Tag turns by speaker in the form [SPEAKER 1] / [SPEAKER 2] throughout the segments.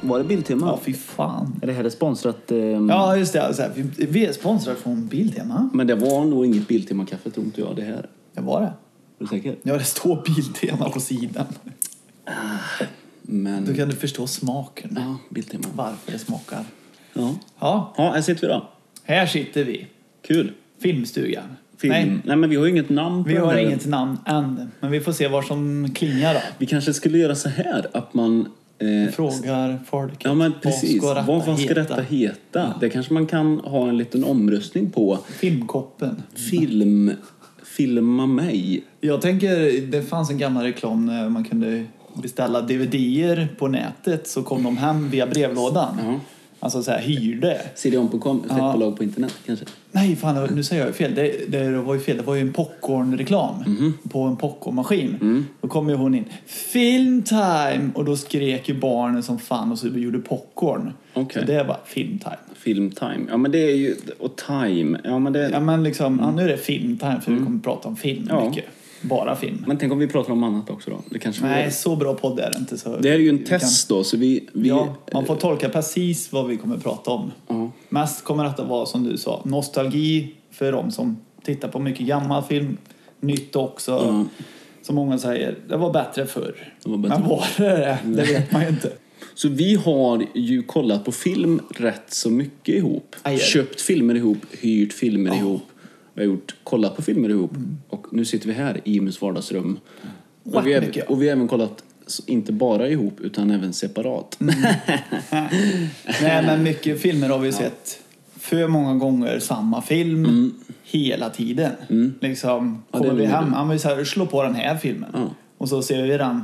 [SPEAKER 1] Var det Biltema?
[SPEAKER 2] Ja, fy fan.
[SPEAKER 1] Är det här är sponsrat? ehm,
[SPEAKER 2] Ja, just det. Alltså, vi- vi är sponsrade från Biltema.
[SPEAKER 1] Men det var nog inget Biltema-kaffe tror inte jag det här. Är
[SPEAKER 2] Det var det.
[SPEAKER 1] du säker?
[SPEAKER 2] Ja, det står Biltema på sidan.
[SPEAKER 1] Men...
[SPEAKER 2] Då kan du förstå smaken.
[SPEAKER 1] Ja, Biltema.
[SPEAKER 2] Varför det smakar.
[SPEAKER 1] Ja.
[SPEAKER 2] Ja,
[SPEAKER 1] ja, här sitter vi då.
[SPEAKER 2] här sitter vi.
[SPEAKER 1] Kul.
[SPEAKER 2] Filmstugan.
[SPEAKER 1] Film.
[SPEAKER 2] Nej,
[SPEAKER 1] Nej, men vi har ju inget namn på
[SPEAKER 2] vi
[SPEAKER 1] den
[SPEAKER 2] har
[SPEAKER 1] här.
[SPEAKER 2] inget namn än. Men vi får se vad som klingar då.
[SPEAKER 1] Vi kanske skulle göra så här att man... Eh,
[SPEAKER 2] Frågar folk.
[SPEAKER 1] ja, men precis.
[SPEAKER 2] Vad ska detta,
[SPEAKER 1] Vad fan ska detta
[SPEAKER 2] heta?
[SPEAKER 1] heta? Det kanske man kan ha en liten omröstning på.
[SPEAKER 2] Filmkoppen.
[SPEAKER 1] Film... Filma mig.
[SPEAKER 2] Jag tänker, det fanns en gammal reklam när man kunde beställa DVDer på nätet så kom de hem via brevlådan.
[SPEAKER 1] Ja.
[SPEAKER 2] Alltså så här, hyrde.
[SPEAKER 1] Cdon.com, ett
[SPEAKER 2] Ja.
[SPEAKER 1] bolag på internet kanske.
[SPEAKER 2] Nej, fan, nu säger jag ju fel. Det, det var ju fel. Det var ju en popcornreklam
[SPEAKER 1] Mhm.
[SPEAKER 2] på en popcornmaskin.
[SPEAKER 1] Mm.
[SPEAKER 2] Då kom ju hon in. Filmtime! Och då skrek ju barnen som fan och så gjorde popcorn.
[SPEAKER 1] Okej.
[SPEAKER 2] Så det var filmtime.
[SPEAKER 1] Filmtime. Ja, men det är ju... Och time. Ja, men det...
[SPEAKER 2] Ja, men liksom, ja, nu är det filmtime för vi kommer prata om film
[SPEAKER 1] Mm. Ja.
[SPEAKER 2] mycket. Bara film.
[SPEAKER 1] Men tänk om vi pratar om annat också då? Det kanske vi
[SPEAKER 2] Nej,
[SPEAKER 1] gör.
[SPEAKER 2] så bra podd är det inte. Så
[SPEAKER 1] Det här är ju en
[SPEAKER 2] vi kan-
[SPEAKER 1] test då, så vi... vi
[SPEAKER 2] Ja, man får tolka precis vad vi kommer prata om.
[SPEAKER 1] Ja.
[SPEAKER 2] Mest kommer detta vara, som du sa, nostalgi för de som tittar på mycket gammal film. Nytt också.
[SPEAKER 1] Mm.
[SPEAKER 2] Som många säger, det var bättre förr.
[SPEAKER 1] Det var bättre
[SPEAKER 2] Men var det det? Det vet man ju inte.
[SPEAKER 1] Så vi har ju kollat på film rätt så mycket ihop.
[SPEAKER 2] Aj, aj.
[SPEAKER 1] Köpt filmer ihop, hyrt filmer ihop. Vi har gjort, kollat på filmer ihop.
[SPEAKER 2] Mm.
[SPEAKER 1] Och nu sitter vi här i Imus vardagsrum. Och vi,
[SPEAKER 2] Rätt
[SPEAKER 1] har,
[SPEAKER 2] mycket.
[SPEAKER 1] och vi har även kollat, s- inte bara ihop, utan även separat.
[SPEAKER 2] Nej, men mycket filmer har vi sett för många gånger samma film hela tiden. Liksom,
[SPEAKER 1] Mm. Ja, det är
[SPEAKER 2] kommer vi
[SPEAKER 1] nog
[SPEAKER 2] hem, ja, men så här, slå på den här filmen.
[SPEAKER 1] Ja.
[SPEAKER 2] Och så ser vi den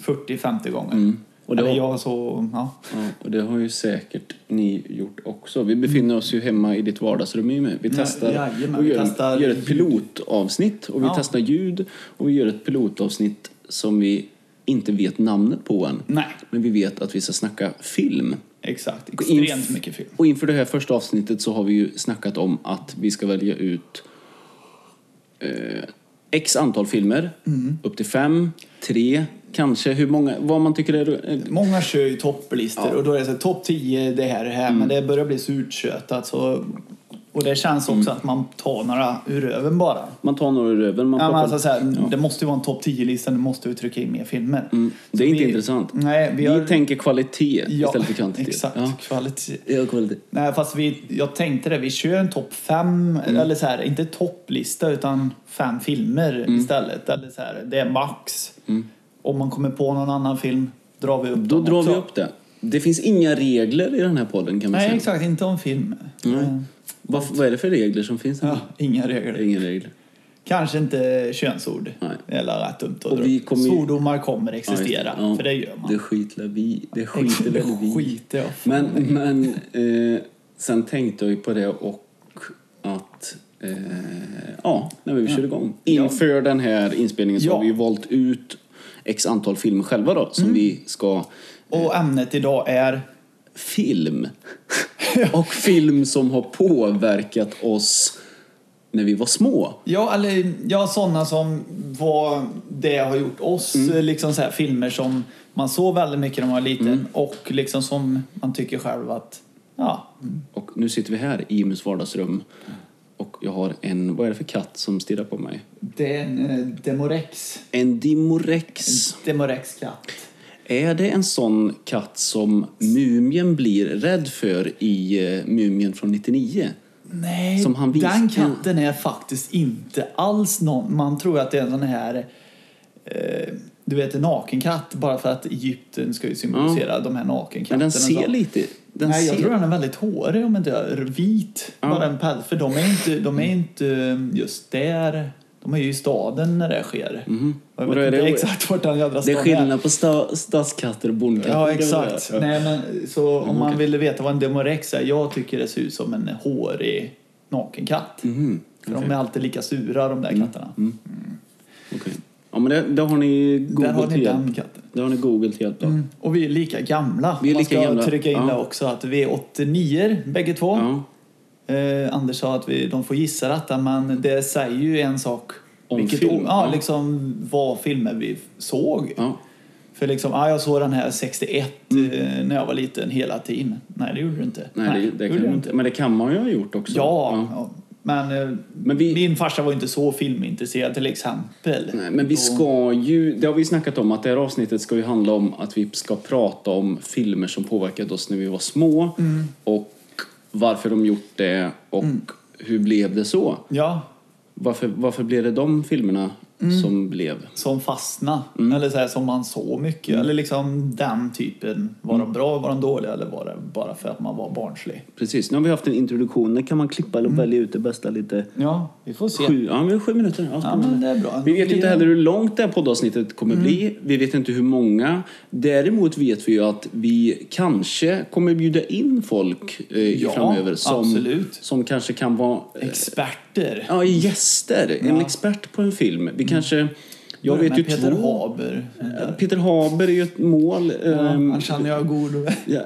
[SPEAKER 2] 40-50 gånger.
[SPEAKER 1] Mm. Och det
[SPEAKER 2] Eller
[SPEAKER 1] har-
[SPEAKER 2] jag så, ja.
[SPEAKER 1] Ja, Mm. och det har ju säkert ni gjort också. Vi befinner oss ju hemma i ditt vardagsrum i och med. Vi testar
[SPEAKER 2] jajamän,
[SPEAKER 1] och
[SPEAKER 2] vi
[SPEAKER 1] gör,
[SPEAKER 2] testar
[SPEAKER 1] gör ett
[SPEAKER 2] ljud.
[SPEAKER 1] pilotavsnitt. Och vi
[SPEAKER 2] Ja.
[SPEAKER 1] testar ljud och vi gör ett pilotavsnitt som vi inte vet namnet på än.
[SPEAKER 2] Nej,
[SPEAKER 1] Men vi vet att vi ska snacka film.
[SPEAKER 2] Exakt,
[SPEAKER 1] Och inf-
[SPEAKER 2] extremt mycket film.
[SPEAKER 1] Och inför det här första avsnittet så har vi ju snackat om att vi ska välja ut eh, x antal filmer.
[SPEAKER 2] Mm.
[SPEAKER 1] Upp till fem, tre, kanske. Hur många, vad man tycker är... eh,
[SPEAKER 2] Många kör ju topplistor och då är det så här, topp 10 det här, det här
[SPEAKER 1] Mm.
[SPEAKER 2] men det börjar bli så uttjötat så... Och det känns också
[SPEAKER 1] Mm.
[SPEAKER 2] att man tar några ur röven bara.
[SPEAKER 1] Man tar några ur röven, man
[SPEAKER 2] Ja, men
[SPEAKER 1] plockar...
[SPEAKER 2] alltså, så här, Det måste ju vara en topp 10-lista, nu måste vi trycka in mer filmer.
[SPEAKER 1] Mm. det är
[SPEAKER 2] Så
[SPEAKER 1] inte intressant.
[SPEAKER 2] Nej, vi
[SPEAKER 1] vi
[SPEAKER 2] har...
[SPEAKER 1] tänker kvalitet
[SPEAKER 2] ja,
[SPEAKER 1] istället för kvantitet.
[SPEAKER 2] Exakt,
[SPEAKER 1] Ja.
[SPEAKER 2] kvalitet.
[SPEAKER 1] Ja, kvalitet.
[SPEAKER 2] Nej, fast vi, jag tänkte det, vi kör en topp fem,
[SPEAKER 1] Mm.
[SPEAKER 2] eller så här, inte topplista utan fem filmer
[SPEAKER 1] Mm.
[SPEAKER 2] istället. Eller så här, det är max. Om man kommer på någon annan film drar vi upp
[SPEAKER 1] Då
[SPEAKER 2] dem
[SPEAKER 1] drar
[SPEAKER 2] också.
[SPEAKER 1] vi upp det. Det finns inga regler i den här podden kan man
[SPEAKER 2] Nej,
[SPEAKER 1] säga.
[SPEAKER 2] exakt. Inte om film. Eh,
[SPEAKER 1] Vad, vad är det för regler som finns? här?
[SPEAKER 2] Ja, inga
[SPEAKER 1] Det är
[SPEAKER 2] regler.
[SPEAKER 1] Inga regler.
[SPEAKER 2] Kanske inte könsord.
[SPEAKER 1] Nej.
[SPEAKER 2] Eller rätt dumt att
[SPEAKER 1] Och
[SPEAKER 2] dra
[SPEAKER 1] vi
[SPEAKER 2] upp.
[SPEAKER 1] kommer ju-
[SPEAKER 2] Svordomar kommer
[SPEAKER 1] Ja, just
[SPEAKER 2] existera,
[SPEAKER 1] Ja.
[SPEAKER 2] för det gör man.
[SPEAKER 1] Det skiter vi Det skiter
[SPEAKER 2] det
[SPEAKER 1] väl vi
[SPEAKER 2] skiter jag för.
[SPEAKER 1] Men, men eh, sen tänkte jag ju på det och att eh, ja, när vi kör igång. Inför den här inspelningen så
[SPEAKER 2] Ja. Mm.
[SPEAKER 1] har vi ju valt ut x antal filmer själva då som vi ska
[SPEAKER 2] Och ämnet idag är...
[SPEAKER 1] film. och film som har påverkat oss när vi var små.
[SPEAKER 2] Ja, eller ja, sådana som vad det har gjort oss.
[SPEAKER 1] Mm.
[SPEAKER 2] Liksom så här, filmer som man såg väldigt mycket när man var liten
[SPEAKER 1] Mm.
[SPEAKER 2] och liksom som man tycker själv att... Ja,
[SPEAKER 1] Och nu sitter vi här i Imus vardagsrum och jag har en, vad är det för katt som stirrar på mig?
[SPEAKER 2] det är en eh, Demorex.
[SPEAKER 1] En Dimorex.
[SPEAKER 2] Demorex-katt.
[SPEAKER 1] Är det en sån katt som mumien blir rädd för i eh, Mumien från 99?
[SPEAKER 2] Nej,
[SPEAKER 1] Som han vis-
[SPEAKER 2] den katten är faktiskt inte alls någon. Man tror att det är en sån här, eh, du vet en nakenkatt bara för att Egypten ska ju symbolisera de här
[SPEAKER 1] Men
[SPEAKER 2] nakenkatterna.
[SPEAKER 1] den
[SPEAKER 2] så.
[SPEAKER 1] ser lite... Den
[SPEAKER 2] Nej,
[SPEAKER 1] ser,
[SPEAKER 2] jag tror den är väldigt hårig om inte jag är vit. Bara en päls, för de är inte,
[SPEAKER 1] Mm.
[SPEAKER 2] de är inte eh, just där. De är ju i staden när det sker. Och Jag
[SPEAKER 1] Mhm. Och
[SPEAKER 2] vet
[SPEAKER 1] då är
[SPEAKER 2] inte
[SPEAKER 1] det-
[SPEAKER 2] exakt vart den jädra
[SPEAKER 1] det
[SPEAKER 2] staden
[SPEAKER 1] är skillnad på sta, stadskatter och bondkatter.
[SPEAKER 2] Ja, exakt.
[SPEAKER 1] Ja.
[SPEAKER 2] Nej, men, så om man ville veta vad en demorex är, jag tycker det ser ut som en hårig nakenkatt.
[SPEAKER 1] Mm.
[SPEAKER 2] För de är alltid lika sura de där katterna.
[SPEAKER 1] Okej. Ja, men det, där har ni Google
[SPEAKER 2] Där har ni
[SPEAKER 1] till hjälp.
[SPEAKER 2] den katten. Mm.
[SPEAKER 1] Där har ni Google till hjälp då.
[SPEAKER 2] Och vi är lika gamla.
[SPEAKER 1] Vi är lika
[SPEAKER 2] man ska
[SPEAKER 1] gamla.
[SPEAKER 2] trycka in
[SPEAKER 1] Ja.
[SPEAKER 2] det också, att vi är 89 bägge två.
[SPEAKER 1] Ja.
[SPEAKER 2] Eh, Anders sa att vi, de får gissa detta, men det säger ju en sak.
[SPEAKER 1] Om film,
[SPEAKER 2] ja,
[SPEAKER 1] ja.
[SPEAKER 2] liksom vad filmer vi såg.
[SPEAKER 1] Ja. Mm.
[SPEAKER 2] För liksom, ah, jag såg den här 61 eh, när jag var liten hela tiden. Nej, det gjorde du inte.
[SPEAKER 1] Nej, det, det
[SPEAKER 2] gjorde
[SPEAKER 1] kan
[SPEAKER 2] du
[SPEAKER 1] man inte. Men det kan man ju ha gjort också.
[SPEAKER 2] Ja, ja. men, eh,
[SPEAKER 1] Men vi-
[SPEAKER 2] min farsa var ju inte så filmintresserad till exempel.
[SPEAKER 1] Nej, men vi
[SPEAKER 2] Och-
[SPEAKER 1] ska ju, det har vi snackat om, att det här avsnittet ska ju handla om att vi ska prata om filmer som påverkade oss när vi var små
[SPEAKER 2] Mm.
[SPEAKER 1] och varför de gjort det och hur blev det så?
[SPEAKER 2] Ja,
[SPEAKER 1] Varför, varför blev det de filmerna
[SPEAKER 2] Mm.
[SPEAKER 1] som blev?
[SPEAKER 2] som fastna
[SPEAKER 1] Mm.
[SPEAKER 2] eller så här, som man såg mycket. Eller liksom den typen. Var
[SPEAKER 1] Mm.
[SPEAKER 2] de bra, var de dåliga eller var det bara för att man var barnslig?
[SPEAKER 1] Precis, nu har vi haft en introduktion. Nu kan man klippa eller välja ut det bästa lite.
[SPEAKER 2] Ja, vi får Mm. se.
[SPEAKER 1] Sju, ja, men sju minuter. Ja,
[SPEAKER 2] Ja,
[SPEAKER 1] spännande.
[SPEAKER 2] men det är bra.
[SPEAKER 1] Vi vet ju inte heller hur långt det här poddavsnittet kommer
[SPEAKER 2] Mm.
[SPEAKER 1] bli. Vi vet inte hur många. Däremot vet vi ju att vi kanske kommer bjuda in folk eh, i
[SPEAKER 2] Ja,
[SPEAKER 1] framöver som,
[SPEAKER 2] absolut.
[SPEAKER 1] som kanske kan vara eh,
[SPEAKER 2] Experter.
[SPEAKER 1] ja, gäster. En expert på en film.
[SPEAKER 2] Mm.
[SPEAKER 1] Vi kanske... Jag
[SPEAKER 2] Börja
[SPEAKER 1] vet ju
[SPEAKER 2] med Peter
[SPEAKER 1] två.
[SPEAKER 2] Haber.
[SPEAKER 1] Ja, Peter Haber är ju ett mål. ehm,
[SPEAKER 2] Han känner jag god.
[SPEAKER 1] Ja,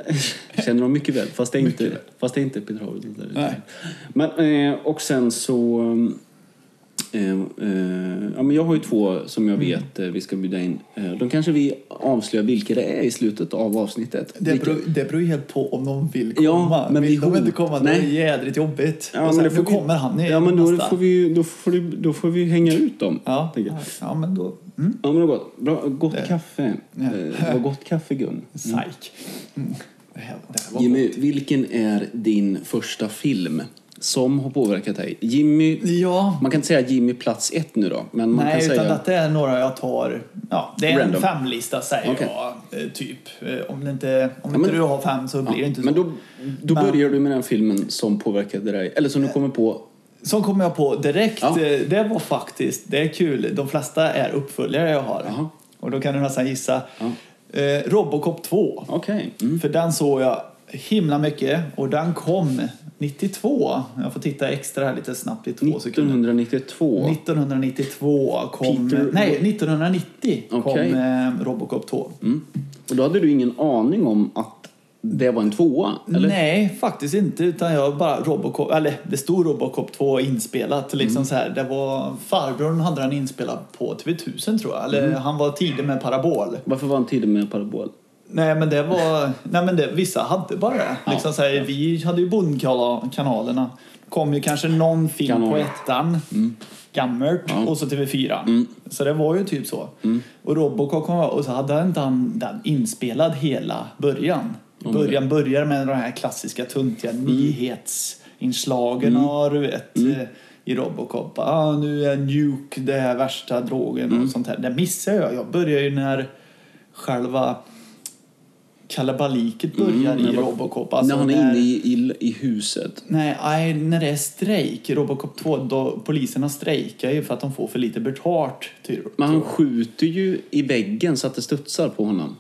[SPEAKER 1] känner de mycket väl, fast det är inte, fast det är inte Peter Haber.
[SPEAKER 2] Nej.
[SPEAKER 1] Men, eh, och sen så... Eh, eh, ja, men jag har ju två som jag vet eh, vi ska bjuda in. Eh, de kanske vi avslöjar vilka det är i slutet av avsnittet.
[SPEAKER 2] Det
[SPEAKER 1] Vilka-
[SPEAKER 2] beror, det beror ju helt på om de vill komma.
[SPEAKER 1] Ja, men
[SPEAKER 2] vill
[SPEAKER 1] vi
[SPEAKER 2] de
[SPEAKER 1] hot-
[SPEAKER 2] inte komma, då är det
[SPEAKER 1] nej.
[SPEAKER 2] jädrigt jobbigt.
[SPEAKER 1] Ja,
[SPEAKER 2] Och
[SPEAKER 1] men
[SPEAKER 2] sen,
[SPEAKER 1] det får
[SPEAKER 2] nu
[SPEAKER 1] vi-
[SPEAKER 2] kommer han igen
[SPEAKER 1] Ja, men då
[SPEAKER 2] nästa.
[SPEAKER 1] får, vi, då, får vi, då får vi hänga ut dem.
[SPEAKER 2] Ja,
[SPEAKER 1] tänker jag.
[SPEAKER 2] ja, men då... Mm.
[SPEAKER 1] ja men det var gott. Bra, gott kaffe.
[SPEAKER 2] Ja.
[SPEAKER 1] Eh, vad gott kaffe, Gun.
[SPEAKER 2] Psyk. Mm. Det här, det här var
[SPEAKER 1] Jimmy, vilken är din första film som har påverkat dig? Jimmy,
[SPEAKER 2] Ja,
[SPEAKER 1] Man kan inte säga Jimmy plats ett nu då, men man
[SPEAKER 2] Nej,
[SPEAKER 1] kan
[SPEAKER 2] utan
[SPEAKER 1] säga...
[SPEAKER 2] detta är några jag tar... Ja, det är
[SPEAKER 1] Random.
[SPEAKER 2] en femlista säger
[SPEAKER 1] Okej.
[SPEAKER 2] jag, eh, typ. Eh, Om, det inte, om
[SPEAKER 1] men-
[SPEAKER 2] inte du har fem så blir det inte så.
[SPEAKER 1] Men då, då
[SPEAKER 2] Men- Eh.
[SPEAKER 1] börjar du med den filmen som påverkade dig, eller som du kommer på.
[SPEAKER 2] Som kom jag på direkt,
[SPEAKER 1] Ja.
[SPEAKER 2] eh, det var faktiskt, det är kul, de flesta är uppföljare jag har.
[SPEAKER 1] Jaha.
[SPEAKER 2] Och då kan du nästan gissa.
[SPEAKER 1] Ja.
[SPEAKER 2] Eh, Robocop 2.
[SPEAKER 1] Okej. Mm.
[SPEAKER 2] För den såg jag himla mycket och den kom 92. Jag får titta extra här lite snabbt i två sekunder.
[SPEAKER 1] 1992.
[SPEAKER 2] 1992 kom...
[SPEAKER 1] Peter-
[SPEAKER 2] Nej, 1990
[SPEAKER 1] Okej.
[SPEAKER 2] kom eh, Robocop 2.
[SPEAKER 1] Och då hade du ingen aning om att det var en tvåa, eller?
[SPEAKER 2] Nej, faktiskt inte. Utan jag bara Robocop, eller det stod Robocop 2 inspelat. Liksom så här. Det var, farbrorn hade den inspelad på TV1000 tror jag. Eller han var tidig med parabol.
[SPEAKER 1] Varför var han tidig med parabol?
[SPEAKER 2] Nej men det var, nej men det, vissa hade bara det. Liksom så här, Vi hade ju bondkanalerna. Kom ju kanske någon film på
[SPEAKER 1] Kanaler.
[SPEAKER 2] ettan. Gammalt. Och så TV4. Så det var ju typ så. Och Robocop kom och så hade inte han den inspelad hela början. Början börjar med de här klassiska tuntiga nyhetsinslagen och du vet. eh, I Robocop. Ah, nu är Nuke det här värsta drogen och sånt här. Det missar jag. Jag börjar ju när själva kalabaliket börjar
[SPEAKER 1] Mm, när
[SPEAKER 2] i
[SPEAKER 1] man-
[SPEAKER 2] Robocop. Alltså
[SPEAKER 1] när han är inne i, i, i huset.
[SPEAKER 2] Nej, aj, när det är strejk i Robocop 2, då poliserna strejkar ju för att de får för lite betalt. Typ.
[SPEAKER 1] Men han skjuter ju i väggen så att det studsar på honom.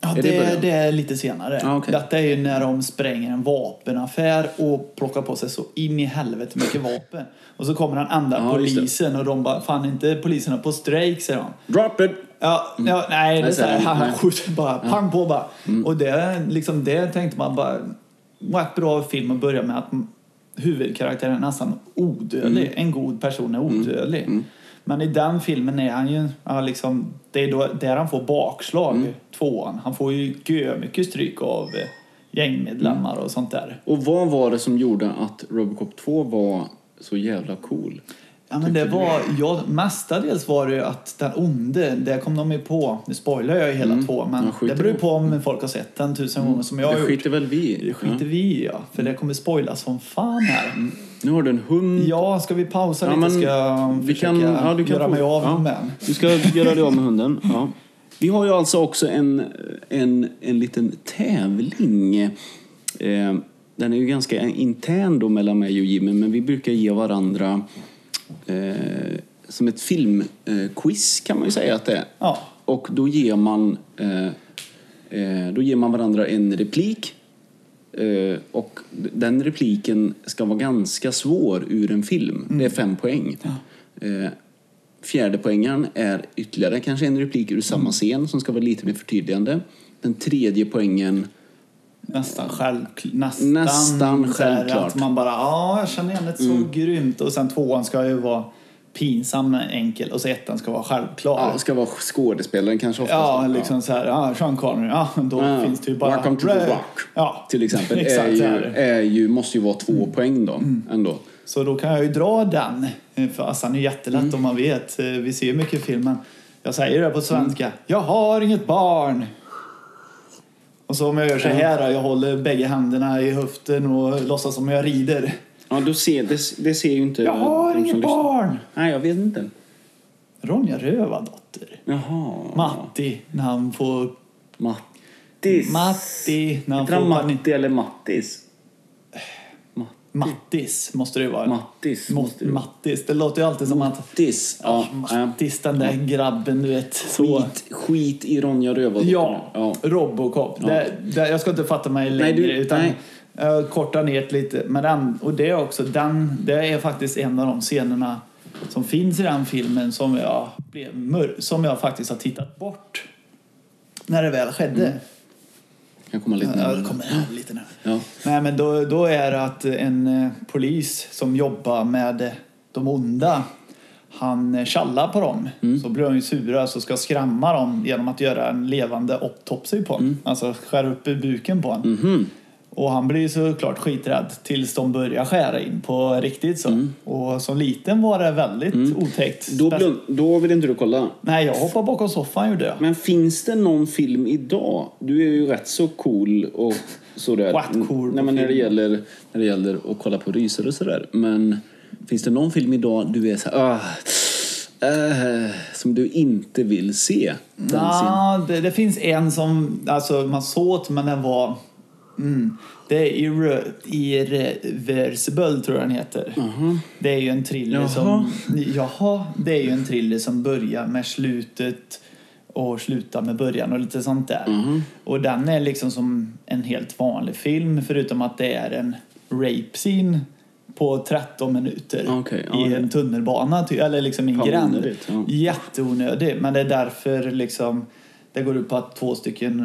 [SPEAKER 2] Ja,
[SPEAKER 1] Är det
[SPEAKER 2] det, det,
[SPEAKER 1] början?
[SPEAKER 2] är lite senare.
[SPEAKER 1] Ah, okej.
[SPEAKER 2] Detta är ju när de spränger en vapenaffär och plockar på sig så in i helvete mycket vapen. Och så kommer den andra
[SPEAKER 1] Ja, just det.
[SPEAKER 2] polisen och de bara, fan är inte poliserna på strejk, säger de.
[SPEAKER 1] Drop it!
[SPEAKER 2] Ja, ja, nej, det är
[SPEAKER 1] Nej,
[SPEAKER 2] så här,
[SPEAKER 1] så är det.
[SPEAKER 2] han
[SPEAKER 1] Nej.
[SPEAKER 2] skjuter bara, pang på bara. Och det, liksom, det tänkte man bara, var ett bra film att börja med att huvudkaraktären är nästan odödlig. En god person är odödlig. Men i den filmen är han ju, ja, liksom, det är då, där han får bakslag, tvåan. Han får ju gö mycket stryk av eh, gängmedlemmar och sånt där.
[SPEAKER 1] Och vad var det som gjorde att Robocop 2 var så jävla cool?
[SPEAKER 2] Ja, men det var, ja, mestadels var det ju att den onde, det kom de ju på. Nu spoilar jag ju hela två, men
[SPEAKER 1] jag skiter
[SPEAKER 2] det beror ju
[SPEAKER 1] Mm. i. Mm.
[SPEAKER 2] på om folk har sett den tusen gånger som jag har
[SPEAKER 1] Det
[SPEAKER 2] gjort.
[SPEAKER 1] skiter väl vi i?
[SPEAKER 2] Det skiter vi i, ja. För det kommer spoilas som fan här.
[SPEAKER 1] Nu har du en hund
[SPEAKER 2] Ja, ska vi pausa
[SPEAKER 1] Mm. Ja,
[SPEAKER 2] lite?
[SPEAKER 1] men
[SPEAKER 2] Ska jag
[SPEAKER 1] vi
[SPEAKER 2] försöka
[SPEAKER 1] kan- ja, du kan
[SPEAKER 2] göra
[SPEAKER 1] få-
[SPEAKER 2] mig av
[SPEAKER 1] ja.
[SPEAKER 2] med den?
[SPEAKER 1] Du ska göra dig av med hunden. Ja. Vi har ju alltså också en, en, en liten tävling. Eh, den är ju ganska intern då mellan mig och Jimmy, men vi brukar ge varandra eh, som ett filmquiz kan man ju säga att det är.
[SPEAKER 2] Ja.
[SPEAKER 1] Och då ger man, eh, eh, då ger man varandra en replik. Eh, och d- den repliken ska vara ganska svår ur en film. Det
[SPEAKER 2] Mm.
[SPEAKER 1] är fem poäng. Eh, fjärde poängen är ytterligare kanske en replik ur
[SPEAKER 2] Mm.
[SPEAKER 1] samma scen som ska vara lite mer förtydligande. Den tredje poängen
[SPEAKER 2] Nästan självklart. Nästan,
[SPEAKER 1] Nästan
[SPEAKER 2] så här
[SPEAKER 1] självklart. Mm.
[SPEAKER 2] Att man bara, ja, jag känner igen det så grymt. Och sen tvåan ska ju vara pinsam men enkel och så ettan ska vara självklar.
[SPEAKER 1] Ja, eh, ska vara skådespelaren kanske oftast.
[SPEAKER 2] Ja,
[SPEAKER 1] då.
[SPEAKER 2] liksom så här, ja, Sean Connery, ja, då
[SPEAKER 1] Ja.
[SPEAKER 2] finns det ju bara...
[SPEAKER 1] Welcome to the rock.
[SPEAKER 2] Ja,
[SPEAKER 1] Till exempel.
[SPEAKER 2] Exakt Mm.
[SPEAKER 1] är
[SPEAKER 2] så
[SPEAKER 1] ju,
[SPEAKER 2] är det.
[SPEAKER 1] är ju, måste ju vara två poäng då. Ändå.
[SPEAKER 2] Så då kan jag ju dra den, eh, för Assan är ju jättelätt
[SPEAKER 1] Mm.
[SPEAKER 2] om man vet. Eh, Vi ser ju mycket i filmen. Jag säger det på svenska. Jag har inget barn! Och så om jag gör så här, då, jag håller bägge händerna i höften och låtsas som jag rider.
[SPEAKER 1] Ja, du ser, det, det ser ju inte
[SPEAKER 2] Jag har
[SPEAKER 1] de som
[SPEAKER 2] inget
[SPEAKER 1] lyssnar.
[SPEAKER 2] barn!
[SPEAKER 1] Nej, jag vet inte.
[SPEAKER 2] Ronja Rövardotter.
[SPEAKER 1] Jaha.
[SPEAKER 2] Matti, när han får...
[SPEAKER 1] Mattis.
[SPEAKER 2] Matti, när han
[SPEAKER 1] Heter han
[SPEAKER 2] får... panik-
[SPEAKER 1] Matti eller Mattis? Ma-
[SPEAKER 2] Mattis måste det ju vara.
[SPEAKER 1] Mattis. måste
[SPEAKER 2] Mo-
[SPEAKER 1] det vara.
[SPEAKER 2] Mattis, det låter ju alltid som att...
[SPEAKER 1] Mattis.
[SPEAKER 2] Ja,
[SPEAKER 1] Ja, Mm. ja.
[SPEAKER 2] Mattis, den där grabben, du vet. Så.
[SPEAKER 1] Skit, skit i Ronja Rövardotter.
[SPEAKER 2] Ja,
[SPEAKER 1] ja.
[SPEAKER 2] Robocop.
[SPEAKER 1] Ja.
[SPEAKER 2] Det, det, jag ska inte fatta mig längre
[SPEAKER 1] du-
[SPEAKER 2] utan
[SPEAKER 1] nej.
[SPEAKER 2] eh, korta ner det lite. Men den, och det är också den, det är faktiskt en av de scenerna som finns i den filmen som jag, blev mör- som jag faktiskt har tittat bort. När det väl skedde.
[SPEAKER 1] Kan komma lite
[SPEAKER 2] Ja,
[SPEAKER 1] närmare.
[SPEAKER 2] det kommer här lite nu.
[SPEAKER 1] Ja.
[SPEAKER 2] Nej, men då, då är det att en eh, polis som jobbar med eh, de onda, han eh, tjallar på dem. Så blir de ju sura så ska skrämma dem genom att göra en levande autopsi på honom. Alltså skära upp i buken på honom. Och han blir ju såklart skiträdd tills de börjar skära in på riktigt så. Och som liten var det väldigt otäckt.
[SPEAKER 1] Då, blund, då vill inte du kolla.
[SPEAKER 2] Nej, jag hoppade bakom soffan gjorde jag.
[SPEAKER 1] Men finns det någon film idag? Du är ju rätt så cool och sådär.
[SPEAKER 2] What cool
[SPEAKER 1] Nej, men när, det
[SPEAKER 2] film?
[SPEAKER 1] gäller, när det gäller att kolla på rysare och sådär. Men finns det någon film idag du är så här, "Ah, eh", som du inte vill se? Den sin-
[SPEAKER 2] Ja, det, det finns en som alltså, man såg men den var... Mm, det är irre, Irreversible, tror jag den heter. Det är ju en thriller
[SPEAKER 1] Mm. Jaha.
[SPEAKER 2] som... Jaha. Det är ju en thriller som börjar med slutet och slutar med början och lite sånt där.
[SPEAKER 1] Mm.
[SPEAKER 2] Och den är liksom som en helt vanlig film förutom att det är en rape scene på 13 minuter
[SPEAKER 1] Okej, ja,
[SPEAKER 2] i
[SPEAKER 1] det-
[SPEAKER 2] en tunnelbana, ty- eller liksom i en
[SPEAKER 1] Fan,
[SPEAKER 2] gränd.
[SPEAKER 1] onödigt, ja.
[SPEAKER 2] Jätteonödig, men det är därför liksom det går ut på att två stycken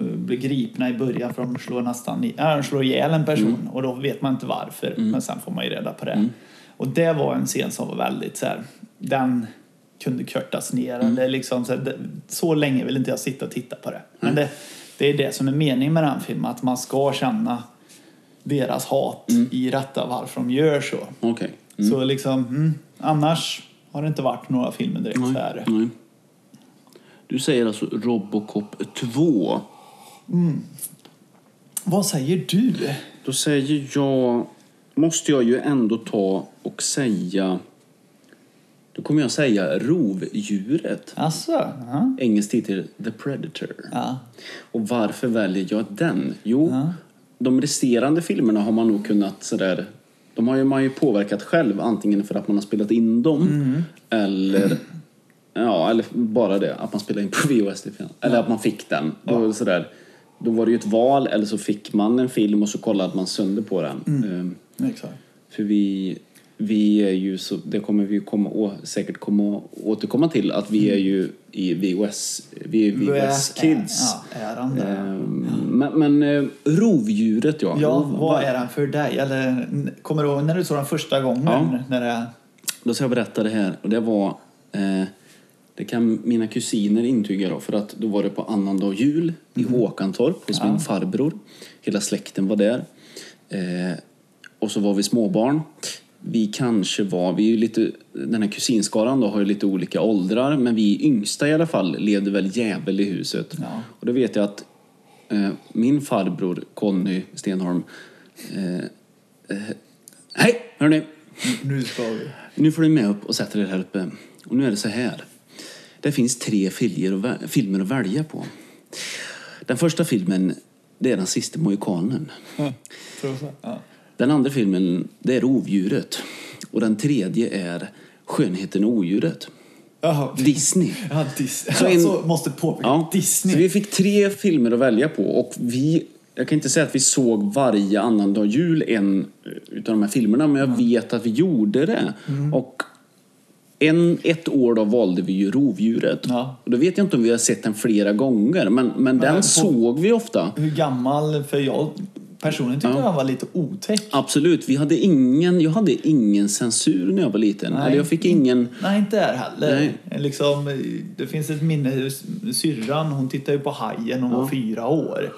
[SPEAKER 2] eh, blir gripna i början för de slår nästan i, äh, de slår ihjäl en person och då vet man inte varför men sen får man ju reda på det.
[SPEAKER 1] Mm.
[SPEAKER 2] Och det var en scen som var väldigt så här, den kunde kortas ner eller liksom så, här, det, så länge vill inte jag sitta och titta på det. Men det, det är det som är meningen med den filmen, att man ska känna deras hat i detta varför de gör så.
[SPEAKER 1] Okej.
[SPEAKER 2] Så liksom, mm, annars har det inte varit några filmer direkt så här.
[SPEAKER 1] Nej. Nej. Du säger alltså Robocop 2.
[SPEAKER 2] Vad säger du?
[SPEAKER 1] Då säger jag... Måste jag ju ändå ta och säga... Då kommer jag säga rovdjuret.
[SPEAKER 2] Alltså, ja.
[SPEAKER 1] Engelsk titel The Predator.
[SPEAKER 2] ja.
[SPEAKER 1] Och varför väljer jag den? Jo, de resterande filmerna har man nog kunnat sådär... De har ju man ju påverkat själv, antingen för att man har spelat in dem eller... Ja, eller bara det, att man spelade in på VHS. till exempel. Eller att man fick den. Då, sådär, då var det ju ett val, eller så fick man en film och så kollade man sönder på den. Ehm,
[SPEAKER 2] Exakt.
[SPEAKER 1] för vi, vi är ju så, det kommer vi komma, å, säkert komma, återkomma till, att vi är ju i VHS, vi är VHS Kids.
[SPEAKER 2] Ja, är han det?
[SPEAKER 1] Ehm, Men, men eh, rovdjuret ja.
[SPEAKER 2] Ja,
[SPEAKER 1] Rov-
[SPEAKER 2] vad är han för dig? Eller, n- kommer du ihåg när du såg den första gången?
[SPEAKER 1] Ja.
[SPEAKER 2] När det,
[SPEAKER 1] Då ska jag berätta det här. Och det var... Eh, det kan mina kusiner intyga då. För att då var det på annandag jul i Håkantorp hos min farbror. Hela släkten var där. Eh, och så var vi småbarn. Vi kanske var, vi är ju lite, den här kusinskaran då har ju lite olika åldrar, men vi yngsta i alla fall levde väl jävel i huset.
[SPEAKER 2] Ja.
[SPEAKER 1] Och då vet jag att eh, min farbror Conny Stenholm, eh, eh, hej hörni,
[SPEAKER 2] nu ska vi.
[SPEAKER 1] nu får du med upp och sätter dig här uppe. Och nu är det så här. Det finns tre filmer att, vä- filmer att välja på. Den första filmen, det är Den sista mohikanen.
[SPEAKER 2] Tror du så? Ja.
[SPEAKER 1] Den andra filmen, det är Rovdjuret. Och den tredje är Skönheten och odjuret.
[SPEAKER 2] Jaha.
[SPEAKER 1] Disney.
[SPEAKER 2] Ja, Dis-
[SPEAKER 1] Så
[SPEAKER 2] så
[SPEAKER 1] in-
[SPEAKER 2] alltså, måste påpeka
[SPEAKER 1] Så
[SPEAKER 2] Disney.
[SPEAKER 1] vi fick tre filmer att välja på och vi, jag kan inte säga att vi såg varje annandag jul en eh, utav de här filmerna, men jag
[SPEAKER 2] Mm.
[SPEAKER 1] vet att vi gjorde det. Och en, ett år då valde vi ju Rovdjuret.
[SPEAKER 2] Ja.
[SPEAKER 1] Och då vet jag inte om vi har sett den flera gånger, men, men den
[SPEAKER 2] på-
[SPEAKER 1] såg vi ofta.
[SPEAKER 2] Hur gammal? För jag Personligen tyckte
[SPEAKER 1] Ja.
[SPEAKER 2] jag han var lite otäck.
[SPEAKER 1] Absolut, vi hade ingen, jag hade ingen censur när jag var liten.
[SPEAKER 2] Nej.
[SPEAKER 1] Eller jag fick ingen...
[SPEAKER 2] Nej, inte där heller.
[SPEAKER 1] Nej.
[SPEAKER 2] Liksom, det finns ett minne, hur syrran hon tittade ju på Hajen när hon var fyra år.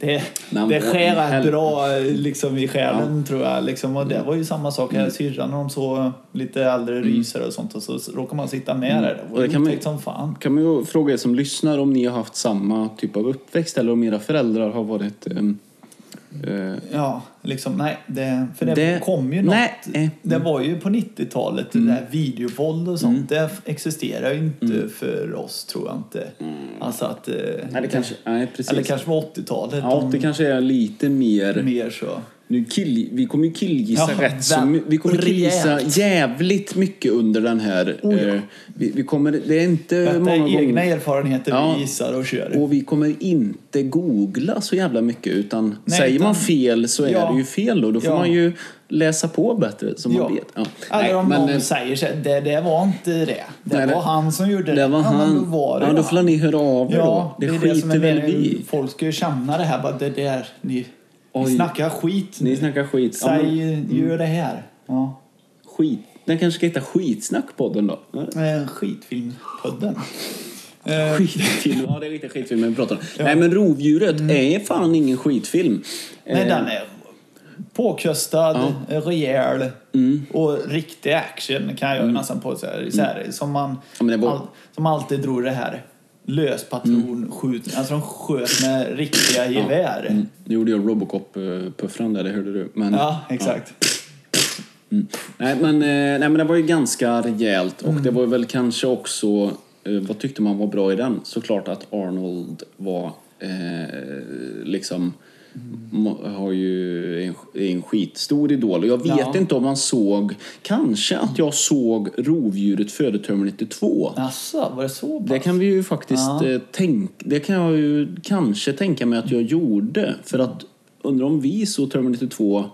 [SPEAKER 2] Det,
[SPEAKER 1] Men
[SPEAKER 2] det
[SPEAKER 1] vad
[SPEAKER 2] skär
[SPEAKER 1] i
[SPEAKER 2] rätt
[SPEAKER 1] helvete.
[SPEAKER 2] bra liksom, i själen tror jag. Liksom, och
[SPEAKER 1] Mm.
[SPEAKER 2] det var ju samma sak här, syrran när de såg lite äldre rysare och sånt och så råkar man sitta med där. Det
[SPEAKER 1] Och
[SPEAKER 2] var
[SPEAKER 1] Mm. det kan man-
[SPEAKER 2] otäckt som fan.
[SPEAKER 1] Kan man ju fråga er som lyssnar om ni har haft samma typ av uppväxt eller om era föräldrar har varit... ehm, eh,
[SPEAKER 2] Ja, liksom nej. Det, för det,
[SPEAKER 1] Det-
[SPEAKER 2] kom ju något.
[SPEAKER 1] nej, Mm. eh.
[SPEAKER 2] Det var ju på 90-talet, det där videovåld och sånt.
[SPEAKER 1] Mm.
[SPEAKER 2] Det existerar ju inte för oss, tror jag inte. Alltså att... eh,
[SPEAKER 1] Mm. nej, det kanske... Nej, precis.
[SPEAKER 2] Eller kanske var 80-talet.
[SPEAKER 1] ja,
[SPEAKER 2] om
[SPEAKER 1] det kanske är lite mer...
[SPEAKER 2] Mer så.
[SPEAKER 1] Nu kill, vi kommer ju killgissa
[SPEAKER 2] Ja,
[SPEAKER 1] rätt så
[SPEAKER 2] väl-
[SPEAKER 1] my- Vi kommer killgissa
[SPEAKER 2] rejält.
[SPEAKER 1] jävligt mycket under den här...
[SPEAKER 2] Oh, ja.
[SPEAKER 1] eh, vi, vi kommer... Det är inte
[SPEAKER 2] Detta
[SPEAKER 1] många
[SPEAKER 2] är
[SPEAKER 1] gånger...
[SPEAKER 2] egna erfarenheter
[SPEAKER 1] Ja.
[SPEAKER 2] vi gissar och kör.
[SPEAKER 1] Och vi kommer inte googla så jävla mycket utan
[SPEAKER 2] Nej,
[SPEAKER 1] säger man
[SPEAKER 2] utan-
[SPEAKER 1] fel så är
[SPEAKER 2] Ja.
[SPEAKER 1] det ju fel då. Då får
[SPEAKER 2] Ja.
[SPEAKER 1] man ju läsa på bättre så man
[SPEAKER 2] Ja.
[SPEAKER 1] vet. Ja.
[SPEAKER 2] Eller
[SPEAKER 1] Nej,
[SPEAKER 2] om
[SPEAKER 1] men,
[SPEAKER 2] någon
[SPEAKER 1] eh,
[SPEAKER 2] säger så här, det, det var inte det. Det
[SPEAKER 1] Nej, det-
[SPEAKER 2] var han som gjorde det.
[SPEAKER 1] det var
[SPEAKER 2] Ja, men
[SPEAKER 1] han.
[SPEAKER 2] Då var det
[SPEAKER 1] ja,
[SPEAKER 2] ju
[SPEAKER 1] då
[SPEAKER 2] han.
[SPEAKER 1] får ni höra av er
[SPEAKER 2] Ja,
[SPEAKER 1] då.
[SPEAKER 2] det,
[SPEAKER 1] Det,
[SPEAKER 2] är det som
[SPEAKER 1] skiter
[SPEAKER 2] är
[SPEAKER 1] väl
[SPEAKER 2] meningen.
[SPEAKER 1] vi
[SPEAKER 2] Folk ska ju känna det här. Bara, det där, ni,
[SPEAKER 1] Oj.
[SPEAKER 2] ni snackar skit nu.
[SPEAKER 1] Ni snackar skit. Ja, men, Mm.
[SPEAKER 2] Säg, gör det här. Ja.
[SPEAKER 1] skit. Den kanske ska heta Skitsnackpodden då?
[SPEAKER 2] Eh, Skitfilmpodden. Eh,
[SPEAKER 1] Skitfilm. Ja, det är riktigt skitfilm vi pratar om. Nej, men Rovdjuret är fan ingen skitfilm.
[SPEAKER 2] Mm. Nej,
[SPEAKER 1] Eh,
[SPEAKER 2] den är påkostad, eh, rejäl
[SPEAKER 1] Mm.
[SPEAKER 2] och riktig action kan jag ju nästan på så här, så här, som man
[SPEAKER 1] Mm. Ja, men det var- Mm.
[SPEAKER 2] som alltid drog det här löspatronskjutning. Alltså de sköt med riktiga gevär. Ja,
[SPEAKER 1] Nu gjorde jag Robocop-puffran där, det hörde du. Men,
[SPEAKER 2] exakt.
[SPEAKER 1] Nej men, eh, nej men det var ju ganska rejält och det var väl kanske också, eh, vad tyckte man var bra i den? Såklart att Arnold var eh, liksom, må- har ju en, är en skitstor idol. Och jag vet
[SPEAKER 2] Ja.
[SPEAKER 1] inte om man såg, kanske att jag såg Rovdjuret före Terminator 2.
[SPEAKER 2] Jaså, var det så bra?
[SPEAKER 1] Det kan vi ju faktiskt
[SPEAKER 2] Ja.
[SPEAKER 1] eh, tänka, det kan jag ju kanske tänka mig att jag gjorde. För att undrar om vi såg Terminator 2,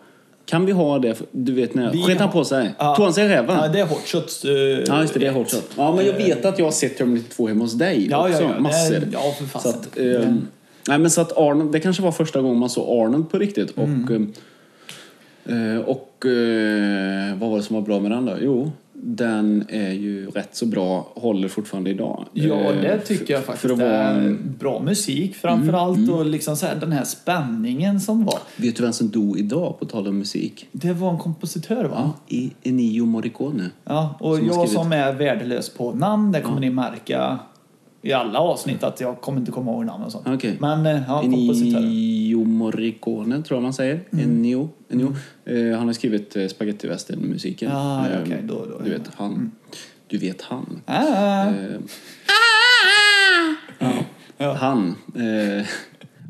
[SPEAKER 1] kan vi ha det? För- Du vet när,
[SPEAKER 2] Vi
[SPEAKER 1] sket han
[SPEAKER 2] har-
[SPEAKER 1] på sig?
[SPEAKER 2] Ja.
[SPEAKER 1] Tog han sig i räven?
[SPEAKER 2] Ja, det är hot shots. eh,
[SPEAKER 1] Ja, just det. Det är hårt Eh, satt. Ja, men jag vet att jag har sett Terminator 2 hemma hos dig
[SPEAKER 2] Ja,
[SPEAKER 1] också.
[SPEAKER 2] ja, ja.
[SPEAKER 1] Massor.
[SPEAKER 2] Det- ja, för fasen.
[SPEAKER 1] Så att, ehm, Nej, men så att Arnold, det kanske var första gången man såg Arnold på riktigt. Och, ehm, eh, och eh, vad var det som var bra med den då? Jo, den är ju rätt så bra, håller fortfarande idag.
[SPEAKER 2] Ja,
[SPEAKER 1] Eh,
[SPEAKER 2] det tycker jag
[SPEAKER 1] för- För
[SPEAKER 2] faktiskt.
[SPEAKER 1] att vara, Mm,
[SPEAKER 2] är Bra musik framför allt och liksom så här, den här spänningen som var.
[SPEAKER 1] vet du vem som dog idag, på tal om musik?
[SPEAKER 2] Det var en kompositör va?
[SPEAKER 1] Ja, I Ennio Morricone.
[SPEAKER 2] Ja, och
[SPEAKER 1] Som har
[SPEAKER 2] jag
[SPEAKER 1] skrivit.
[SPEAKER 2] som är värdelös på namn, det kommer ni märka i alla avsnitt att jag kommer inte komma ihåg namn och sånt.
[SPEAKER 1] Okej.
[SPEAKER 2] Men eh, ja, kompositör.
[SPEAKER 1] Ennio Morricone tror jag man säger.
[SPEAKER 2] Mm.
[SPEAKER 1] Ennio. Ennio. Eh, han har skrivit eh, Spaghetti Western-musiken.
[SPEAKER 2] Ah,
[SPEAKER 1] Eh,
[SPEAKER 2] okej, då- Mm. då-
[SPEAKER 1] du vet han. Du vet han.
[SPEAKER 2] Ah,
[SPEAKER 1] Eh, Han. Eh,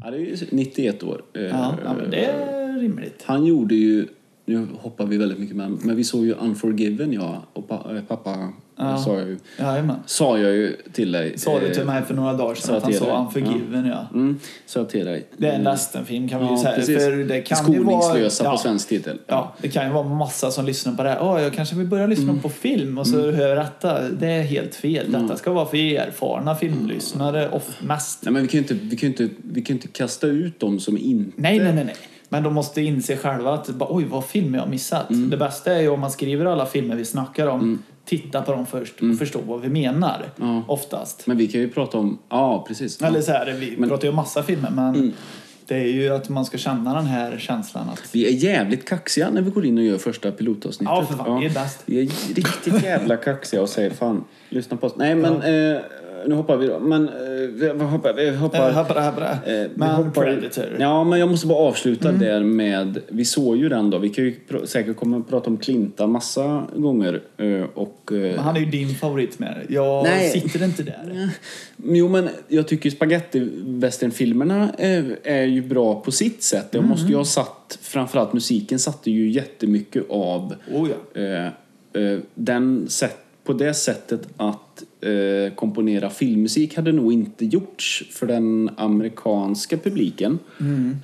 [SPEAKER 1] ja, det är ju 91 år. Eh,
[SPEAKER 2] ja, ja, men det är rimligt.
[SPEAKER 1] Han gjorde ju... Nu hoppar vi väldigt mycket med, men vi såg ju Unforgiven, ja. Och pa, eh, pappa
[SPEAKER 2] Ja.
[SPEAKER 1] sa jag ju.
[SPEAKER 2] Jajamän.
[SPEAKER 1] Sa jag ju till dig.
[SPEAKER 2] Sa du
[SPEAKER 1] eh,
[SPEAKER 2] till mig för några dagar
[SPEAKER 1] sa
[SPEAKER 2] sedan att han
[SPEAKER 1] till dig.
[SPEAKER 2] sa Unforgiven, ja.
[SPEAKER 1] Mm, sa jag till dig.
[SPEAKER 2] Det är
[SPEAKER 1] Eh,
[SPEAKER 2] en westernfilm kan vi ju
[SPEAKER 1] Ja,
[SPEAKER 2] säga.
[SPEAKER 1] precis.
[SPEAKER 2] För det kan ju vara...
[SPEAKER 1] Skoningslösa
[SPEAKER 2] ja,
[SPEAKER 1] på svensk titel.
[SPEAKER 2] Ja, det kan ju vara massa som lyssnar på det här. Åh, jag kanske vill börja
[SPEAKER 1] Mm.
[SPEAKER 2] lyssna på film och så hör jag detta. Det är helt fel. Detta ska vara för erfarna filmlyssnare och mest
[SPEAKER 1] Nej, men vi kan ju inte, vi kan ju inte, vi kan ju inte kasta ut dem som inte...
[SPEAKER 2] Nej, nej, nej, nej. Men de måste inse själva att bara, oj, vad filmer jag missat.
[SPEAKER 1] Mm.
[SPEAKER 2] Det bästa är ju om man skriver alla filmer vi snackar om, titta på dem först och förstå vad vi menar
[SPEAKER 1] Mm. Ja.
[SPEAKER 2] oftast.
[SPEAKER 1] Men vi kan ju prata om... Ja, precis.
[SPEAKER 2] Eller så här, vi
[SPEAKER 1] Men- Mm.
[SPEAKER 2] pratar ju om massa filmer, men det är ju att man ska känna den här känslan att
[SPEAKER 1] Vi är jävligt kaxiga när vi går in och gör första pilotavsnittet.
[SPEAKER 2] Ja, för fan, vi är bäst.
[SPEAKER 1] Vi är riktigt jävla kaxiga och säger fan, lyssna på oss. Nej, men eh, nu hoppar vi då. Men eh, vi vi hoppar... Vi hoppar.
[SPEAKER 2] Eh, hoppra, hoppra.
[SPEAKER 1] Eh, vi
[SPEAKER 2] Men
[SPEAKER 1] hoppar-
[SPEAKER 2] Predator.
[SPEAKER 1] Ja, men jag måste bara avsluta där med... Vi såg ju den då. Vi kan ju pr- säkert komma och prata om Klinta massa gånger. eh, Och, eh,
[SPEAKER 2] Men han är ju din favorit med det. Jag
[SPEAKER 1] Nej.
[SPEAKER 2] sitter inte där.
[SPEAKER 1] Men Jo, men jag tycker spagettivästernfilmerna är, är ju bra på sitt sätt. Jag måste ju ha satt, framförallt musiken satte ju jättemycket av
[SPEAKER 2] Oh ja.
[SPEAKER 1] eh, eh, den sätt, på det sättet att eh, komponera filmmusik hade nog inte gjorts för den amerikanska publiken.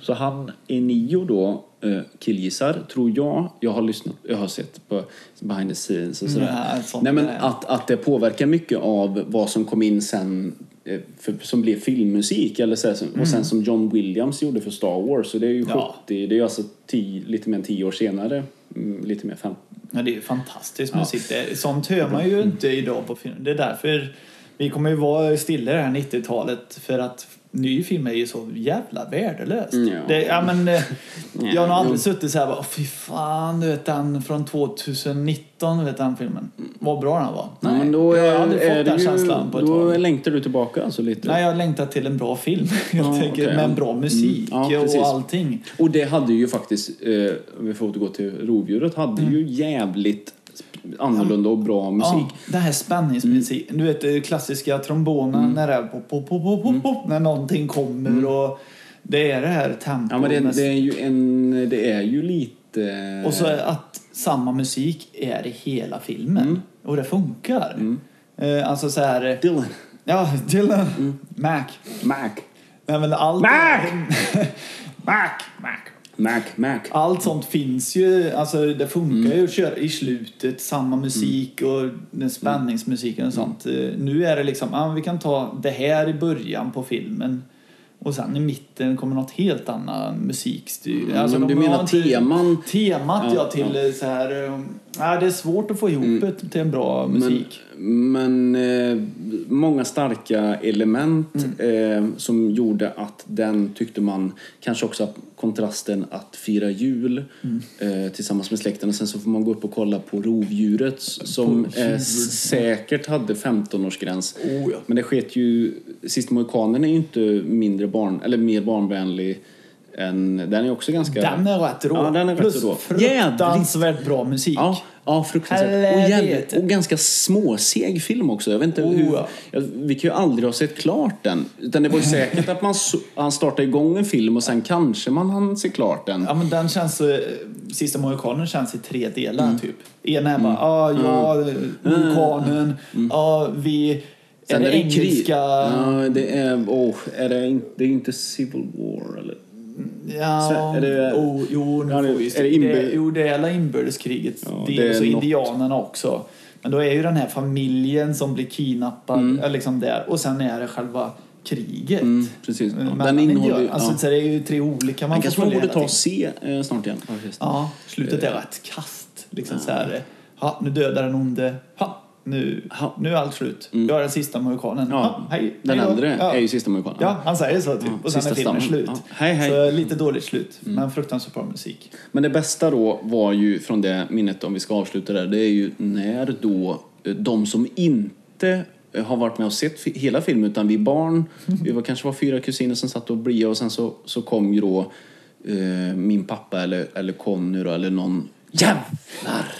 [SPEAKER 1] Så han är nio då, eh, killgissar, tror jag. Jag har lyssnat, jag har sett på behind
[SPEAKER 2] Mm.
[SPEAKER 1] the scenes och sådär.
[SPEAKER 2] Nej, sånt
[SPEAKER 1] Nej, men
[SPEAKER 2] där.
[SPEAKER 1] att, att det påverkar mycket av vad som kom in sen eh, eh, för, som blev filmmusik. Eller så här, som- Och sen som John Williams gjorde för Star Wars. Så det är ju 70,
[SPEAKER 2] Ja.
[SPEAKER 1] det är ju alltså 10 lite mer än 10 år senare. Mm, Lite mer 15.
[SPEAKER 2] Ja, det är ju fantastisk
[SPEAKER 1] Ja.
[SPEAKER 2] musik. Det, sånt hör man ju inte idag på film. Det är därför vi kommer ju vara stilla det här 90-talet för att ny film är ju så jävla värdelöst.
[SPEAKER 1] Mm, Ja.
[SPEAKER 2] Det, ja, men, eh, jag har nog
[SPEAKER 1] jo.
[SPEAKER 2] aldrig suttit så här bara, "Åh, fy fan, du vet den från 2019, du vet den filmen. Vad bra den var.
[SPEAKER 1] Ja, men då
[SPEAKER 2] jag
[SPEAKER 1] är-
[SPEAKER 2] har aldrig
[SPEAKER 1] är
[SPEAKER 2] fått den
[SPEAKER 1] det ju-
[SPEAKER 2] känslan på ett
[SPEAKER 1] Då
[SPEAKER 2] tag.
[SPEAKER 1] längtar du tillbaka alltså lite?
[SPEAKER 2] Nej, jag längtar till en bra film helt
[SPEAKER 1] Ja,
[SPEAKER 2] enkelt,
[SPEAKER 1] okej.
[SPEAKER 2] med en bra musik
[SPEAKER 1] Mm. Ja, precis.
[SPEAKER 2] och allting.
[SPEAKER 1] Och det hade ju faktiskt, eh, om vi får återgå till rovdjuret, hade ju jävligt sp- annorlunda och bra musik.
[SPEAKER 2] Mm.
[SPEAKER 1] Mm.
[SPEAKER 2] Ja, den här spänningsmusiken. Du vet det klassiska trombonen när det är pop, pop, pop, pop, pop,
[SPEAKER 1] Mm.
[SPEAKER 2] pop, när någonting kommer och det är det här tempot.
[SPEAKER 1] Ja, men det,
[SPEAKER 2] med-
[SPEAKER 1] det är ju en, det är ju lite...
[SPEAKER 2] Och så är att samma musik är i hela filmen.
[SPEAKER 1] Mm.
[SPEAKER 2] Och det funkar. Eh, Alltså så här...
[SPEAKER 1] Dylan.
[SPEAKER 2] Ja, Dylan. Mac.
[SPEAKER 1] Mac.
[SPEAKER 2] Nej, men allt...
[SPEAKER 1] Mm. Mac!
[SPEAKER 2] Mac! Mac.
[SPEAKER 1] Mac, Mac.
[SPEAKER 2] Allt sånt finns ju, alltså det funkar
[SPEAKER 1] Mm.
[SPEAKER 2] ju att köra i slutet, samma musik och den spänningsmusiken
[SPEAKER 1] Mm.
[SPEAKER 2] och sånt. Eh, Nu är det liksom, ah, vi kan ta det här i början på filmen och sen i mitten kommer något helt annan musikstyr. Alltså,
[SPEAKER 1] Mm, men
[SPEAKER 2] de
[SPEAKER 1] du
[SPEAKER 2] har
[SPEAKER 1] menar
[SPEAKER 2] inte-
[SPEAKER 1] teman?
[SPEAKER 2] Temat
[SPEAKER 1] Ja, Mm.
[SPEAKER 2] ja, till eh, så här, eh, ah, det är svårt att få ihop det till en bra musik.
[SPEAKER 1] Men, men eh, många starka element
[SPEAKER 2] Mm.
[SPEAKER 1] eh, som gjorde att den tyckte man kanske också att kontrasten att fira jul
[SPEAKER 2] Mm.
[SPEAKER 1] eh, tillsammans med släkten och sen så får man gå upp och kolla på rovdjuret s- som eh, säkert hade 15-årsgräns.
[SPEAKER 2] Oh, ja.
[SPEAKER 1] Men det sket ju... Sista mohikanen är ju inte mindre barn, eller mer barnvänlig än... Den är också ganska...
[SPEAKER 2] Den är rätt rå.
[SPEAKER 1] Ja, den är rätt
[SPEAKER 2] Plus
[SPEAKER 1] rå.
[SPEAKER 2] fruktansvärt bra musik.
[SPEAKER 1] Ja, ja fruktansvärt. Och, jävligt,
[SPEAKER 2] Helvete.
[SPEAKER 1] och ganska småseg film också. Jag vet inte
[SPEAKER 2] Oh,
[SPEAKER 1] hur,
[SPEAKER 2] ja.
[SPEAKER 1] jag, vi kan ju aldrig ha sett klart den. Utan det var ju säkert att man, så, han startade igång en film och sen kanske man hann se klart den.
[SPEAKER 2] Ja men den känns, eh, Sista Mohikanen känns i tre delar
[SPEAKER 1] Mm.
[SPEAKER 2] typ. Ena är bara, ah, ja, Mohikanen,
[SPEAKER 1] Mm.
[SPEAKER 2] ah, vi, är det,
[SPEAKER 1] ju krig.
[SPEAKER 2] engelska, ja,
[SPEAKER 1] Ja, det är, oh, är det, in, det är ju inte Civil War eller? Så är det-
[SPEAKER 2] oh, jo, nu
[SPEAKER 1] Ja,
[SPEAKER 2] får
[SPEAKER 1] det-
[SPEAKER 2] vi just,
[SPEAKER 1] är det inbö-
[SPEAKER 2] det, jo det är hela inbördeskrigets
[SPEAKER 1] Ja, det
[SPEAKER 2] del, och så
[SPEAKER 1] är något.
[SPEAKER 2] indianerna också. Men då är ju den här familjen som blir kidnappad, eh, liksom där, och sen är det själva kriget.
[SPEAKER 1] Mm, precis. Ja,
[SPEAKER 2] Men
[SPEAKER 1] den innehåller ju...
[SPEAKER 2] indianerna, alltså,
[SPEAKER 1] Ja.
[SPEAKER 2] så det är ju tre olika man
[SPEAKER 1] Man
[SPEAKER 2] får
[SPEAKER 1] kanske man
[SPEAKER 2] följa
[SPEAKER 1] borde ta
[SPEAKER 2] hela tiden.
[SPEAKER 1] och se eh, snart igen. faktiskt.
[SPEAKER 2] Ja, slutet
[SPEAKER 1] Eh.
[SPEAKER 2] är rätt kast. Liksom så här, ha, nu dödar den onde. Ha, nu,
[SPEAKER 1] Ha. Mm.
[SPEAKER 2] nu är allt slut. Jag är den sista mohikanen.
[SPEAKER 1] Ja,
[SPEAKER 2] Ha, hej,
[SPEAKER 1] den
[SPEAKER 2] hej då.
[SPEAKER 1] äldre
[SPEAKER 2] ja.
[SPEAKER 1] är ju sista mohikanen.
[SPEAKER 2] Ja, han säger så typ.
[SPEAKER 1] Ja,
[SPEAKER 2] och sen
[SPEAKER 1] sista
[SPEAKER 2] är filmen
[SPEAKER 1] stammen.
[SPEAKER 2] slut.
[SPEAKER 1] Ja, hej, Mm. hej.
[SPEAKER 2] Så lite dåligt slut, men fruktansvärt bra musik.
[SPEAKER 1] Men det bästa då var ju från det minnet, om vi ska avsluta där, det är ju när då eh, de som inte eh, har varit med och sett fi- hela filmen, utan vi barn, vi var, kanske var fyra kusiner som satt och blia och sen så, så kom ju då eh, min pappa eller, eller Conny då, eller någon Jävlar!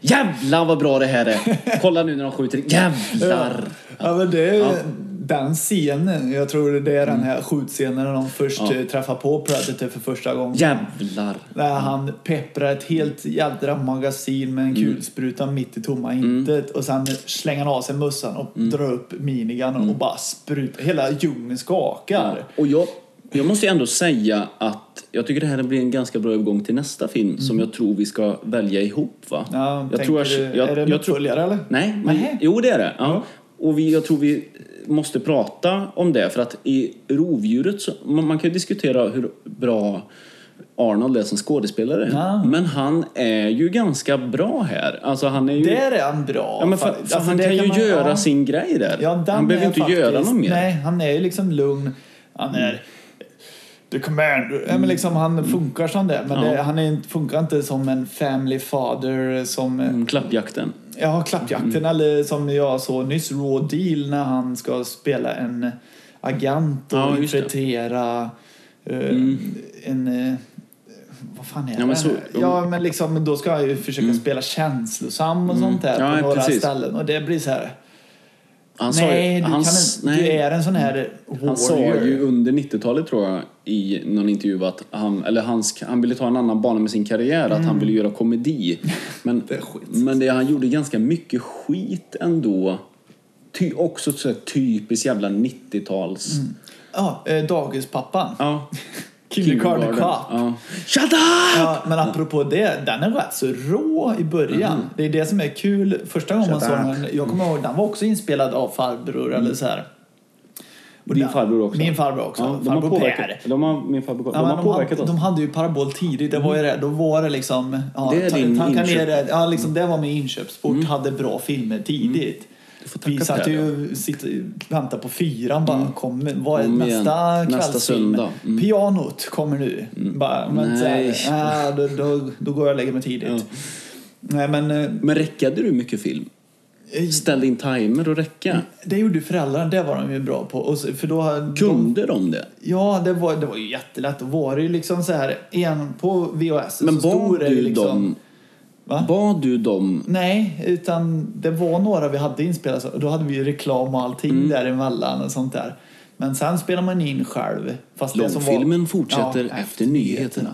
[SPEAKER 1] Jävlar vad bra det här är! Kolla nu när de skjuter. Jävlar!
[SPEAKER 2] Ja, men det är den scenen. Jag tror det är
[SPEAKER 1] Mm.
[SPEAKER 2] den här skjutscenen när de först eh, träffar på Predator för första gången.
[SPEAKER 1] Jävlar!
[SPEAKER 2] När han pepprar ett helt jädra magasin med en
[SPEAKER 1] Mm.
[SPEAKER 2] kulspruta mitt i tomma intet och sen slänger han av sig mössan och
[SPEAKER 1] Mm.
[SPEAKER 2] drar upp minigun och bara sprutar. Hela djungeln skakar.
[SPEAKER 1] Och jag, jag måste ju ändå säga att jag tycker det här blir en ganska bra övergång till nästa film som jag tror vi ska välja ihop va?
[SPEAKER 2] Mm. Ja,
[SPEAKER 1] jag
[SPEAKER 2] tänker du- är det en uppföljare eller?
[SPEAKER 1] Nej, men,
[SPEAKER 2] Nähä.
[SPEAKER 1] jo det är det. Ja.
[SPEAKER 2] Ja.
[SPEAKER 1] Och vi, jag tror vi måste prata om det för att i Rovdjuret så, man, man kan ju diskutera hur bra Arnold är som skådespelare.
[SPEAKER 2] Ja.
[SPEAKER 1] Men han är ju ganska bra här. Alltså han är ju...
[SPEAKER 2] Där är han bra.
[SPEAKER 1] ja, men för,
[SPEAKER 2] faktiskt.
[SPEAKER 1] för
[SPEAKER 2] Alltså,
[SPEAKER 1] han
[SPEAKER 2] det
[SPEAKER 1] kan ju
[SPEAKER 2] man-
[SPEAKER 1] göra
[SPEAKER 2] ja.
[SPEAKER 1] sin grej där.
[SPEAKER 2] Ja, den
[SPEAKER 1] han behöver
[SPEAKER 2] är
[SPEAKER 1] inte
[SPEAKER 2] faktiskt,
[SPEAKER 1] göra något mer. Mm.
[SPEAKER 2] Nej, han är ju liksom lugn. Han är the commander. Ja, men liksom, han funkar som det. Men
[SPEAKER 1] Ja.
[SPEAKER 2] det, han är, inte- funkar inte som en family father som
[SPEAKER 1] Mm, Klappjakten.
[SPEAKER 2] Ja,
[SPEAKER 1] Mm.
[SPEAKER 2] klappjakten eller som jag såg nyss, Raw Deal när han ska spela en agent och
[SPEAKER 1] Ja, just det. Mm.
[SPEAKER 2] infiltrera eh, en... eh, vad fan är
[SPEAKER 1] men
[SPEAKER 2] det?
[SPEAKER 1] så- Mm.
[SPEAKER 2] ja, men liksom, då ska han ju försöka spela känslosam och sånt där
[SPEAKER 1] Ja,
[SPEAKER 2] på några
[SPEAKER 1] precis.
[SPEAKER 2] ställen. Och det blir så här...
[SPEAKER 1] Han sa ju-
[SPEAKER 2] nej, du,
[SPEAKER 1] han
[SPEAKER 2] kan,
[SPEAKER 1] s-
[SPEAKER 2] inte- du är en sån här warrior.
[SPEAKER 1] Han sa ju under 90-talet tror jag i någon intervju att han, eller hans, han ville ta en annan bana med sin karriär, att
[SPEAKER 2] Mm.
[SPEAKER 1] han ville göra komedi. Men det, men det han gjorde ganska mycket skit ändå. Ty, också så här typiskt jävla 90-tals...
[SPEAKER 2] Ja, eh, dagispappan.
[SPEAKER 1] Ja.
[SPEAKER 2] Kindergarten Cop.
[SPEAKER 1] Ja. Shut up!
[SPEAKER 2] Ja, men apropå det, den är rätt så rå i början.
[SPEAKER 1] Mm.
[SPEAKER 2] Det är det som är kul. Första gången man såg
[SPEAKER 1] Shut
[SPEAKER 2] den, jag kommer ihåg, den var också inspelad av farbror eller så här.
[SPEAKER 1] Och din
[SPEAKER 2] Ja,
[SPEAKER 1] farbror också?
[SPEAKER 2] Min farbror också.
[SPEAKER 1] Ja, de har
[SPEAKER 2] farbror
[SPEAKER 1] påverkat,
[SPEAKER 2] Per.
[SPEAKER 1] de har, min farbror,
[SPEAKER 2] Ja,
[SPEAKER 1] de
[SPEAKER 2] men
[SPEAKER 1] har påverkat
[SPEAKER 2] hade,
[SPEAKER 1] oss. Mm.
[SPEAKER 2] de hade ju parabol tidigt, det var ju det. Då var det liksom... Ja,
[SPEAKER 1] Det är
[SPEAKER 2] ta-
[SPEAKER 1] din
[SPEAKER 2] tanka
[SPEAKER 1] inköp. Mm.
[SPEAKER 2] ner det. Ja, liksom, det var min inköpsport. Hade bra filmer tidigt.
[SPEAKER 1] får tacka
[SPEAKER 2] Vi satt
[SPEAKER 1] Per,
[SPEAKER 2] ju sitt, väntade på fyran bara. Kom, vad är
[SPEAKER 1] Mm. Kom igen.
[SPEAKER 2] nästa
[SPEAKER 1] Nästa
[SPEAKER 2] kvällsfilm?
[SPEAKER 1] söndag. Mm.
[SPEAKER 2] Pianot kommer nu. Bara, men, så
[SPEAKER 1] Nej.
[SPEAKER 2] här, äh, då, då, då går jag och lägger mig tidigt. Nej, men eh,
[SPEAKER 1] Men räckade du mycket film? Ställde in timer och räcka?
[SPEAKER 2] det gjorde föräldrarna, det var de ju bra på. Och, så- för då, de
[SPEAKER 1] Kunde de det?
[SPEAKER 2] Ja, det var, det var ju jättelätt. Då var det ju liksom så här, en på VHS
[SPEAKER 1] Men
[SPEAKER 2] så
[SPEAKER 1] bad
[SPEAKER 2] stor är det
[SPEAKER 1] du
[SPEAKER 2] liksom.
[SPEAKER 1] dem...
[SPEAKER 2] Va?
[SPEAKER 1] Bad du dem...
[SPEAKER 2] Nej, utan det var några vi hade inspelat. så- Då hade vi ju reklam och allting
[SPEAKER 1] Mm.
[SPEAKER 2] däremellan och sånt där. Men sen spelar man in själv. Fast det som var- Mm.
[SPEAKER 1] Långfilmen fortsätter efter nyheterna.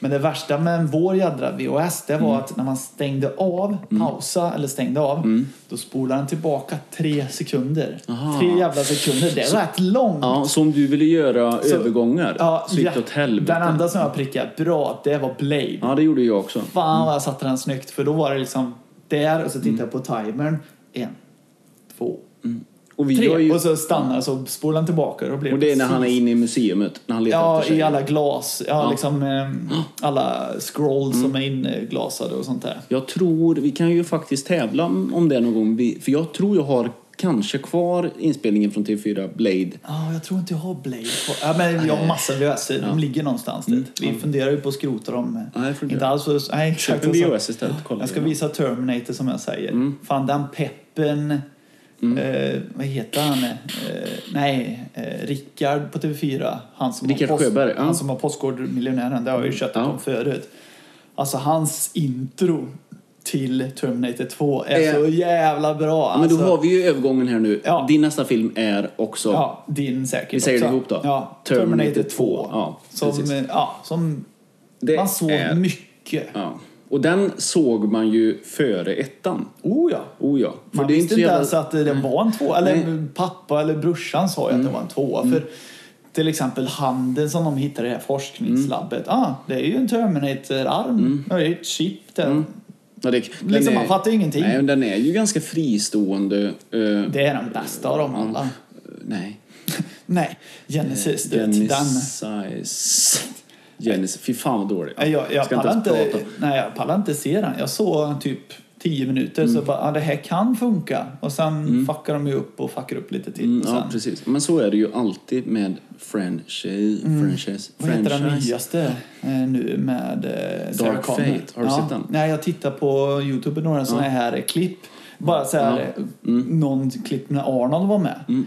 [SPEAKER 2] Men det värsta med vår jädra VHS, det
[SPEAKER 1] Mm.
[SPEAKER 2] var att när man stängde av, pausa eller stängde av, då spolade den tillbaka tre sekunder.
[SPEAKER 1] Mm. Aha.
[SPEAKER 2] Tre jävla sekunder, det är rätt långt.
[SPEAKER 1] Ja, så om du ville göra
[SPEAKER 2] Så-
[SPEAKER 1] övergångar
[SPEAKER 2] Ja,
[SPEAKER 1] så gick
[SPEAKER 2] ja,
[SPEAKER 1] det åt helvete.
[SPEAKER 2] Den enda som jag prickade bra, det var Blade.
[SPEAKER 1] Ja, det gjorde jag också.
[SPEAKER 2] Fan vad jag satte den snyggt, för då var det liksom där och så tittade jag på timern. En, två,
[SPEAKER 1] Och, vi gör
[SPEAKER 2] tre.
[SPEAKER 1] ju,
[SPEAKER 2] Och så stannar så spolar den tillbaka. Och, då blir
[SPEAKER 1] och det är när han är
[SPEAKER 2] precis-
[SPEAKER 1] inne i museet, när han letar
[SPEAKER 2] Ja,
[SPEAKER 1] efter sig.
[SPEAKER 2] i alla glas. Ja, liksom ehm, alla scrolls som är
[SPEAKER 1] Mm.
[SPEAKER 2] inglasade och sånt där.
[SPEAKER 1] Jag tror, vi kan ju faktiskt tävla om det någon gång. Vi- För jag tror jag har kanske kvar inspelningen från TV4 Blade.
[SPEAKER 2] Ja, jag tror inte jag har Blade på. Ja, men jag har massor VHS. De ligger någonstans dit. Vi
[SPEAKER 1] Mm.
[SPEAKER 2] funderar ju på att skrota dem.
[SPEAKER 1] Nej, får du
[SPEAKER 2] inte
[SPEAKER 1] göra.
[SPEAKER 2] alls. så- Nej, exakt.
[SPEAKER 1] Köp en
[SPEAKER 2] Alltså,
[SPEAKER 1] VHS istället. Kolla
[SPEAKER 2] Jag ska
[SPEAKER 1] igenom.
[SPEAKER 2] visa Terminator som jag säger.
[SPEAKER 1] Mm.
[SPEAKER 2] Fan den peppen. Eh, vad heter han? Eh, nej, eh, Rickard på TV4. Han som
[SPEAKER 1] Rickard
[SPEAKER 2] har, post,
[SPEAKER 1] Sjöberg, ja. Mm.
[SPEAKER 2] han som har Postkodmiljonären. Det har jag ju köttat
[SPEAKER 1] Ja.
[SPEAKER 2] om förut. Alltså hans intro till Terminator 2 är
[SPEAKER 1] Eh.
[SPEAKER 2] så jävla bra.
[SPEAKER 1] Ja, men då
[SPEAKER 2] alltså,
[SPEAKER 1] har vi ju övergången här nu.
[SPEAKER 2] Ja.
[SPEAKER 1] Din nästa film är också...
[SPEAKER 2] ja, din säkert
[SPEAKER 1] Vi säger
[SPEAKER 2] också.
[SPEAKER 1] det ihop då.
[SPEAKER 2] Ja,
[SPEAKER 1] Terminator
[SPEAKER 2] Terminator,
[SPEAKER 1] 2.
[SPEAKER 2] 2.
[SPEAKER 1] Ja, precis.
[SPEAKER 2] som, eh, ja, som
[SPEAKER 1] Det
[SPEAKER 2] man såg
[SPEAKER 1] är-
[SPEAKER 2] mycket.
[SPEAKER 1] Ja. Och den såg man ju före ettan.
[SPEAKER 2] Oh ja.
[SPEAKER 1] Oh ja. För
[SPEAKER 2] Man
[SPEAKER 1] det är inte så
[SPEAKER 2] visste inte
[SPEAKER 1] jävla... Mm.
[SPEAKER 2] ens att det var en tvåa. Eller
[SPEAKER 1] Nej. Mm.
[SPEAKER 2] pappa eller brorsan sa ju att det var en tvåa. För till exempel handen som de hittade i det här forskningslabbet.
[SPEAKER 1] Mm.
[SPEAKER 2] Ah, det är ju en Terminator-arm. Ja, det är ett chip där.
[SPEAKER 1] Mm. Ja, det,
[SPEAKER 2] Liksom, man fattar ju ingenting.
[SPEAKER 1] Nej, men den är ju ganska fristående. eh,
[SPEAKER 2] Det är den bästa av dem
[SPEAKER 1] Mm.
[SPEAKER 2] alla.
[SPEAKER 1] Nej.
[SPEAKER 2] Nej, Genesis. du vet,
[SPEAKER 1] Genesis. Genesis. Fy fan vad dålig.
[SPEAKER 2] Den. Jag, jag,
[SPEAKER 1] Ska inte
[SPEAKER 2] pallar
[SPEAKER 1] ens
[SPEAKER 2] inte,
[SPEAKER 1] prata.
[SPEAKER 2] nej, jag pallar inte se den. Jag såg typ 10 minuter
[SPEAKER 1] Mm.
[SPEAKER 2] så bara, ah, det här kan funka. Och sen fuckar de ju upp och fuckar upp lite till.
[SPEAKER 1] Mm,
[SPEAKER 2] och sen,
[SPEAKER 1] Ja, precis. Men så är det ju alltid med franchise. franchise
[SPEAKER 2] Mm. Vad heter den
[SPEAKER 1] franchise.
[SPEAKER 2] nyaste eh, nu med eh, Sarah
[SPEAKER 1] Dark
[SPEAKER 2] Connor?
[SPEAKER 1] Fate. Har du
[SPEAKER 2] ja.
[SPEAKER 1] sett den?
[SPEAKER 2] Nej, jag tittar på Youtube några såna här klipp. Bara så här,
[SPEAKER 1] Mm.
[SPEAKER 2] någon klipp när Arnold var med.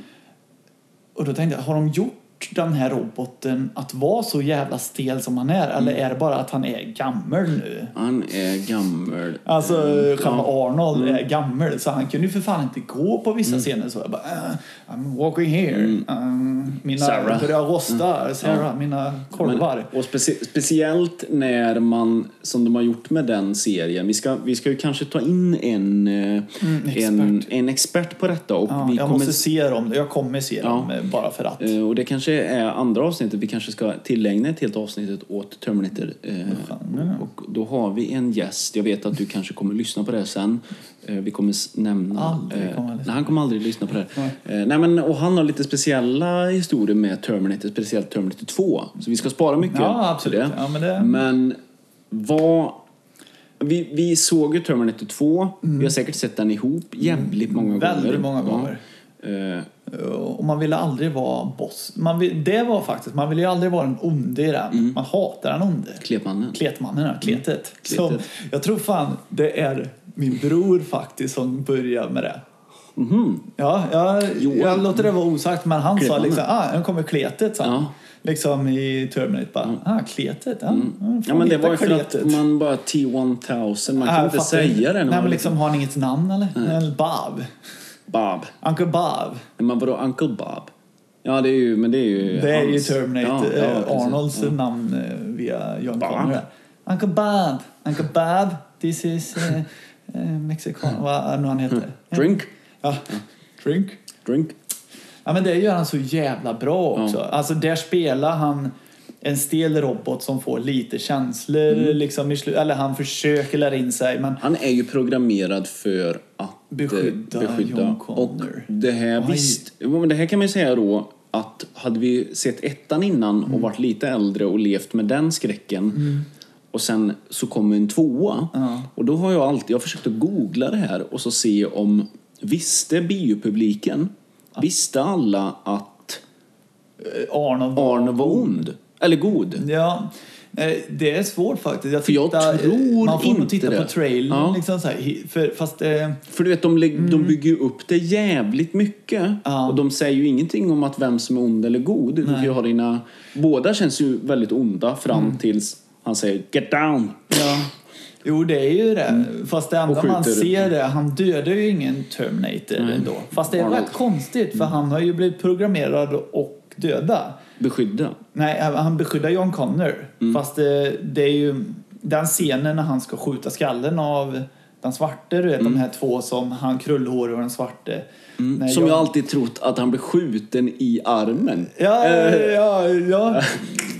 [SPEAKER 2] Och då tänkte jag, har de gjort den här roboten att vara så jävla stel som han är? Eller
[SPEAKER 1] Mm.
[SPEAKER 2] är det bara att han är gammal nu?
[SPEAKER 1] Han är gammal.
[SPEAKER 2] Alltså
[SPEAKER 1] Mm,
[SPEAKER 2] själva
[SPEAKER 1] ja. Mm.
[SPEAKER 2] Arnold är gammal så han kunde ju för fan inte gå på vissa scener så jag bara "Ah, I'm walking here. Um, mina
[SPEAKER 1] Mm. Sarah. Mm.
[SPEAKER 2] börjar rosta, Sarah, mina korvar.
[SPEAKER 1] Men, och specie- speciellt när man, som de har gjort med den serien, vi ska, vi ska ju kanske ta in en, eh,
[SPEAKER 2] Mm, expert.
[SPEAKER 1] en, en expert på detta. Och
[SPEAKER 2] Ja,
[SPEAKER 1] vi
[SPEAKER 2] jag
[SPEAKER 1] kommer,
[SPEAKER 2] måste se dem. Jag kommer se dem eh, bara för att.
[SPEAKER 1] eh, Och det kanske är andra avsnittet, vi kanske ska tillägna ett helt avsnittet åt Terminator. eh, Och då har vi en gäst, jag vet att du kanske kommer lyssna på det här sen. Eh, Vi kommer s- nämna...
[SPEAKER 2] Aldrig kommer han
[SPEAKER 1] eh,
[SPEAKER 2] lyssna.
[SPEAKER 1] Nej, han kommer aldrig lyssna på det här. Eh, Nej, men, och han har lite speciella historier med Terminator, speciellt Terminator 2. Så vi ska spara mycket
[SPEAKER 2] Ja, absolut.
[SPEAKER 1] till det.
[SPEAKER 2] Ja, men det-
[SPEAKER 1] Men vad... Vi, vi såg ju Terminator 2. Vi har säkert sett den ihop jävligt många gånger.
[SPEAKER 2] Mm. Väldigt många gånger.
[SPEAKER 1] Ja. Eh,
[SPEAKER 2] Och man ville aldrig vara boss. Man vill, det var faktiskt, man ville ju aldrig vara den onde i den.
[SPEAKER 1] Mm.
[SPEAKER 2] Man hatar den onde.
[SPEAKER 1] Klepmannen.
[SPEAKER 2] Kletmannen, ja. Kletet. Som,
[SPEAKER 1] Mm. Kletet.
[SPEAKER 2] jag tror fan det är min bror faktiskt som börjar med det.
[SPEAKER 1] Mhm.
[SPEAKER 2] Ja, jag, jag låter det vara osagt, men han sa
[SPEAKER 1] Kletmannen.
[SPEAKER 2] liksom, ah, nu kommer kletet, sa han.
[SPEAKER 1] Ja. Mm.
[SPEAKER 2] Liksom i Terminator bara, ah, kletet, ja. fan,
[SPEAKER 1] Ja, men det
[SPEAKER 2] hitta
[SPEAKER 1] var ju för att
[SPEAKER 2] kletet.
[SPEAKER 1] man bara T-1000, man
[SPEAKER 2] Ah,
[SPEAKER 1] kan
[SPEAKER 2] jag
[SPEAKER 1] inte
[SPEAKER 2] fattar
[SPEAKER 1] säga det. när
[SPEAKER 2] Nej,
[SPEAKER 1] man
[SPEAKER 2] men liksom, har han inget namn eller? Eller Bob?
[SPEAKER 1] Bob.
[SPEAKER 2] Uncle Bob.
[SPEAKER 1] Nej, Men vadå Uncle Bob? Ja, det är ju... Men det är ju,
[SPEAKER 2] Det är ju
[SPEAKER 1] hans-
[SPEAKER 2] Terminator,
[SPEAKER 1] Ja, ja,
[SPEAKER 2] eh,
[SPEAKER 1] precis.
[SPEAKER 2] Arnolds namn eh, via John Connor. där. Uncle Bob, Uncle Bob, this is eh, eh, Mexican, vad nu han heter.
[SPEAKER 1] Mm. Drink, Mm.
[SPEAKER 2] Ja. Drink.
[SPEAKER 1] drink.
[SPEAKER 2] Ja, men det gör han så jävla bra också. Alltså där spelar han en stel robot som får lite känslor
[SPEAKER 1] Mm.
[SPEAKER 2] liksom i slu- eller han försöker lära in sig men
[SPEAKER 1] Han är ju programmerad för att eh,
[SPEAKER 2] Beskydda John Connor.
[SPEAKER 1] Och det här,
[SPEAKER 2] Oj.
[SPEAKER 1] visst, jo, men det här kan man ju säga då, att hade vi sett ettan innan
[SPEAKER 2] Mm.
[SPEAKER 1] och varit lite äldre och levt med den skräcken och sen så kommer en tvåa
[SPEAKER 2] Ja.
[SPEAKER 1] och då har jag alltid, jag har försökt att googla det här och så se om visste biopubliken, visste alla att
[SPEAKER 2] Eh, Arnold
[SPEAKER 1] Arne var ond? Eller god?
[SPEAKER 2] Ja, eh, det är svårt faktiskt. Jag
[SPEAKER 1] För jag
[SPEAKER 2] tittar-
[SPEAKER 1] tror
[SPEAKER 2] Man får nog
[SPEAKER 1] inte
[SPEAKER 2] titta
[SPEAKER 1] det.
[SPEAKER 2] på trailern.
[SPEAKER 1] Ja.
[SPEAKER 2] Liksom så här, hi- för, fast eh,
[SPEAKER 1] För du vet, de, lägg- de bygger ju upp det jävligt mycket.
[SPEAKER 2] Mm. Ja.
[SPEAKER 1] Och de säger ju ingenting om att vem som är ond eller god. Du kan ju ha dina... Båda känns ju väldigt onda fram
[SPEAKER 2] Mm.
[SPEAKER 1] tills han säger “Get down!”
[SPEAKER 2] ja. Jo, det är ju det. Fast det enda
[SPEAKER 1] Mm. Och
[SPEAKER 2] man
[SPEAKER 1] skjuter.
[SPEAKER 2] ser är han dödar ju ingen Terminator ändå. Fast det är
[SPEAKER 1] Arnold. Mm.
[SPEAKER 2] rätt konstigt för han har ju blivit programmerad och döda.
[SPEAKER 1] beskydda.
[SPEAKER 2] Nej, han han beskyddar John Connor.
[SPEAKER 1] Mm.
[SPEAKER 2] Fast eh, det är ju den scenen när han ska skjuta skallen av den svarte, du vet
[SPEAKER 1] Mm.
[SPEAKER 2] de här två som han krullhår och den svarte. När
[SPEAKER 1] Som
[SPEAKER 2] John-
[SPEAKER 1] jag alltid trott att han blir skjuten i armen.
[SPEAKER 2] Ja,
[SPEAKER 1] Eh,
[SPEAKER 2] ja, ja.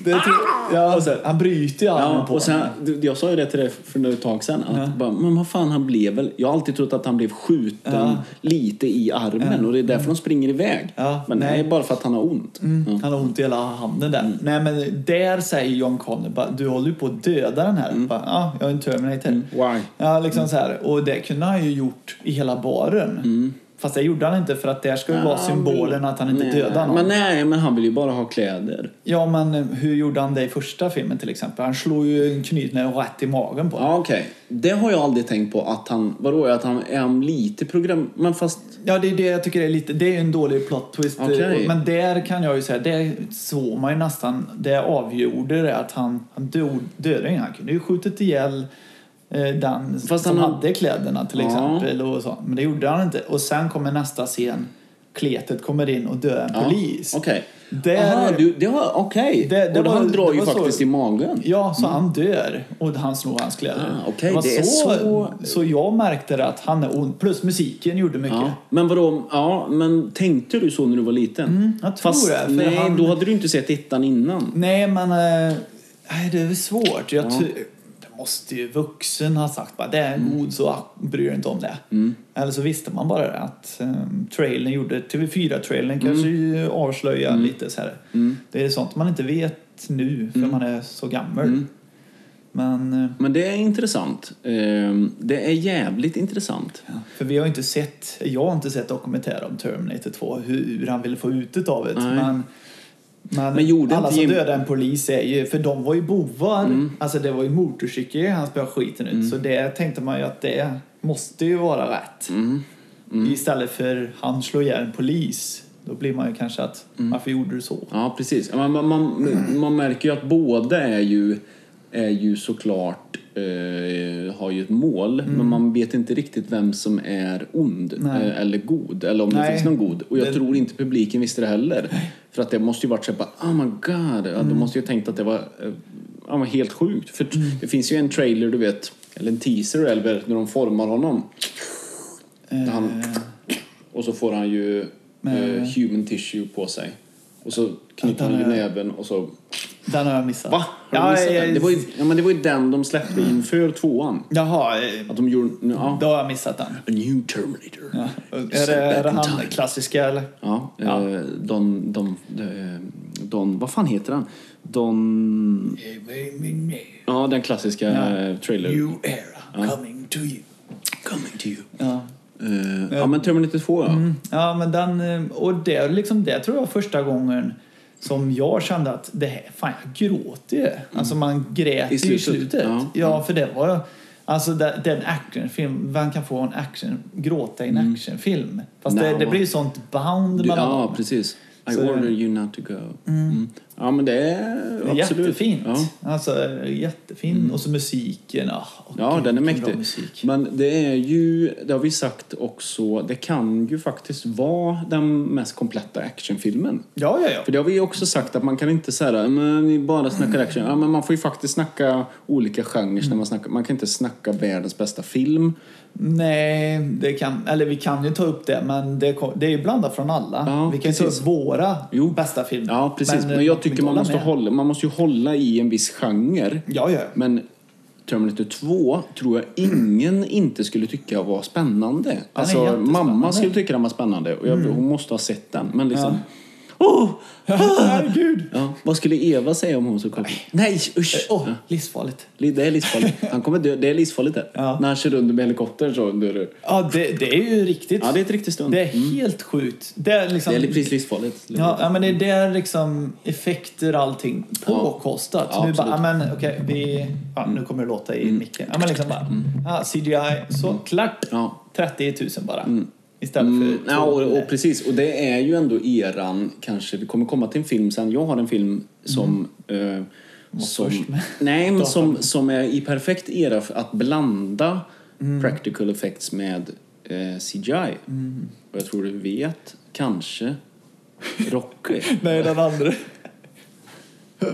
[SPEAKER 2] Det tror, ja och sen, han bryter ju armen
[SPEAKER 1] Ja,
[SPEAKER 2] på
[SPEAKER 1] och sen,
[SPEAKER 2] henne.
[SPEAKER 1] du- jag sa ju det till dig för ett tag sedan. Att bara, men vad fan, han blev väl... Jag har alltid trott att han blev skjuten
[SPEAKER 2] Ja. Mm.
[SPEAKER 1] lite i armen och det är därför de springer iväg.
[SPEAKER 2] Ja,
[SPEAKER 1] Men nej.
[SPEAKER 2] nej. Mm.
[SPEAKER 1] det är bara för att han har ont. Ja.
[SPEAKER 2] Han har ont i hela handen där.
[SPEAKER 1] Mm.
[SPEAKER 2] Nej, men där säger John Connor bara, du håller ju på att döda den
[SPEAKER 1] Mm.
[SPEAKER 2] här. Bara, ja, jag är en Terminator.
[SPEAKER 1] Why?
[SPEAKER 2] Ja, liksom så här. Och det kunde han ju gjort i hela baren.
[SPEAKER 1] Mm.
[SPEAKER 2] Fast det gjorde han inte för att där ska ju vara symbolen att han inte
[SPEAKER 1] nej.
[SPEAKER 2] dödar någon.
[SPEAKER 1] Men nej, men han vill ju bara ha kläder.
[SPEAKER 2] Ja, men hur gjorde han det i första filmen till exempel? Han slog ju en knytnäve rätt i magen på honom.
[SPEAKER 1] Ja, okej. Det har jag aldrig tänkt på att han... Vadå, att han är han lite program... Men fast...
[SPEAKER 2] Ja, det är det jag tycker är lite... Det är ju en dålig plot twist. eh,
[SPEAKER 1] Okej.
[SPEAKER 2] Men där kan jag ju säga, det såg man ju nästan... Det avgjorde det att han, han dog, dödade ingen. Han kunde ju skjutit ihjäl eh, den
[SPEAKER 1] Fast
[SPEAKER 2] som
[SPEAKER 1] han-
[SPEAKER 2] hade kläderna till
[SPEAKER 1] Ja.
[SPEAKER 2] exempel. Och så. Men det gjorde han inte. Och sen kommer nästa scen. Kletet kommer in och dödar en
[SPEAKER 1] Ja,
[SPEAKER 2] polis.
[SPEAKER 1] Okej.
[SPEAKER 2] Där-
[SPEAKER 1] Aha, du, det har... Okej.
[SPEAKER 2] Det- det
[SPEAKER 1] Och då
[SPEAKER 2] var-
[SPEAKER 1] han drar
[SPEAKER 2] det
[SPEAKER 1] ju
[SPEAKER 2] var så-
[SPEAKER 1] faktiskt i magen.
[SPEAKER 2] Ja, så han dör och han snor hans kläder.
[SPEAKER 1] Mm. Ah, okej,
[SPEAKER 2] var
[SPEAKER 1] det är så-
[SPEAKER 2] så jag märkte det att han är ond. Plus musiken gjorde mycket.
[SPEAKER 1] Ja. Men vadå, ja, men tänkte du så när du var liten?
[SPEAKER 2] Mm, jag tror
[SPEAKER 1] Fast
[SPEAKER 2] det, för
[SPEAKER 1] nej,
[SPEAKER 2] han-
[SPEAKER 1] då hade du inte sett ettan innan.
[SPEAKER 2] Nej, men eh, nej, det är väl svårt. Jag ty- det måste ju vuxen ha sagt bara, det är en god så ah, bryr dig inte om det.
[SPEAKER 1] Mm,
[SPEAKER 2] Eller så visste man bara att um, trailern gjorde, TV4-trailern kanske ju avslöjar lite så här.
[SPEAKER 1] mm,
[SPEAKER 2] Det är sånt man inte vet nu för man är så gammal.
[SPEAKER 1] Mm.
[SPEAKER 2] Men, eh,
[SPEAKER 1] Men det är intressant. Ehm, Det är jävligt intressant.
[SPEAKER 2] för vi har ju inte sett, jag har inte sett dokumentär om Terminator 2, hur, hur han ville få ut utav det.
[SPEAKER 1] Nej.
[SPEAKER 2] Men, men,
[SPEAKER 1] Men gjorde
[SPEAKER 2] alla
[SPEAKER 1] inte
[SPEAKER 2] som
[SPEAKER 1] Jim- Mm.
[SPEAKER 2] dödade en polis är ju, för de var ju bovar. Alltså det var ju motorcykel han spöade skiten ut. Så det tänkte man ju att det måste ju vara rätt.
[SPEAKER 1] Mm.
[SPEAKER 2] Istället för han slår ihjäl en polis. Då blir man ju kanske att,
[SPEAKER 1] Mm.
[SPEAKER 2] varför gjorde du så?
[SPEAKER 1] Ja, precis. Man, man, man, man märker ju att båda är ju, är ju såklart eh, har ju ett mål, men man vet inte riktigt vem som är ond
[SPEAKER 2] Mm. Nej.
[SPEAKER 1] eh, eller god, eller om det
[SPEAKER 2] Nej.
[SPEAKER 1] finns någon god. Och jag
[SPEAKER 2] Det-
[SPEAKER 1] tror inte publiken visste det heller. För att det måste ju varit så här bara, oh my god, ja,
[SPEAKER 2] Mm.
[SPEAKER 1] de måste ju ha tänkt att det var, eh, ja, men helt sjukt. För t- det finns ju en trailer, du vet, eller en teaser eller när de formar honom. När han, och så får han ju eh, human tissue på sig. Och så knyter han ju
[SPEAKER 2] Vänta nu.
[SPEAKER 1] näven och så...
[SPEAKER 2] Den har jag missat.
[SPEAKER 1] Va? Har du
[SPEAKER 2] Ja, eh,
[SPEAKER 1] missat
[SPEAKER 2] jag-
[SPEAKER 1] den? Det var ju, ja, men det var ju den de släppte inför tvåan.
[SPEAKER 2] Jaha, eh,
[SPEAKER 1] Att de gjorde... nu- Ja.
[SPEAKER 2] då har jag missat den.
[SPEAKER 1] A new Terminator. Ja.
[SPEAKER 2] Är det, är det han klassiska eller?
[SPEAKER 1] Ja, eh, Don, Don, eh, Don... Vad fan heter han? Don... Ja, den klassiska eh, ja. trailern.
[SPEAKER 2] New era coming to you.
[SPEAKER 1] Coming to you. Mm,
[SPEAKER 2] Ja.
[SPEAKER 1] Eh, ja, men Terminator 2 ja.
[SPEAKER 2] Ja, men den, eh, och det, är liksom, det tror jag var första gången som jag kände att det här, fan jag gråter ju. Alltså man
[SPEAKER 1] Mm.
[SPEAKER 2] grät
[SPEAKER 1] I
[SPEAKER 2] ju
[SPEAKER 1] slutet.
[SPEAKER 2] i slutet.
[SPEAKER 1] Ja.
[SPEAKER 2] Ja, för det var Alltså det, det är en actionfilm. Vem kan få en action, gråta i en actionfilm? Fast det,
[SPEAKER 1] Now.
[SPEAKER 2] det blir ju sånt bound
[SPEAKER 1] Du,
[SPEAKER 2] mellan
[SPEAKER 1] Mm. ja,
[SPEAKER 2] dem.
[SPEAKER 1] precis. I
[SPEAKER 2] Så-
[SPEAKER 1] order you not to go. Mm. Ja, men det är
[SPEAKER 2] Det är
[SPEAKER 1] absolut.
[SPEAKER 2] Jättefint.
[SPEAKER 1] Ja. Mm.
[SPEAKER 2] Alltså jättefint. Och så musiken. ah, åh,
[SPEAKER 1] Ja,
[SPEAKER 2] gud,
[SPEAKER 1] den är
[SPEAKER 2] vilken bra
[SPEAKER 1] mäktig.
[SPEAKER 2] Musik.
[SPEAKER 1] Men det är ju, det har vi sagt också, det kan ju faktiskt vara den mest kompletta actionfilmen.
[SPEAKER 2] Ja, ja, ja.
[SPEAKER 1] För det har vi ju också sagt att man kan inte säga men vi bara snackar action. Ja, men man får ju faktiskt snacka olika genrer när man snackar. Man kan inte snacka världens bästa film.
[SPEAKER 2] Nej, det kan, eller vi kan ju ta upp det, men det, kom, det är ju blandat från alla.
[SPEAKER 1] Ja,
[SPEAKER 2] vi kan ju ta
[SPEAKER 1] precis.
[SPEAKER 2] upp våra
[SPEAKER 1] Jo.
[SPEAKER 2] bästa filmer.
[SPEAKER 1] Ja, precis. Men,
[SPEAKER 2] eh,
[SPEAKER 1] jag tycker
[SPEAKER 2] kan
[SPEAKER 1] man
[SPEAKER 2] hålla
[SPEAKER 1] måste,
[SPEAKER 2] med.
[SPEAKER 1] hålla, man måste ju hålla i en viss genre.
[SPEAKER 2] Ja, ja.
[SPEAKER 1] Men Terminator 2 tror jag ingen inte skulle tycka var spännande. Alltså,
[SPEAKER 2] jättespännande. Mm.
[SPEAKER 1] mamma skulle tycka den var spännande och jag, hon måste ha sett den. Men liksom,
[SPEAKER 2] Oh! Herregud!
[SPEAKER 1] Ja. Vad skulle Eva säga om hon såg koppling? Nej, usch!
[SPEAKER 2] Åh, oh, livsfarligt.
[SPEAKER 1] Det är livsfarligt. Han kommer dö. Det är livsfarligt där.
[SPEAKER 2] Ja.
[SPEAKER 1] När han kör under med helikoptern så dör du.
[SPEAKER 2] Ja, det, det är ju riktigt.
[SPEAKER 1] Ja, det är ett riktigt stund.
[SPEAKER 2] Det är helt sjukt. Det är liksom...
[SPEAKER 1] Det är precis livsfarligt.
[SPEAKER 2] Ja, ja, men det är där liksom effekter allting påkostat.
[SPEAKER 1] Ja,
[SPEAKER 2] nu bara,
[SPEAKER 1] absolut. Mm.
[SPEAKER 2] ja, men okej, vi... Ja, nu kommer det låta i micken. Ja, men liksom bara, ah, CGI, så klart.
[SPEAKER 1] Ja.
[SPEAKER 2] 30 000 bara. Istället
[SPEAKER 1] Mm,
[SPEAKER 2] för...
[SPEAKER 1] ja,
[SPEAKER 2] två-
[SPEAKER 1] och, och precis. Och det är ju ändå eran, kanske. Vi kommer komma till en film sen. Jag har en film som... eh, som,
[SPEAKER 2] Mm. först med
[SPEAKER 1] nej, men som, som är i perfekt era för att blanda
[SPEAKER 2] Mm.
[SPEAKER 1] practical effects med eh, CGI.
[SPEAKER 2] Mm.
[SPEAKER 1] Och jag tror du vet, kanske, Rocky.
[SPEAKER 2] Nej, den andra. Ja,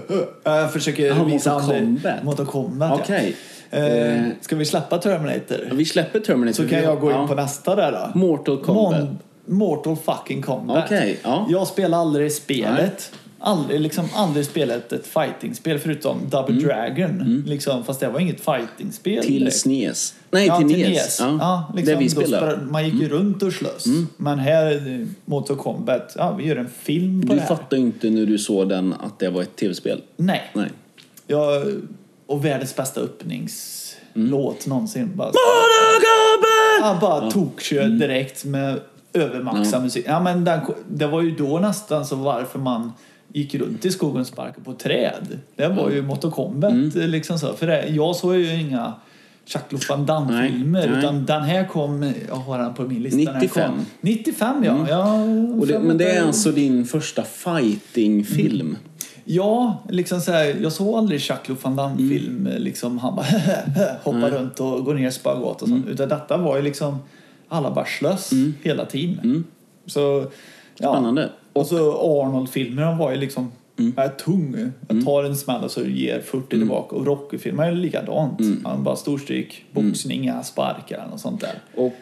[SPEAKER 2] Jag försöker
[SPEAKER 1] Jaha,
[SPEAKER 2] visa
[SPEAKER 1] Mortal
[SPEAKER 2] andra-
[SPEAKER 1] Kombat.
[SPEAKER 2] Mortal Kombat, ja.
[SPEAKER 1] Okej.
[SPEAKER 2] Eh,
[SPEAKER 1] Eh,
[SPEAKER 2] ska vi släppa Terminator?
[SPEAKER 1] Vi släpper Terminator.
[SPEAKER 2] Så kan jag gå in
[SPEAKER 1] Ja.
[SPEAKER 2] på nästa där då.
[SPEAKER 1] Mortal Kombat.
[SPEAKER 2] Mon- Mortal fucking Kombat.
[SPEAKER 1] Okej, ja.
[SPEAKER 2] Jag spelar aldrig spelet. Aldrig, liksom, aldrig spelat ett fightingspel förutom Double Dragon. Liksom, fast det var inget fightingspel.
[SPEAKER 1] Mm. Till
[SPEAKER 2] direkt.
[SPEAKER 1] SNES. Nej,
[SPEAKER 2] Ja,
[SPEAKER 1] till E
[SPEAKER 2] till
[SPEAKER 1] NES.
[SPEAKER 2] NES. Ja. liksom,
[SPEAKER 1] där vi
[SPEAKER 2] då
[SPEAKER 1] spelar. Mm.
[SPEAKER 2] spelade- man gick ju runt och slös. Men här, eh, Mortal Kombat, ja, vi gör en film på
[SPEAKER 1] Du
[SPEAKER 2] det här.
[SPEAKER 1] fattade ju inte när du såg den att det var ett tv-spel.
[SPEAKER 2] Nej.
[SPEAKER 1] Nej.
[SPEAKER 2] Jag, och världens bästa
[SPEAKER 1] Mm.
[SPEAKER 2] öppningslåt någonsin. Bara, Ja, bara tokkör
[SPEAKER 1] Mm.
[SPEAKER 2] direkt med övermaxad musik. Ja, men den, det var ju då nästan så varför man gick runt i skogen och sparkade på träd. Det var ju Mortal Kombat.
[SPEAKER 1] Mm.
[SPEAKER 2] Liksom så. För det, jag såg ju inga Jacques van
[SPEAKER 1] Nej,
[SPEAKER 2] Damme-filmer
[SPEAKER 1] nej.
[SPEAKER 2] utan den här kom, jag har den på min lista. Den här
[SPEAKER 1] 95.
[SPEAKER 2] kom- 95 ja. ja
[SPEAKER 1] Mm. Och det,
[SPEAKER 2] fem,
[SPEAKER 1] men det är
[SPEAKER 2] åtta-
[SPEAKER 1] alltså din första fighting-film.
[SPEAKER 2] Mm. Ja, liksom så här, jag såg aldrig Jacques van
[SPEAKER 1] Mm.
[SPEAKER 2] Damme-film. Liksom, han bara hoppar runt och går ner i spagat och sånt.
[SPEAKER 1] Mm.
[SPEAKER 2] Utan detta var ju liksom alla bara slös hela tiden. Så, ja.
[SPEAKER 1] Mm. Spännande. Mm.
[SPEAKER 2] Och så Arnold-filmerna var ju liksom är tung. Jag tar en smäll och så ger 40 tillbaka. Och Rocky-filmerna är likadant.
[SPEAKER 1] Mm.
[SPEAKER 2] Han bara storstryk, boxning, inga sparkar och sånt där.
[SPEAKER 1] Och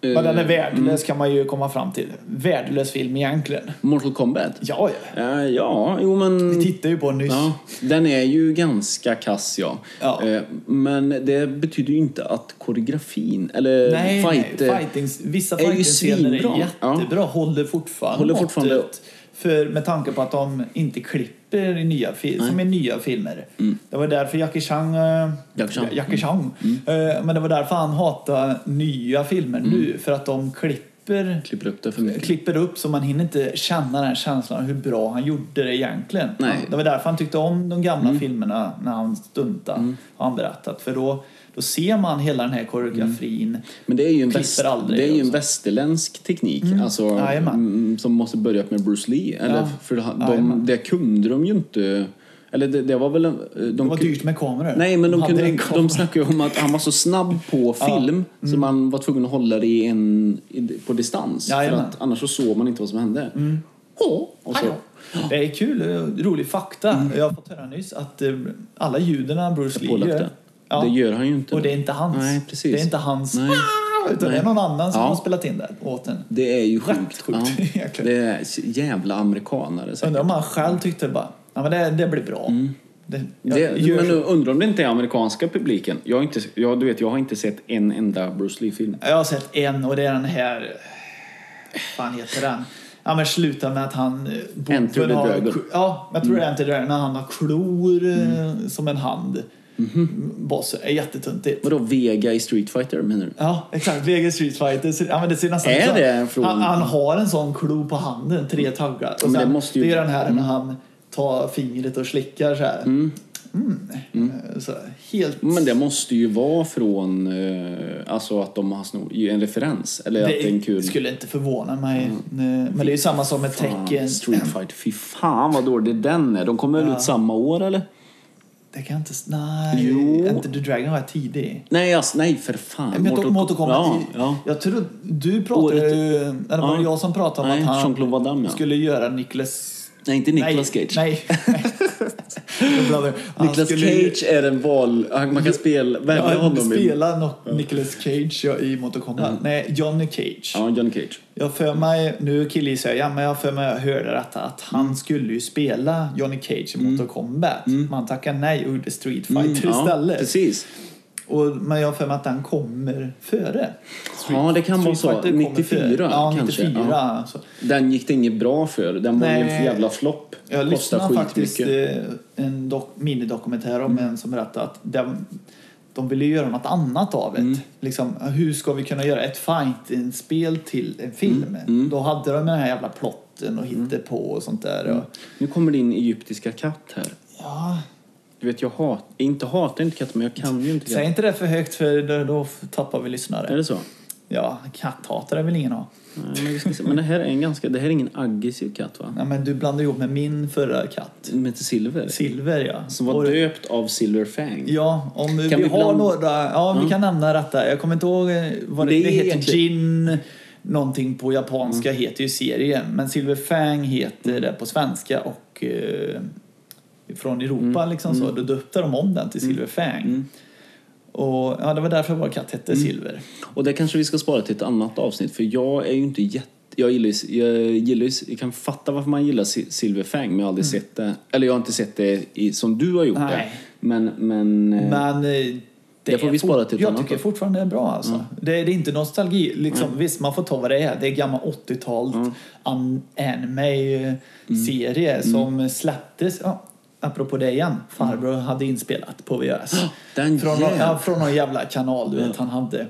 [SPEAKER 1] eh,
[SPEAKER 2] Men den är värdelös kan man ju komma fram till. Värdelös film egentligen.
[SPEAKER 1] Mortal Kombat.
[SPEAKER 2] Ja, ja.
[SPEAKER 1] Eh, ja, jo men...
[SPEAKER 2] Vi tittade ju på den nyss.
[SPEAKER 1] Ja, den är ju ganska kass, ja.
[SPEAKER 2] Ja.
[SPEAKER 1] Eh, Men det betyder ju inte att koreografin eller
[SPEAKER 2] Nej,
[SPEAKER 1] fight... eh,
[SPEAKER 2] nej. Fightings, vissa
[SPEAKER 1] är ju
[SPEAKER 2] fightingscener är
[SPEAKER 1] svinbra.
[SPEAKER 2] jättebra. Håller fortfarande
[SPEAKER 1] Håller fortfarande.
[SPEAKER 2] måttet. För med tanke på att de inte klipper i nya fil- som i nya filmer. Det var därför Jackie Chan... eh,
[SPEAKER 1] Mm. Jackie Chan. Mm.
[SPEAKER 2] Jackie Chan. eh, Men det var därför han hatade nya filmer nu. För att de klipper,
[SPEAKER 1] Klipper upp det för mycket.
[SPEAKER 2] klipper upp så man hinner inte känna den här känslan av hur bra han gjorde det egentligen.
[SPEAKER 1] Nej. Mm.
[SPEAKER 2] Det var därför han tyckte om de gamla filmerna när han stuntade, har han berättat. För då, då ser man hela den här koreografin.
[SPEAKER 1] Men det är ju en,
[SPEAKER 2] Klipper
[SPEAKER 1] väst,
[SPEAKER 2] aldrig
[SPEAKER 1] det är ju en
[SPEAKER 2] också.
[SPEAKER 1] västerländsk teknik alltså,
[SPEAKER 2] Jajamän.
[SPEAKER 1] mm, som måste börja med Bruce Lee. Eller,
[SPEAKER 2] Ja.
[SPEAKER 1] För han- de,
[SPEAKER 2] Jajamän.
[SPEAKER 1] det kunde de ju inte... Eller det, det var väl... en- De,
[SPEAKER 2] Det var dyrt med kameror.
[SPEAKER 1] Nej, men de,
[SPEAKER 2] hade
[SPEAKER 1] kunde,
[SPEAKER 2] en kamera.
[SPEAKER 1] de snackade ju om att han var så snabb på film så
[SPEAKER 2] Mm.
[SPEAKER 1] man var tvungen att hålla det i en, i, på distans. för
[SPEAKER 2] Jajamän.
[SPEAKER 1] att annars så såg man inte vad som hände. Mm. Och så, Mm.
[SPEAKER 2] Det är kul, eh, rolig fakta. Jag har fått höra nyss att eh, alla ljuden Bruce Lee
[SPEAKER 1] pålagt
[SPEAKER 2] gör,
[SPEAKER 1] det. Det gör han ju inte.
[SPEAKER 2] Och det är inte hans.
[SPEAKER 1] Nej, precis.
[SPEAKER 2] Det är inte hans. Ah,
[SPEAKER 1] Nej.
[SPEAKER 2] Utan det
[SPEAKER 1] Nej.
[SPEAKER 2] är någon annan som
[SPEAKER 1] Ja.
[SPEAKER 2] har spelat in det åt en.
[SPEAKER 1] Det är ju
[SPEAKER 2] Rätt
[SPEAKER 1] sjukt.
[SPEAKER 2] sjukt,
[SPEAKER 1] ja.
[SPEAKER 2] egentligen.
[SPEAKER 1] Det är jävla amerikanare säkert.
[SPEAKER 2] Undrar om han själv tyckte bara, ja men det, det blir bra. Det, jag
[SPEAKER 1] Mm. Det,
[SPEAKER 2] gör
[SPEAKER 1] men
[SPEAKER 2] så.
[SPEAKER 1] undrar om det inte är amerikanska publiken. Jag har, inte, jag, du vet, jag har inte sett en enda Bruce Lee-film.
[SPEAKER 2] Jag har sett en och det är den här... Vad fan heter den? Ja men sluta med att han... eh, boven
[SPEAKER 1] Enter the
[SPEAKER 2] har-
[SPEAKER 1] Dragon. Mm.
[SPEAKER 2] Ja, jag tror det är Enter the Dragon. När han har klor eh, som en hand.
[SPEAKER 1] Mhm.
[SPEAKER 2] Mm. Bossen är jättetuntigt.
[SPEAKER 1] Vadå Vega i Street Fighter menar du?
[SPEAKER 2] Ja, exakt. Vegas Street Fighter. Så- Ja, men det ser nästan
[SPEAKER 1] Är
[SPEAKER 2] ut som-
[SPEAKER 1] det från-
[SPEAKER 2] han, han har en sån klo på handen, tre taggar. Och
[SPEAKER 1] men det
[SPEAKER 2] sen, det,
[SPEAKER 1] måste ju- Mm.
[SPEAKER 2] är den här när han tar fingret och slickar så här. Mm. Eh, Så, helt...
[SPEAKER 1] Men det måste ju vara från eh, alltså att de har snor, ju en referens. Eller att det är en kul... Mm.
[SPEAKER 2] skulle inte förvåna mig. Eh, Men det är ju samma som med
[SPEAKER 1] Fan,
[SPEAKER 2] tecken.
[SPEAKER 1] Street Fighter. Fy fan vad dålig den är. De kommer väl ut samma år eller?
[SPEAKER 2] Det kan jag inte... Nej,
[SPEAKER 1] Jo.
[SPEAKER 2] inte The Dragon var tidig.
[SPEAKER 1] Nej, ass, nej för fan.
[SPEAKER 2] Men Mortal, Mortal Kombat,
[SPEAKER 1] Ja,
[SPEAKER 2] i-
[SPEAKER 1] ja.
[SPEAKER 2] jag tror du pratade
[SPEAKER 1] Året-
[SPEAKER 2] ju, eller var
[SPEAKER 1] Ja.
[SPEAKER 2] det jag som pratade om
[SPEAKER 1] Nej,
[SPEAKER 2] att han
[SPEAKER 1] Jean-Claude Van Damme, ja.
[SPEAKER 2] skulle göra Nicholas
[SPEAKER 1] Nej, inte Nicolas
[SPEAKER 2] nej,
[SPEAKER 1] Cage.
[SPEAKER 2] Nej. Jag blandar. Han
[SPEAKER 1] Nicolas
[SPEAKER 2] skulle ju-
[SPEAKER 1] Cage är en val... Man kan spela... Välja
[SPEAKER 2] Ja,
[SPEAKER 1] honom i...
[SPEAKER 2] spela no- Nicolas Cage ja, i Mortal Kombat. Nej, Johnny Cage.
[SPEAKER 1] Ja, Johnny Cage.
[SPEAKER 2] Jag för mig, nu killgissar jag, men jag för mig jag hörde detta att han
[SPEAKER 1] Mm.
[SPEAKER 2] skulle ju spela Johnny Cage i Mortal Kombat. Man tackade nej och gjorde Street Fighter
[SPEAKER 1] Mm, Ja,
[SPEAKER 2] istället.
[SPEAKER 1] precis.
[SPEAKER 2] Och, men jag har för mig att den kommer före.
[SPEAKER 1] Ja, det kan vara
[SPEAKER 2] Street
[SPEAKER 1] så.
[SPEAKER 2] Fighter kommer
[SPEAKER 1] 94
[SPEAKER 2] före. Ja,
[SPEAKER 1] kanske.
[SPEAKER 2] 94.
[SPEAKER 1] Ja.
[SPEAKER 2] Alltså.
[SPEAKER 1] Den gick det inget bra för. Den var ju en
[SPEAKER 2] Nej.
[SPEAKER 1] jävla flopp.
[SPEAKER 2] Jag
[SPEAKER 1] Kostade
[SPEAKER 2] lyssnade faktiskt
[SPEAKER 1] skitmycket. Mm.
[SPEAKER 2] eh, en dok- minidokumentär om en som berättade att de, de ville göra något annat av det.
[SPEAKER 1] Mm.
[SPEAKER 2] Liksom, hur ska vi kunna göra ett fighting-spel till en film?
[SPEAKER 1] Mm.
[SPEAKER 2] Då hade de den här jävla plotten och hittepå och sånt där. Och,
[SPEAKER 1] Nu kommer din egyptiska katt här.
[SPEAKER 2] ja,
[SPEAKER 1] Du vet, jag hat, inte hatar inte katter, men jag kan ju inte
[SPEAKER 2] säg
[SPEAKER 1] katter.
[SPEAKER 2] inte det för högt för då, då tappar vi lyssnare.
[SPEAKER 1] Är det så?
[SPEAKER 2] Ja, katthatare vill ingen ha.
[SPEAKER 1] Nej, men, vi ska se. men det här är en ganska... Det här är ingen aggressiv katt, va?
[SPEAKER 2] Nej, men du blandade ihop med min förra katt.
[SPEAKER 1] Den heter Silver.
[SPEAKER 2] Silver, ja.
[SPEAKER 1] Som var
[SPEAKER 2] Och-
[SPEAKER 1] döpt av Silver Fang.
[SPEAKER 2] Ja, om vi,
[SPEAKER 1] Kan vi blanda-
[SPEAKER 2] har
[SPEAKER 1] Mm.
[SPEAKER 2] några... Ja, vi kan nämna detta. Jag kommer inte ihåg eh, vad det,
[SPEAKER 1] Det
[SPEAKER 2] det,
[SPEAKER 1] är
[SPEAKER 2] heter.
[SPEAKER 1] egentligen-
[SPEAKER 2] Gin, någonting på japanska
[SPEAKER 1] Mm.
[SPEAKER 2] heter ju serien. Men Silver Fang heter det på svenska och eh, från Europa
[SPEAKER 1] Mm.
[SPEAKER 2] liksom så. Då döpte de om den till Silver Fang. Och ja, det var därför vår katt hette
[SPEAKER 1] Mm.
[SPEAKER 2] Silver.
[SPEAKER 1] Och det kanske vi ska spara till ett annat avsnitt för jag är ju inte jätte... Jag gillar ju, jag gillar ju, jag kan fatta varför man gillar Si- Silver Fang men jag har aldrig sett det. Eller jag har inte sett det i, som du har gjort
[SPEAKER 2] Mm. Nej.
[SPEAKER 1] det. Men, men... eh,
[SPEAKER 2] Men eh,
[SPEAKER 1] Det får
[SPEAKER 2] är
[SPEAKER 1] vi
[SPEAKER 2] fort-
[SPEAKER 1] spara till ett
[SPEAKER 2] Jag
[SPEAKER 1] annat Mm.
[SPEAKER 2] tycker
[SPEAKER 1] år.
[SPEAKER 2] fortfarande det är bra alltså. Det, är- det är inte nostalgi. Liksom, visst, man får ta vad det är. Det är gammal 80-tals
[SPEAKER 1] Mm.
[SPEAKER 2] an- anime-serie
[SPEAKER 1] Mm.
[SPEAKER 2] som släpptes. Ja, apropå det igen. Farbror
[SPEAKER 1] Mm.
[SPEAKER 2] hade inspelat på VHS.
[SPEAKER 1] den
[SPEAKER 2] från, någon,
[SPEAKER 1] jävla-
[SPEAKER 2] ja, från någon jävla kanal du vet han hade.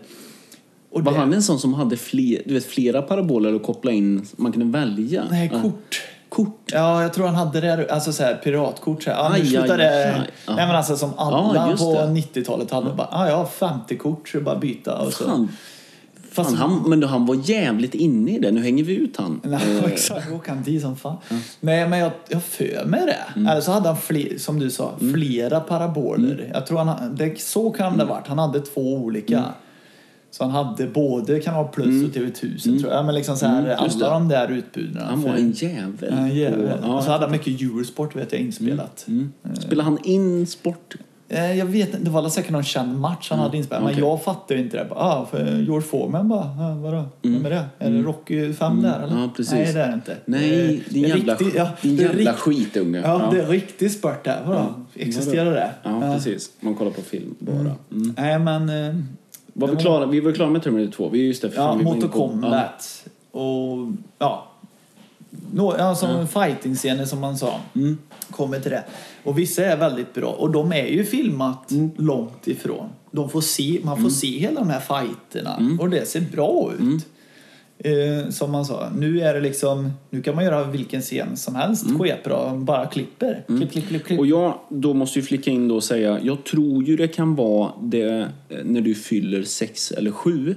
[SPEAKER 2] Och
[SPEAKER 1] Var
[SPEAKER 2] det-
[SPEAKER 1] han en sån som hade fler, du vet, flera paraboler att koppla in? Man kunde välja?
[SPEAKER 2] Nej,
[SPEAKER 1] Ja.
[SPEAKER 2] kort.
[SPEAKER 1] Kort?
[SPEAKER 2] Ja, jag tror han hade det, alltså så här, piratkort. Så här. Ja, nu
[SPEAKER 1] Aj,
[SPEAKER 2] slutar
[SPEAKER 1] aj,
[SPEAKER 2] det.
[SPEAKER 1] aj, aj.
[SPEAKER 2] Nej, men alltså som alla
[SPEAKER 1] Ja, just
[SPEAKER 2] på
[SPEAKER 1] det.
[SPEAKER 2] 90-talet hade bara, ah, jag har 50 kort så det är bara att byta. Och så.
[SPEAKER 1] Fan.
[SPEAKER 2] Fast-
[SPEAKER 1] Fan, alltså, han, men han var jävligt inne i det. Nu hänger vi ut han.
[SPEAKER 2] Nej, exakt. Åka en som fan. Nej, men jag, jag för mig det.
[SPEAKER 1] Mm.
[SPEAKER 2] Eller så hade han, fler, som du sa, flera paraboler.
[SPEAKER 1] Mm.
[SPEAKER 2] Jag tror han, det, så kan det ha varit. Han hade två olika. Så han hade både Kanal Plus och TV1000 tror jag. Men liksom så här,
[SPEAKER 1] Mm, just
[SPEAKER 2] alla
[SPEAKER 1] det.
[SPEAKER 2] de där utbuden.
[SPEAKER 1] Han var en jävel.
[SPEAKER 2] Ja, jävel. Alltså-
[SPEAKER 1] på- ja.
[SPEAKER 2] och så hade han mycket Eurosport vet jag inspelat.
[SPEAKER 1] Mm. Spelade han in sport?
[SPEAKER 2] Eh, Jag vet inte, det var säkert någon känd match han hade inspelat. Men
[SPEAKER 1] Mm, okej.
[SPEAKER 2] jag fattade ju inte det. Bara, ah, för George Foreman bara, ah, vadå? Vem är det? Är det Rocky 5 där eller?
[SPEAKER 1] Mm. Ja, precis.
[SPEAKER 2] Nej, det är det inte.
[SPEAKER 1] Nej,
[SPEAKER 2] Eh,
[SPEAKER 1] din
[SPEAKER 2] en
[SPEAKER 1] jävla,
[SPEAKER 2] riktig- ja,
[SPEAKER 1] din
[SPEAKER 2] det är
[SPEAKER 1] jävla
[SPEAKER 2] rikt-
[SPEAKER 1] skitunge.
[SPEAKER 2] Ja, det är riktig spurt där. Vadå? Existerar det?
[SPEAKER 1] Ja,
[SPEAKER 2] Ja.
[SPEAKER 1] precis. Man kollar på film bara. Mm.
[SPEAKER 2] Nej, men... eh,
[SPEAKER 1] Var
[SPEAKER 2] det
[SPEAKER 1] vi, klara? vi var klara med Terminator 2. Vi är just därför
[SPEAKER 2] Ja,
[SPEAKER 1] vi var inne
[SPEAKER 2] Mortal
[SPEAKER 1] på- Ja. Mm.
[SPEAKER 2] Kombat och... Ja. Nå, ja, som fighting-scener som man sa. Kommer till det. Och vissa är väldigt bra. Och de är ju filmat
[SPEAKER 1] Mm.
[SPEAKER 2] långt ifrån. De får se, man får se hela de här fighterna.
[SPEAKER 1] Mm.
[SPEAKER 2] Och det ser bra ut. Eh, som man sa, nu är det liksom... Nu kan man göra vilken scen som helst skitbra. Bara klipper. Klipp, klipp, klipp, klipp.
[SPEAKER 1] Mm. Och jag då måste ju flicka in då och säga, jag tror ju det kan vara det eh, när du fyller sex eller sju,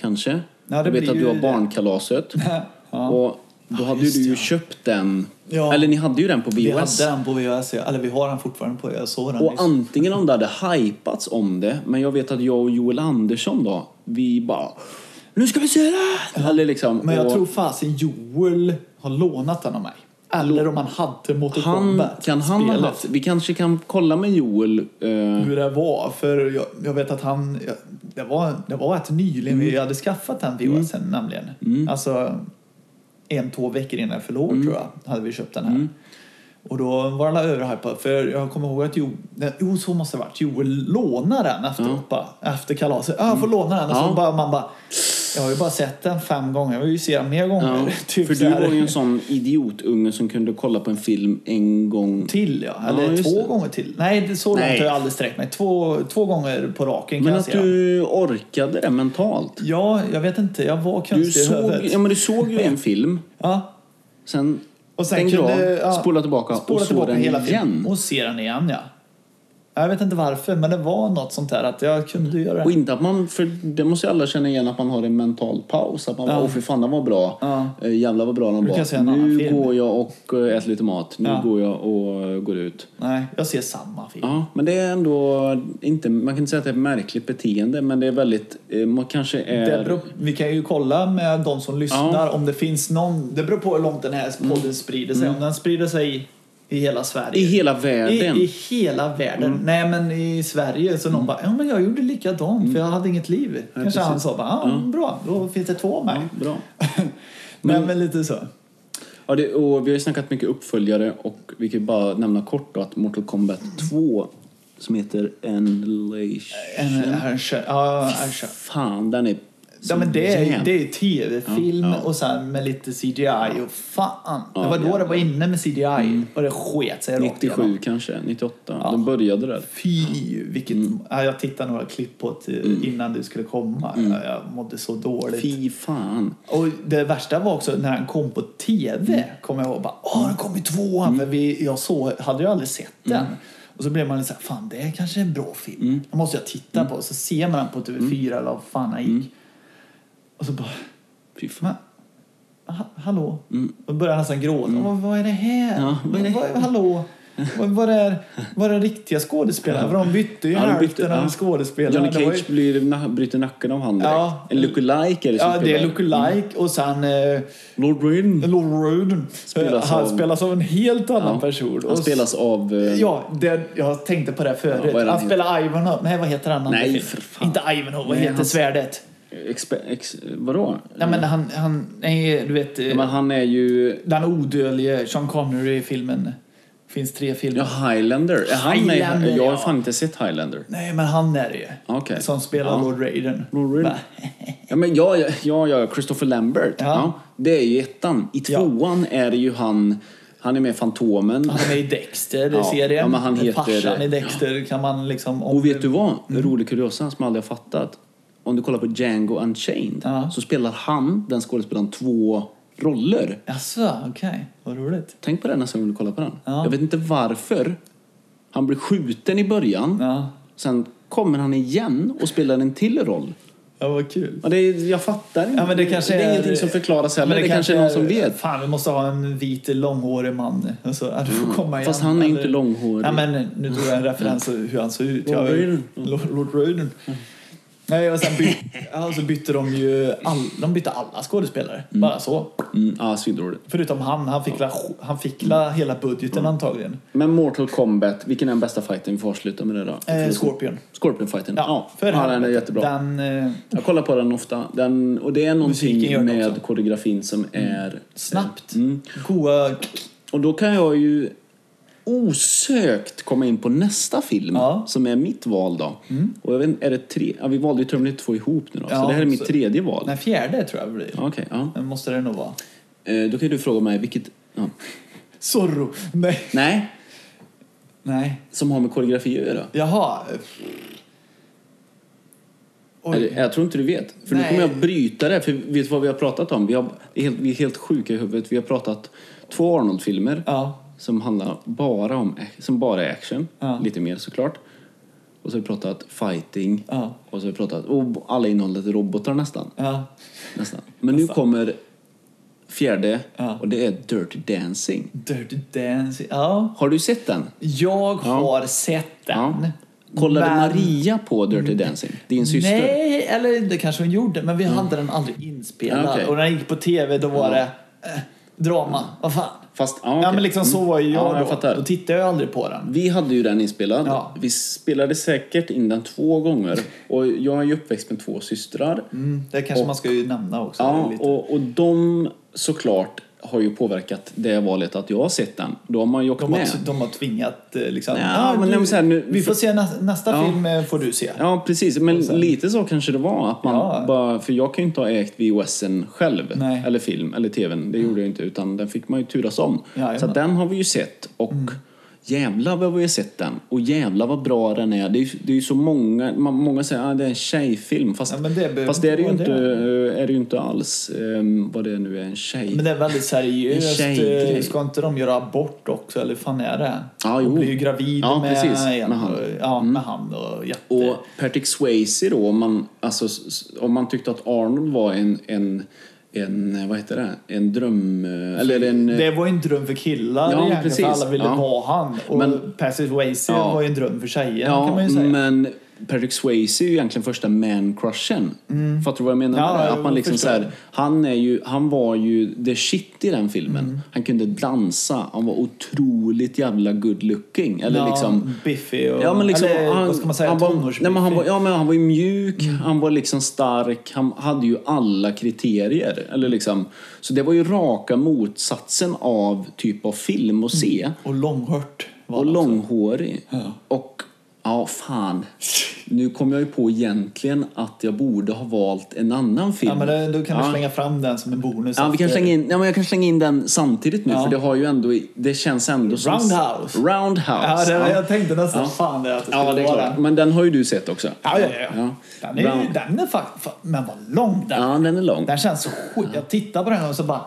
[SPEAKER 1] kanske.
[SPEAKER 2] Mm. Ja, det
[SPEAKER 1] jag vet
[SPEAKER 2] blir
[SPEAKER 1] att du
[SPEAKER 2] ju
[SPEAKER 1] har
[SPEAKER 2] det.
[SPEAKER 1] barnkalaset.
[SPEAKER 2] Ja.
[SPEAKER 1] Och då hade ju
[SPEAKER 2] just
[SPEAKER 1] du
[SPEAKER 2] det,
[SPEAKER 1] ju
[SPEAKER 2] ja.
[SPEAKER 1] köpt den,
[SPEAKER 2] Ja.
[SPEAKER 1] eller ni hade ju den på
[SPEAKER 2] Vi
[SPEAKER 1] VHS.
[SPEAKER 2] hade den på VHS, ja. eller vi har den fortfarande på Jag såg den
[SPEAKER 1] Och
[SPEAKER 2] nyss.
[SPEAKER 1] antingen om det hade hypats om det, men jag vet att jag och Joel Andersson då, vi bara Nu ska vi se det! Eller liksom,
[SPEAKER 2] Men jag
[SPEAKER 1] och
[SPEAKER 2] tror fasen Joel har lånat den av mig. Eller om han hade Mortal
[SPEAKER 1] han,
[SPEAKER 2] Kombat.
[SPEAKER 1] kan han ha
[SPEAKER 2] spelet.
[SPEAKER 1] haft, vi kanske kan kolla med Joel. eh,
[SPEAKER 2] Hur det var, för jag, jag vet att han... Jag, det, var, det var rätt nyligen vi
[SPEAKER 1] Mm.
[SPEAKER 2] hade skaffat den VHSen nämligen. Alltså en, två veckor innan jag förlor
[SPEAKER 1] Mm.
[SPEAKER 2] tror jag, hade vi köpt den här. Och då var alla överhypade, för jag kommer ihåg att Joel... nej, Jo, så måste det ha varit. Joel lånade den efteråt, bara, efter kalaset. Ja, jag får låna den. Och så
[SPEAKER 1] Mm. Ja.
[SPEAKER 2] bara, man bara... Jag har ju bara sett den fem gånger, jag vill ju se den mer gånger.
[SPEAKER 1] ja,
[SPEAKER 2] Typ
[SPEAKER 1] för
[SPEAKER 2] så
[SPEAKER 1] du
[SPEAKER 2] här.
[SPEAKER 1] var ju en sån idiotunge som kunde kolla på en film en gång.
[SPEAKER 2] till ja, eller
[SPEAKER 1] Ja, just
[SPEAKER 2] två
[SPEAKER 1] det.
[SPEAKER 2] gånger till. Nej, det- så långt
[SPEAKER 1] Nej.
[SPEAKER 2] har jag aldrig sträckt mig. Två, två gånger på
[SPEAKER 1] Men
[SPEAKER 2] raken kan jag
[SPEAKER 1] att
[SPEAKER 2] säga. Du...
[SPEAKER 1] du orkade det mentalt.
[SPEAKER 2] Ja, jag vet inte. Jag var
[SPEAKER 1] Du
[SPEAKER 2] konstig i
[SPEAKER 1] såg,
[SPEAKER 2] huvudet.
[SPEAKER 1] ja, men du såg ju en film,
[SPEAKER 2] Ja.
[SPEAKER 1] sen,
[SPEAKER 2] Och sen
[SPEAKER 1] stängde du av,
[SPEAKER 2] kunde- ja,
[SPEAKER 1] spola tillbaka
[SPEAKER 2] Spola
[SPEAKER 1] och såg
[SPEAKER 2] tillbaka
[SPEAKER 1] den
[SPEAKER 2] hela
[SPEAKER 1] igen.
[SPEAKER 2] filmen och se den igen, ja. Jag vet inte varför, men det var något sånt där att jag kunde göra
[SPEAKER 1] Och
[SPEAKER 2] det.
[SPEAKER 1] inte att man, för det måste ju alla känna igen, att man har en mental paus. Att man bara, åh fy fan den var bra.
[SPEAKER 2] Ja.
[SPEAKER 1] Eh, Jävlar vad bra den
[SPEAKER 2] kan se en
[SPEAKER 1] var.
[SPEAKER 2] annan
[SPEAKER 1] Nu
[SPEAKER 2] film."
[SPEAKER 1] går jag och eh, äter lite mat. Nu
[SPEAKER 2] Ja.
[SPEAKER 1] går jag och eh, går ut.
[SPEAKER 2] Nej, jag ser samma film.
[SPEAKER 1] Ja, men det är ändå inte, man kan inte säga att det är ett märkligt beteende, men det är väldigt, eh, man kanske är...
[SPEAKER 2] Det beror, vi kan ju kolla med de som lyssnar om det finns någon... Det beror på hur långt den här podden sprider sig. Om den sprider sig i, i hela Sverige.
[SPEAKER 1] Mm. I hela världen.
[SPEAKER 2] I, I hela världen.
[SPEAKER 1] Mm.
[SPEAKER 2] Nej, men i Sverige så någon bara, ja men jag gjorde likadant för jag
[SPEAKER 1] Mm.
[SPEAKER 2] hade inget liv. Kanske han sa bara, ja, bra, då finns det två av mig.
[SPEAKER 1] Bra.
[SPEAKER 2] Nej, men lite så.
[SPEAKER 1] Ja, det, och vi har ju snackat mycket uppföljare och vi kan ju bara nämna kort då att Mortal Kombat 2 som heter Enlation.
[SPEAKER 2] En, en, ja, en,
[SPEAKER 1] Fan, den är
[SPEAKER 2] Ja, men det är ju
[SPEAKER 1] jävla-
[SPEAKER 2] det är ju tv-film
[SPEAKER 1] Ja, ja.
[SPEAKER 2] och så här med lite CGI och fan.
[SPEAKER 1] Ja, Mm.
[SPEAKER 2] det var då
[SPEAKER 1] jävlar.
[SPEAKER 2] det var inne med CGI och det sket sig rakt
[SPEAKER 1] 97
[SPEAKER 2] igenom.
[SPEAKER 1] kanske, 98. De började där.
[SPEAKER 2] Fy, vilket...
[SPEAKER 1] Mm.
[SPEAKER 2] Ja, jag tittade några klipp på till, innan du skulle komma.
[SPEAKER 1] Mm.
[SPEAKER 2] Jag, jag mådde så dåligt.
[SPEAKER 1] Fy fan.
[SPEAKER 2] Och det värsta var också när han kom på tv.
[SPEAKER 1] Mm.
[SPEAKER 2] Kommer jag ihåg. Bara, Åh, den kom i tvåan. För vi, jag såg, hade ju aldrig sett den.
[SPEAKER 1] Mm.
[SPEAKER 2] Och så blev man lite så här, fan det är kanske en bra film. Den måste jag titta
[SPEAKER 1] Mm.
[SPEAKER 2] på. Så ser man den på TV4 eller vad fan han gick. Och så bara,
[SPEAKER 1] Fy fan. Mm.
[SPEAKER 2] men, ha, hallå? Och börjar nästan gråta. Vad, vad är det här?
[SPEAKER 1] Ja, vad är det
[SPEAKER 2] Vad, hallå? Vad, vad, är, vad är riktiga skådespelare? För de bytte ju
[SPEAKER 1] Ja, de bytte,
[SPEAKER 2] hälften
[SPEAKER 1] ja.
[SPEAKER 2] av skådespelarna.
[SPEAKER 1] Johnny
[SPEAKER 2] Det var ju-
[SPEAKER 1] Cage blir, na, bryter nacken av han direkt.
[SPEAKER 2] Ja.
[SPEAKER 1] En lookalike är det som
[SPEAKER 2] Ja, det
[SPEAKER 1] spelar.
[SPEAKER 2] är lookalike
[SPEAKER 1] Mm.
[SPEAKER 2] Mm. och sen eh,
[SPEAKER 1] Lord Raiden.
[SPEAKER 2] Lord Roden.
[SPEAKER 1] Spelas
[SPEAKER 2] han
[SPEAKER 1] av-
[SPEAKER 2] spelas av en helt annan
[SPEAKER 1] Ja.
[SPEAKER 2] person.
[SPEAKER 1] Han
[SPEAKER 2] Och s-
[SPEAKER 1] spelas av... eh,
[SPEAKER 2] Ja, det, jag tänkte på det
[SPEAKER 1] Ja,
[SPEAKER 2] förut.
[SPEAKER 1] vad är det
[SPEAKER 2] han
[SPEAKER 1] han
[SPEAKER 2] spelar Ivanhoe. Nej, vad heter han? andra
[SPEAKER 1] Nej,
[SPEAKER 2] filmen?
[SPEAKER 1] för fan.
[SPEAKER 2] Inte Ivanhoe, vad
[SPEAKER 1] Nej,
[SPEAKER 2] heter
[SPEAKER 1] han-
[SPEAKER 2] svärdet?
[SPEAKER 1] Expe- ex, vadå?
[SPEAKER 2] Nej, men han, han nej, du vet, eh,
[SPEAKER 1] Men han är ju...
[SPEAKER 2] den odödlige Sean Connery i filmen. finns tre filmer.
[SPEAKER 1] Ja, Highlander. Är Han
[SPEAKER 2] Highlander,
[SPEAKER 1] med, jag har
[SPEAKER 2] ja.
[SPEAKER 1] fan inte sett Highlander.
[SPEAKER 2] Nej, men han är det ju.
[SPEAKER 1] Okej.
[SPEAKER 2] Som spelar
[SPEAKER 1] Ja.
[SPEAKER 2] Lord Raiden.
[SPEAKER 1] Lord Raiden.
[SPEAKER 2] Va?
[SPEAKER 1] Ja, men jag, jag, jag, Christopher Lambert. Ja.
[SPEAKER 2] Ja.
[SPEAKER 1] det är ju ettan. I
[SPEAKER 2] Ja.
[SPEAKER 1] tvåan är det ju han... Han är med i Fantomen.
[SPEAKER 2] Han är med i Dexter,
[SPEAKER 1] Ja,
[SPEAKER 2] serien.
[SPEAKER 1] ja, men han heter-
[SPEAKER 2] Farsan i Dexter kan man liksom...
[SPEAKER 1] Och vet du vad?
[SPEAKER 2] Mm.
[SPEAKER 1] Rolig kuriosa som jag aldrig har fattat. Om du kollar på Django Unchained
[SPEAKER 2] Ja.
[SPEAKER 1] så spelar han, den skådespelaren, två roller.
[SPEAKER 2] Jaså, okej. Vad roligt.
[SPEAKER 1] Tänk på det nästa gång du kollar på den.
[SPEAKER 2] Ja.
[SPEAKER 1] Jag vet inte varför. Han blir skjuten i början.
[SPEAKER 2] Ja,
[SPEAKER 1] Sen kommer han igen och spelar en till roll.
[SPEAKER 2] ja vad kul.
[SPEAKER 1] Ja, det är, jag fattar inte.
[SPEAKER 2] Ja, men det kanske
[SPEAKER 1] är,
[SPEAKER 2] är-
[SPEAKER 1] ingenting som förklaras heller.
[SPEAKER 2] Men
[SPEAKER 1] det, kanske är någon som vet.
[SPEAKER 2] Fan, vi måste ha en vit långhårig man. Och så, ja, du får komma igen.
[SPEAKER 1] Mm. Fast han är ju
[SPEAKER 2] Eller-
[SPEAKER 1] inte långhårig.
[SPEAKER 2] Ja, men nu tog jag en referens hur han såg ut.
[SPEAKER 1] Lord
[SPEAKER 2] Jag-
[SPEAKER 1] Raiden.
[SPEAKER 2] Lord- Lord Raiden. Nej, och sen by- ja, så bytte de ju all- de bytte alla skådespelare. Bara så.
[SPEAKER 1] Mm, ja, svindåligt.
[SPEAKER 2] Förutom han. Han fick, la, han fick
[SPEAKER 1] Mm.
[SPEAKER 2] la hela budgeten antagligen.
[SPEAKER 1] Men Mortal Kombat, vilken är den bästa fighten? Vi får avsluta med det då.
[SPEAKER 2] Eh,
[SPEAKER 1] Förutom-
[SPEAKER 2] Scorpion.
[SPEAKER 1] Scorpion-fighten. Ja, ja,
[SPEAKER 2] för
[SPEAKER 1] den är
[SPEAKER 2] helvete.
[SPEAKER 1] jättebra.
[SPEAKER 2] Den, eh,
[SPEAKER 1] Jag kollar på den ofta. Den, och det är någonting
[SPEAKER 2] Musiken gör det
[SPEAKER 1] med
[SPEAKER 2] också. Mm.
[SPEAKER 1] koreografin som är...
[SPEAKER 2] snabbt.
[SPEAKER 1] Mm.
[SPEAKER 2] Goa...
[SPEAKER 1] Och då kan jag ju osökt komma in på nästa film
[SPEAKER 2] Ja. Mm.
[SPEAKER 1] som är mitt val då. Och jag vet, inte, är det tre? Ja, vi valde ju Terminator 2 ihop nu då, så
[SPEAKER 2] Ja,
[SPEAKER 1] det här är mitt
[SPEAKER 2] så-
[SPEAKER 1] tredje val.
[SPEAKER 2] Den fjärde tror jag blir.
[SPEAKER 1] Ja, Okej, ja.
[SPEAKER 2] Den måste det nog vara.
[SPEAKER 1] Eh, Då kan ju du fråga mig vilket... Ja.
[SPEAKER 2] Zorro. Nej.
[SPEAKER 1] Nej,
[SPEAKER 2] Nej.
[SPEAKER 1] som har med koreografi att göra.
[SPEAKER 2] Jaha.
[SPEAKER 1] Eller,
[SPEAKER 2] Oj.
[SPEAKER 1] jag tror inte du vet. För nu
[SPEAKER 2] Nej.
[SPEAKER 1] kommer jag bryta det. För vet du vad vi har pratat om? Vi, har, det är helt, vi är helt sjuka i huvudet. Vi har pratat två Arnold-filmer.
[SPEAKER 2] Ja.
[SPEAKER 1] som handlar bara om som bara är action,
[SPEAKER 2] Ja.
[SPEAKER 1] lite mer såklart. Och så har vi pratat fighting
[SPEAKER 2] Ja.
[SPEAKER 1] och så har vi pratat och alla innehållet är robotar nästan.
[SPEAKER 2] Ja.
[SPEAKER 1] nästan. Men nu kommer fjärde
[SPEAKER 2] Ja.
[SPEAKER 1] och det är Dirty Dancing.
[SPEAKER 2] Dirty Dancing. Ja.
[SPEAKER 1] Har du sett den?
[SPEAKER 2] Jag har sett den.
[SPEAKER 1] Kollade
[SPEAKER 2] Men-
[SPEAKER 1] Maria på Dirty Dancing? Din syster? Mm.
[SPEAKER 2] Nej, eller det kanske hon gjorde, men vi hade den aldrig inspelad.
[SPEAKER 1] Ja, okej.
[SPEAKER 2] Och när den gick på tv då var
[SPEAKER 1] Ja.
[SPEAKER 2] det eh, drama. Vad fan?
[SPEAKER 1] Fast, ja,
[SPEAKER 2] Ja,
[SPEAKER 1] okej.
[SPEAKER 2] men liksom så var ju
[SPEAKER 1] Mm.
[SPEAKER 2] jag,
[SPEAKER 1] Ja, jag
[SPEAKER 2] då.
[SPEAKER 1] fattar.
[SPEAKER 2] Då tittade jag aldrig på den.
[SPEAKER 1] Vi hade ju den inspelad.
[SPEAKER 2] Ja.
[SPEAKER 1] Vi spelade säkert in den två gånger. Och jag är ju uppväxt med två systrar.
[SPEAKER 2] Mm, det kanske man ska ju nämna också.
[SPEAKER 1] Ja,
[SPEAKER 2] lite.
[SPEAKER 1] och, och de såklart har ju påverkat det valet att jag har sett den. Då har man ju åkt
[SPEAKER 2] de,
[SPEAKER 1] med.
[SPEAKER 2] har, de har tvingat eh, liksom...
[SPEAKER 1] Ja,
[SPEAKER 2] "Ah,
[SPEAKER 1] men de säger nu-
[SPEAKER 2] vi får se nä- nästa
[SPEAKER 1] Ja.
[SPEAKER 2] film eh, får du se.
[SPEAKER 1] Ja, precis. Men lite så kanske det var. Att man
[SPEAKER 2] Ja.
[SPEAKER 1] bara, för jag kan ju inte ha ägt VHSen själv.
[SPEAKER 2] Nej.
[SPEAKER 1] Eller film, eller tvn. Det gjorde jag inte. Utan den fick man ju turas om.
[SPEAKER 2] Jajamän.
[SPEAKER 1] så att den har vi ju sett. Och
[SPEAKER 2] Mm.
[SPEAKER 1] jävlar vad vi har sett den. Och jävlar vad bra den är. Det är ju- det är ju så många, man- många säger att ah, det är en tjejfilm. Fast,
[SPEAKER 2] Ja, men det behöver
[SPEAKER 1] fast det är det ju
[SPEAKER 2] inte
[SPEAKER 1] inte, eh,
[SPEAKER 2] vara
[SPEAKER 1] är det ju inte alls. ehm, vad det nu är, en tjej.
[SPEAKER 2] Men det är väldigt seriöst.
[SPEAKER 1] En tjejgrej.
[SPEAKER 2] Eh, Ska inte de göra abort också? Eller fan är det?
[SPEAKER 1] Ja, jo.
[SPEAKER 2] Hon blir ju gravid
[SPEAKER 1] Ja,
[SPEAKER 2] med,
[SPEAKER 1] precis.
[SPEAKER 2] en,
[SPEAKER 1] Med han. Mm.
[SPEAKER 2] och- Ja, med han och jätte...
[SPEAKER 1] Och Patrick Swayze då, om man, alltså, s- s- om man tyckte att Arnold var en, en, en vad heter det, en dröm... eh, Eller en... eh,
[SPEAKER 2] det var ju en dröm för killar
[SPEAKER 1] Ja,
[SPEAKER 2] egentligen,
[SPEAKER 1] precis.
[SPEAKER 2] för alla ville
[SPEAKER 1] Ja.
[SPEAKER 2] vara han. Och
[SPEAKER 1] Men-
[SPEAKER 2] men, Patrick Swayze
[SPEAKER 1] Ja.
[SPEAKER 2] var ju en dröm för tjejen kan
[SPEAKER 1] ja,
[SPEAKER 2] man ju säga.
[SPEAKER 1] men Patrick Swayze är ju egentligen första man-crushen. Fattar du vad jag menar
[SPEAKER 2] Mm. Ja,
[SPEAKER 1] med det?
[SPEAKER 2] jag
[SPEAKER 1] Att man liksom så
[SPEAKER 2] förstår.
[SPEAKER 1] här, han, är ju, han var ju the shit i den filmen.
[SPEAKER 2] Mm.
[SPEAKER 1] Han kunde dansa, han var otroligt jävla good looking. Eller
[SPEAKER 2] ja,
[SPEAKER 1] liksom...
[SPEAKER 2] Biffig och...
[SPEAKER 1] Ja, men liksom,
[SPEAKER 2] eller,
[SPEAKER 1] han,
[SPEAKER 2] vad ska man säga?
[SPEAKER 1] han var,
[SPEAKER 2] Tonårsbiffig.
[SPEAKER 1] nej, men han, var, ja, men han var ju mjuk, han var liksom stark, han hade ju alla kriterier. Eller liksom, så det var ju raka motsatsen av typ av film att se.
[SPEAKER 2] Mm. Och långhårt var
[SPEAKER 1] Och
[SPEAKER 2] alltså? han också.
[SPEAKER 1] långhårig. Och Ja, fan. Nu kom jag ju på egentligen att jag borde ha valt en annan film.
[SPEAKER 2] Ja, men det, då kan du
[SPEAKER 1] Ja.
[SPEAKER 2] slänga fram den som en bonus.
[SPEAKER 1] Ja, vi kan
[SPEAKER 2] efter-
[SPEAKER 1] slänga in, ja, men jag kan slänga in den samtidigt nu
[SPEAKER 2] Ja.
[SPEAKER 1] för det har ju ändå, det känns ändå som...
[SPEAKER 2] Roundhouse. Ja,
[SPEAKER 1] Roundhouse.
[SPEAKER 2] det,
[SPEAKER 1] ja.
[SPEAKER 2] jag tänkte nästan
[SPEAKER 1] Ja.
[SPEAKER 2] fan det att det skulle
[SPEAKER 1] Ja, det är
[SPEAKER 2] vara
[SPEAKER 1] klart.
[SPEAKER 2] den.
[SPEAKER 1] Men den har ju du sett också.
[SPEAKER 2] Ja, ja, ja.
[SPEAKER 1] Ja.
[SPEAKER 2] Den är, ju-
[SPEAKER 1] Round-
[SPEAKER 2] den är faktiskt... Men vad lång den
[SPEAKER 1] Ja, den är lång.
[SPEAKER 2] Den känns så skit. Jag tittar på den och så bara...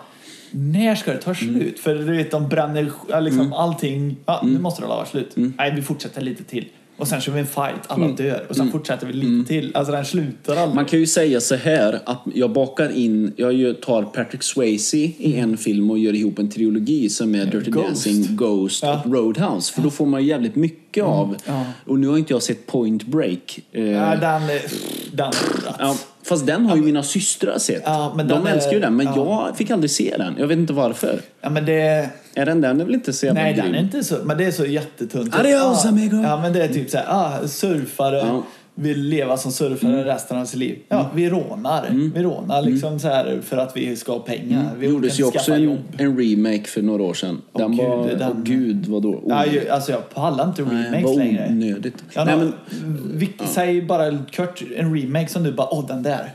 [SPEAKER 2] När ska det
[SPEAKER 1] Mm.
[SPEAKER 2] ta slut? För du vet, de bränner ja, liksom allting. Ja, nu
[SPEAKER 1] Mm.
[SPEAKER 2] måste det alla vara slut. Nej, vi fortsätter lite till. Och sen kör vi en fight, alla
[SPEAKER 1] Mm.
[SPEAKER 2] dör. Och sen fortsätter vi lite till. Alltså den slutar aldrig.
[SPEAKER 1] Man kan ju säga så här att jag bakar in, jag ju tar Patrick Swayze i en film och gör ihop en trilogi som är Dirty
[SPEAKER 2] Mm. Ghost.
[SPEAKER 1] Dancing, Ghost
[SPEAKER 2] Ja. Mm.
[SPEAKER 1] och Roadhouse. För då får man ju jävligt mycket av.
[SPEAKER 2] ja.
[SPEAKER 1] Och nu har inte jag sett Point Break. Eh,
[SPEAKER 2] Ja, den... är- Den...
[SPEAKER 1] ja, fast den har ju mina systrar sett.
[SPEAKER 2] Ja, men den
[SPEAKER 1] De
[SPEAKER 2] är-
[SPEAKER 1] älskar ju den, men
[SPEAKER 2] ja.
[SPEAKER 1] jag fick aldrig se den. Jag vet inte varför.
[SPEAKER 2] Ja, men det...
[SPEAKER 1] Är den den är väl inte så jävla
[SPEAKER 2] Nej,
[SPEAKER 1] grym?
[SPEAKER 2] den är inte så... Men det är så jättetunt.
[SPEAKER 1] Adios,
[SPEAKER 2] ja.
[SPEAKER 1] amigo.
[SPEAKER 2] Ja, men det är typ så här... Ah, surfare
[SPEAKER 1] Ja. Mm.
[SPEAKER 2] vill leva som surfare resten av sitt liv. Ja, vi rånar. Vi rånar liksom så här för att vi ska ha pengar. Vi
[SPEAKER 1] Det Mm. gjordes
[SPEAKER 2] kan
[SPEAKER 1] ju
[SPEAKER 2] inte
[SPEAKER 1] också
[SPEAKER 2] skaffa
[SPEAKER 1] en,
[SPEAKER 2] jobb.
[SPEAKER 1] en remake för några år sedan.
[SPEAKER 2] Åh,
[SPEAKER 1] Den
[SPEAKER 2] gud,
[SPEAKER 1] var...
[SPEAKER 2] den-
[SPEAKER 1] Åh gud, vadå? Oh,
[SPEAKER 2] Ja, ju, alltså jag pallar inte remakes
[SPEAKER 1] vad
[SPEAKER 2] längre.
[SPEAKER 1] onödigt.
[SPEAKER 2] Ja,
[SPEAKER 1] Nej,
[SPEAKER 2] men,
[SPEAKER 1] men,
[SPEAKER 2] vi, Säg bara kort en remake som du bara, åh den där.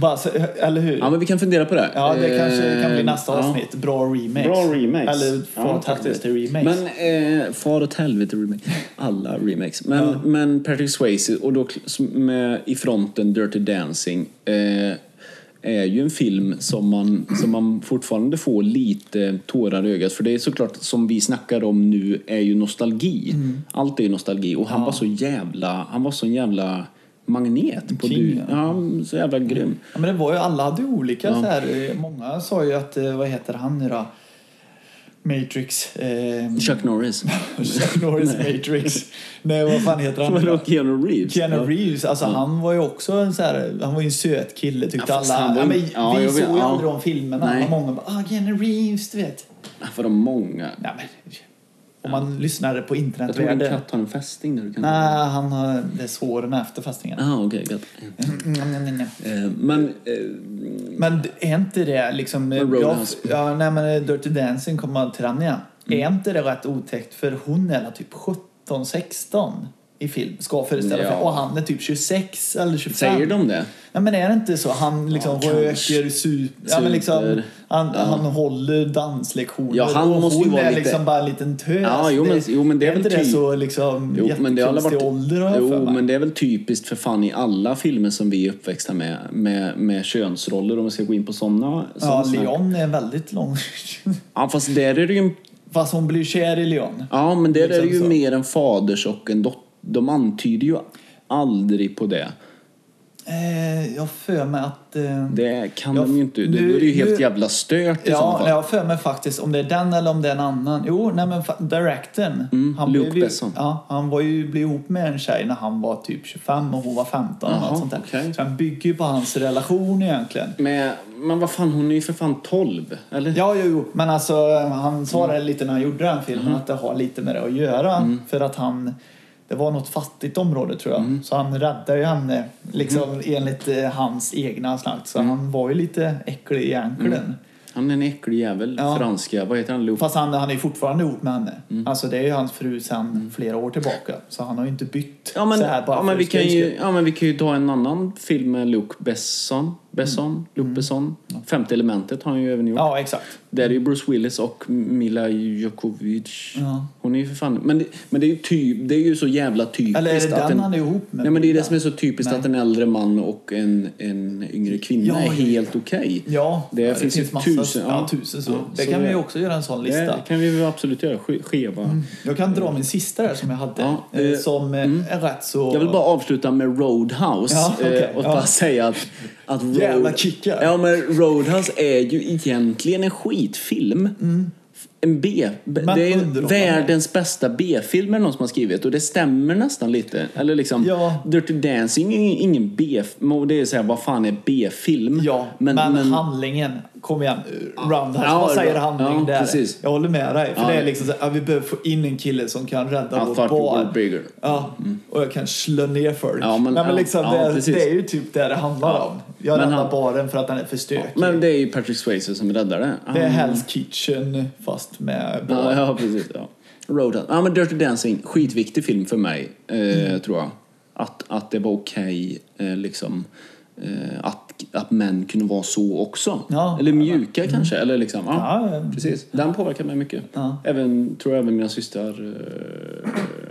[SPEAKER 2] bara, så, eller hur?
[SPEAKER 1] ja, men vi kan fundera på det.
[SPEAKER 2] Ja, det kanske kan bli
[SPEAKER 1] Eh,
[SPEAKER 2] nästa
[SPEAKER 1] ja.
[SPEAKER 2] avsnitt. Bra remakes.
[SPEAKER 1] Bra remakes.
[SPEAKER 2] Eller far åt helvete remakes.
[SPEAKER 1] Men eh, far åt helvete remake. Alla remakes. Men, men Patrick Swayze och då kl- som- med, i fronten Dirty Dancing eh, är ju en film som man, som man fortfarande får lite tårar i ögat. För det är såklart, som vi snackar om nu, är ju nostalgi.
[SPEAKER 2] Mm.
[SPEAKER 1] Allt är ju nostalgi. Och han var så jävla, han var så en jävla magnet på
[SPEAKER 2] King,
[SPEAKER 1] du.
[SPEAKER 2] ja.
[SPEAKER 1] Ja, så jävla grym.
[SPEAKER 2] Ja, men det var ju, alla hade ju olika så här, eh, Många sa ju att, eh, vad heter han nu då? Matrix. Eh,
[SPEAKER 1] Chuck Norris.
[SPEAKER 2] Chuck Norris Matrix. Nej, vad fan heter han? nu då?
[SPEAKER 1] Vadå, Keanu Reeves?
[SPEAKER 2] Keanu Reeves, alltså han var ju också en så här, han var ju en söt kille tyckte
[SPEAKER 1] Ja, fast
[SPEAKER 2] alla.
[SPEAKER 1] han var
[SPEAKER 2] ja,
[SPEAKER 1] ju-
[SPEAKER 2] men,
[SPEAKER 1] ja,
[SPEAKER 2] vi
[SPEAKER 1] jag
[SPEAKER 2] såg
[SPEAKER 1] vet,
[SPEAKER 2] ju
[SPEAKER 1] ja.
[SPEAKER 2] aldrig de filmerna.
[SPEAKER 1] Nej.
[SPEAKER 2] Och Många bara, ah Keanu Reeves, du vet.
[SPEAKER 1] För de många.
[SPEAKER 2] Nej, men, om man lyssnade på
[SPEAKER 1] Jag tror din
[SPEAKER 2] internetvärlden.
[SPEAKER 1] katt har en fästing där du kan...
[SPEAKER 2] Nej, han har, det är svåren efter fästingen.
[SPEAKER 1] Ah, okej, gött.
[SPEAKER 2] Mm, nej, nej, nej.
[SPEAKER 1] Eh, Men... eh,
[SPEAKER 2] Men d- är inte det liksom... eh,
[SPEAKER 1] Roadhouse.
[SPEAKER 2] Jag, ja, nej, men eh, Dirty Dancing kommer till den igen.
[SPEAKER 1] Mm.
[SPEAKER 2] Är inte det rätt otäckt för hon är väl typ 17, 16 i film, ska föreställa
[SPEAKER 1] Ja.
[SPEAKER 2] film. Och han är typ 26 eller 25.
[SPEAKER 1] Säger de det?
[SPEAKER 2] Ja, men är det inte så? Han liksom
[SPEAKER 1] Ja, kanske.
[SPEAKER 2] röker, super... Ja, men liksom,
[SPEAKER 1] Super.
[SPEAKER 2] han, han håller danslektioner.
[SPEAKER 1] Ja, han
[SPEAKER 2] och
[SPEAKER 1] måste ju
[SPEAKER 2] hon
[SPEAKER 1] vara
[SPEAKER 2] är
[SPEAKER 1] lite-
[SPEAKER 2] liksom bara en liten tös.
[SPEAKER 1] Ja, jo, men- jo, men det är väl
[SPEAKER 2] inte det
[SPEAKER 1] typ-
[SPEAKER 2] så liksom
[SPEAKER 1] Jo, men det har alla varit...
[SPEAKER 2] jättekonstig ålder har jag för
[SPEAKER 1] Jo,
[SPEAKER 2] mig.
[SPEAKER 1] men det är väl typiskt för fan i alla filmer som vi är uppväxta med, med, med könsroller om vi ska gå in på sådana.
[SPEAKER 2] Ja, Leon är väldigt lång.
[SPEAKER 1] Ja, fast där är det ju...
[SPEAKER 2] Fast hon blir kär i Leon.
[SPEAKER 1] Ja, men där är det ju
[SPEAKER 2] Liksom så.
[SPEAKER 1] mer en faders och en dotter. De antyder ju aldrig på det.
[SPEAKER 2] Eh, jag har för mig att... Eh,
[SPEAKER 1] Det kan
[SPEAKER 2] Ja,
[SPEAKER 1] de ju inte. Det
[SPEAKER 2] nu-
[SPEAKER 1] vore ju helt
[SPEAKER 2] nu-
[SPEAKER 1] jävla stört i
[SPEAKER 2] ja,
[SPEAKER 1] så
[SPEAKER 2] nej, jag
[SPEAKER 1] fall.
[SPEAKER 2] har för mig faktiskt om det är den eller om det är en annan. Jo, nej men fa- directorn.
[SPEAKER 1] Mm, Luke
[SPEAKER 2] blev ju,
[SPEAKER 1] Besson.
[SPEAKER 2] Ja, han var ju, blev ihop med en tjej när han var typ 25 och hon var 15. och
[SPEAKER 1] Jaha,
[SPEAKER 2] något sånt där.
[SPEAKER 1] okej.
[SPEAKER 2] Så han bygger ju på hans relation egentligen.
[SPEAKER 1] Men, men vad fan, hon är ju för fan 12, eller?
[SPEAKER 2] Ja, jo, jo. men alltså han svarade lite när han gjorde den filmen
[SPEAKER 1] Mm.
[SPEAKER 2] att det har lite med det att göra. För att han, det var något fattigt område tror jag.
[SPEAKER 1] Mm.
[SPEAKER 2] Så han räddade ju henne liksom enligt eh, hans egna slakt.
[SPEAKER 1] Mm.
[SPEAKER 2] Så han var ju lite äcklig i anklen.
[SPEAKER 1] Han är en äcklig jävel,
[SPEAKER 2] Ja.
[SPEAKER 1] franska. Vad heter han? Luke?
[SPEAKER 2] Fast han, han är ju fortfarande ihop med henne.
[SPEAKER 1] Mm.
[SPEAKER 2] Alltså det är ju hans fru sedan flera år tillbaka. Så han har ju inte bytt
[SPEAKER 1] Ja men,
[SPEAKER 2] så här bara
[SPEAKER 1] ja, men
[SPEAKER 2] för
[SPEAKER 1] vi kan
[SPEAKER 2] skojs
[SPEAKER 1] ju,
[SPEAKER 2] skull.
[SPEAKER 1] ja men vi kan ju ta en annan film med Luke Besson. Besson? Luke Besson? Femte elementet har han ju även gjort.
[SPEAKER 2] Mm. Ja, exakt.
[SPEAKER 1] Där är ju Bruce Willis och Mila Djokovic.
[SPEAKER 2] Ja.
[SPEAKER 1] Hon är ju för fan... Men det, men det, är, ju typ, det är ju så jävla typiskt
[SPEAKER 2] Eller är det
[SPEAKER 1] att
[SPEAKER 2] den
[SPEAKER 1] en...
[SPEAKER 2] han är ihop med?
[SPEAKER 1] Nej men det är det som är så typiskt
[SPEAKER 2] Nej.
[SPEAKER 1] att en äldre man och en, en yngre kvinna
[SPEAKER 2] Ja,
[SPEAKER 1] är
[SPEAKER 2] ja, ja.
[SPEAKER 1] helt okej.
[SPEAKER 2] Ja,
[SPEAKER 1] Det
[SPEAKER 2] ja,
[SPEAKER 1] finns ju
[SPEAKER 2] massa,
[SPEAKER 1] tusen,
[SPEAKER 2] ja.
[SPEAKER 1] ja.
[SPEAKER 2] tusen så.
[SPEAKER 1] Ja,
[SPEAKER 2] det
[SPEAKER 1] så
[SPEAKER 2] kan
[SPEAKER 1] är
[SPEAKER 2] vi
[SPEAKER 1] det.
[SPEAKER 2] också göra en sån lista. Mm.
[SPEAKER 1] Det kan vi väl absolut göra. Ske- Skeva.
[SPEAKER 2] Jag kan dra min sista där som jag hade.
[SPEAKER 1] Ja,
[SPEAKER 2] eh,
[SPEAKER 1] eh,
[SPEAKER 2] som eh, är rätt så...
[SPEAKER 1] Jag vill bara avsluta med Roadhouse
[SPEAKER 2] Ja, okej,
[SPEAKER 1] eh, och
[SPEAKER 2] ja.
[SPEAKER 1] bara säga att... att Road...
[SPEAKER 2] Jävla kickar.
[SPEAKER 1] Ja, men Roadhouse är ju egentligen en skitfilm.
[SPEAKER 2] Mm.
[SPEAKER 1] En B. B-
[SPEAKER 2] Men
[SPEAKER 1] det är en
[SPEAKER 2] underhållande.
[SPEAKER 1] världens bästa B-film är det någon som har skrivit och det stämmer nästan lite. Eller liksom,
[SPEAKER 2] Ja.
[SPEAKER 1] Dirty Dancing är ju ingen B-film. och Det är så här, vad fan är B-film?
[SPEAKER 2] Ja, men, handlingen. Kom igen, Roundhouse.
[SPEAKER 1] Ja,
[SPEAKER 2] Vad säger
[SPEAKER 1] ja,
[SPEAKER 2] handling
[SPEAKER 1] ja,
[SPEAKER 2] där?
[SPEAKER 1] precis.
[SPEAKER 2] Jag håller med dig. För
[SPEAKER 1] Ja.
[SPEAKER 2] det är liksom så här, ja, vi behöver få in en kille som kan rädda
[SPEAKER 1] I
[SPEAKER 2] vår
[SPEAKER 1] thought we were
[SPEAKER 2] bar.
[SPEAKER 1] bigger.
[SPEAKER 2] Ja, och jag kan slå ner folk.
[SPEAKER 1] Mm. Ja, men-
[SPEAKER 2] Nej, men
[SPEAKER 1] ja,
[SPEAKER 2] liksom,
[SPEAKER 1] ja,
[SPEAKER 2] det,
[SPEAKER 1] precis.
[SPEAKER 2] det är ju typ det det handlar om. Jag
[SPEAKER 1] Men
[SPEAKER 2] räddar
[SPEAKER 1] han-
[SPEAKER 2] baren för att den är för stökig.
[SPEAKER 1] Men Mm. det är ju Patrick Swayze som räddar det.
[SPEAKER 2] Det är
[SPEAKER 1] Han-
[SPEAKER 2] Hell's Kitchen fast med bar.
[SPEAKER 1] Ja, ja, precis. Ja. Roadhouse. Ja, men Dirty Dancing, skitviktig film för mig, eh,
[SPEAKER 2] Mm.
[SPEAKER 1] tror jag. Att, att det var okej, eh, liksom, eh, att, att män kunde vara så också.
[SPEAKER 2] Ja. Mm.
[SPEAKER 1] Eller mjuka kanske. Eller liksom, ja,
[SPEAKER 2] Ja, ja.
[SPEAKER 1] Precis. Den påverkar mig mycket.
[SPEAKER 2] Ja.
[SPEAKER 1] Även, tror jag, även mina systrar... Eh,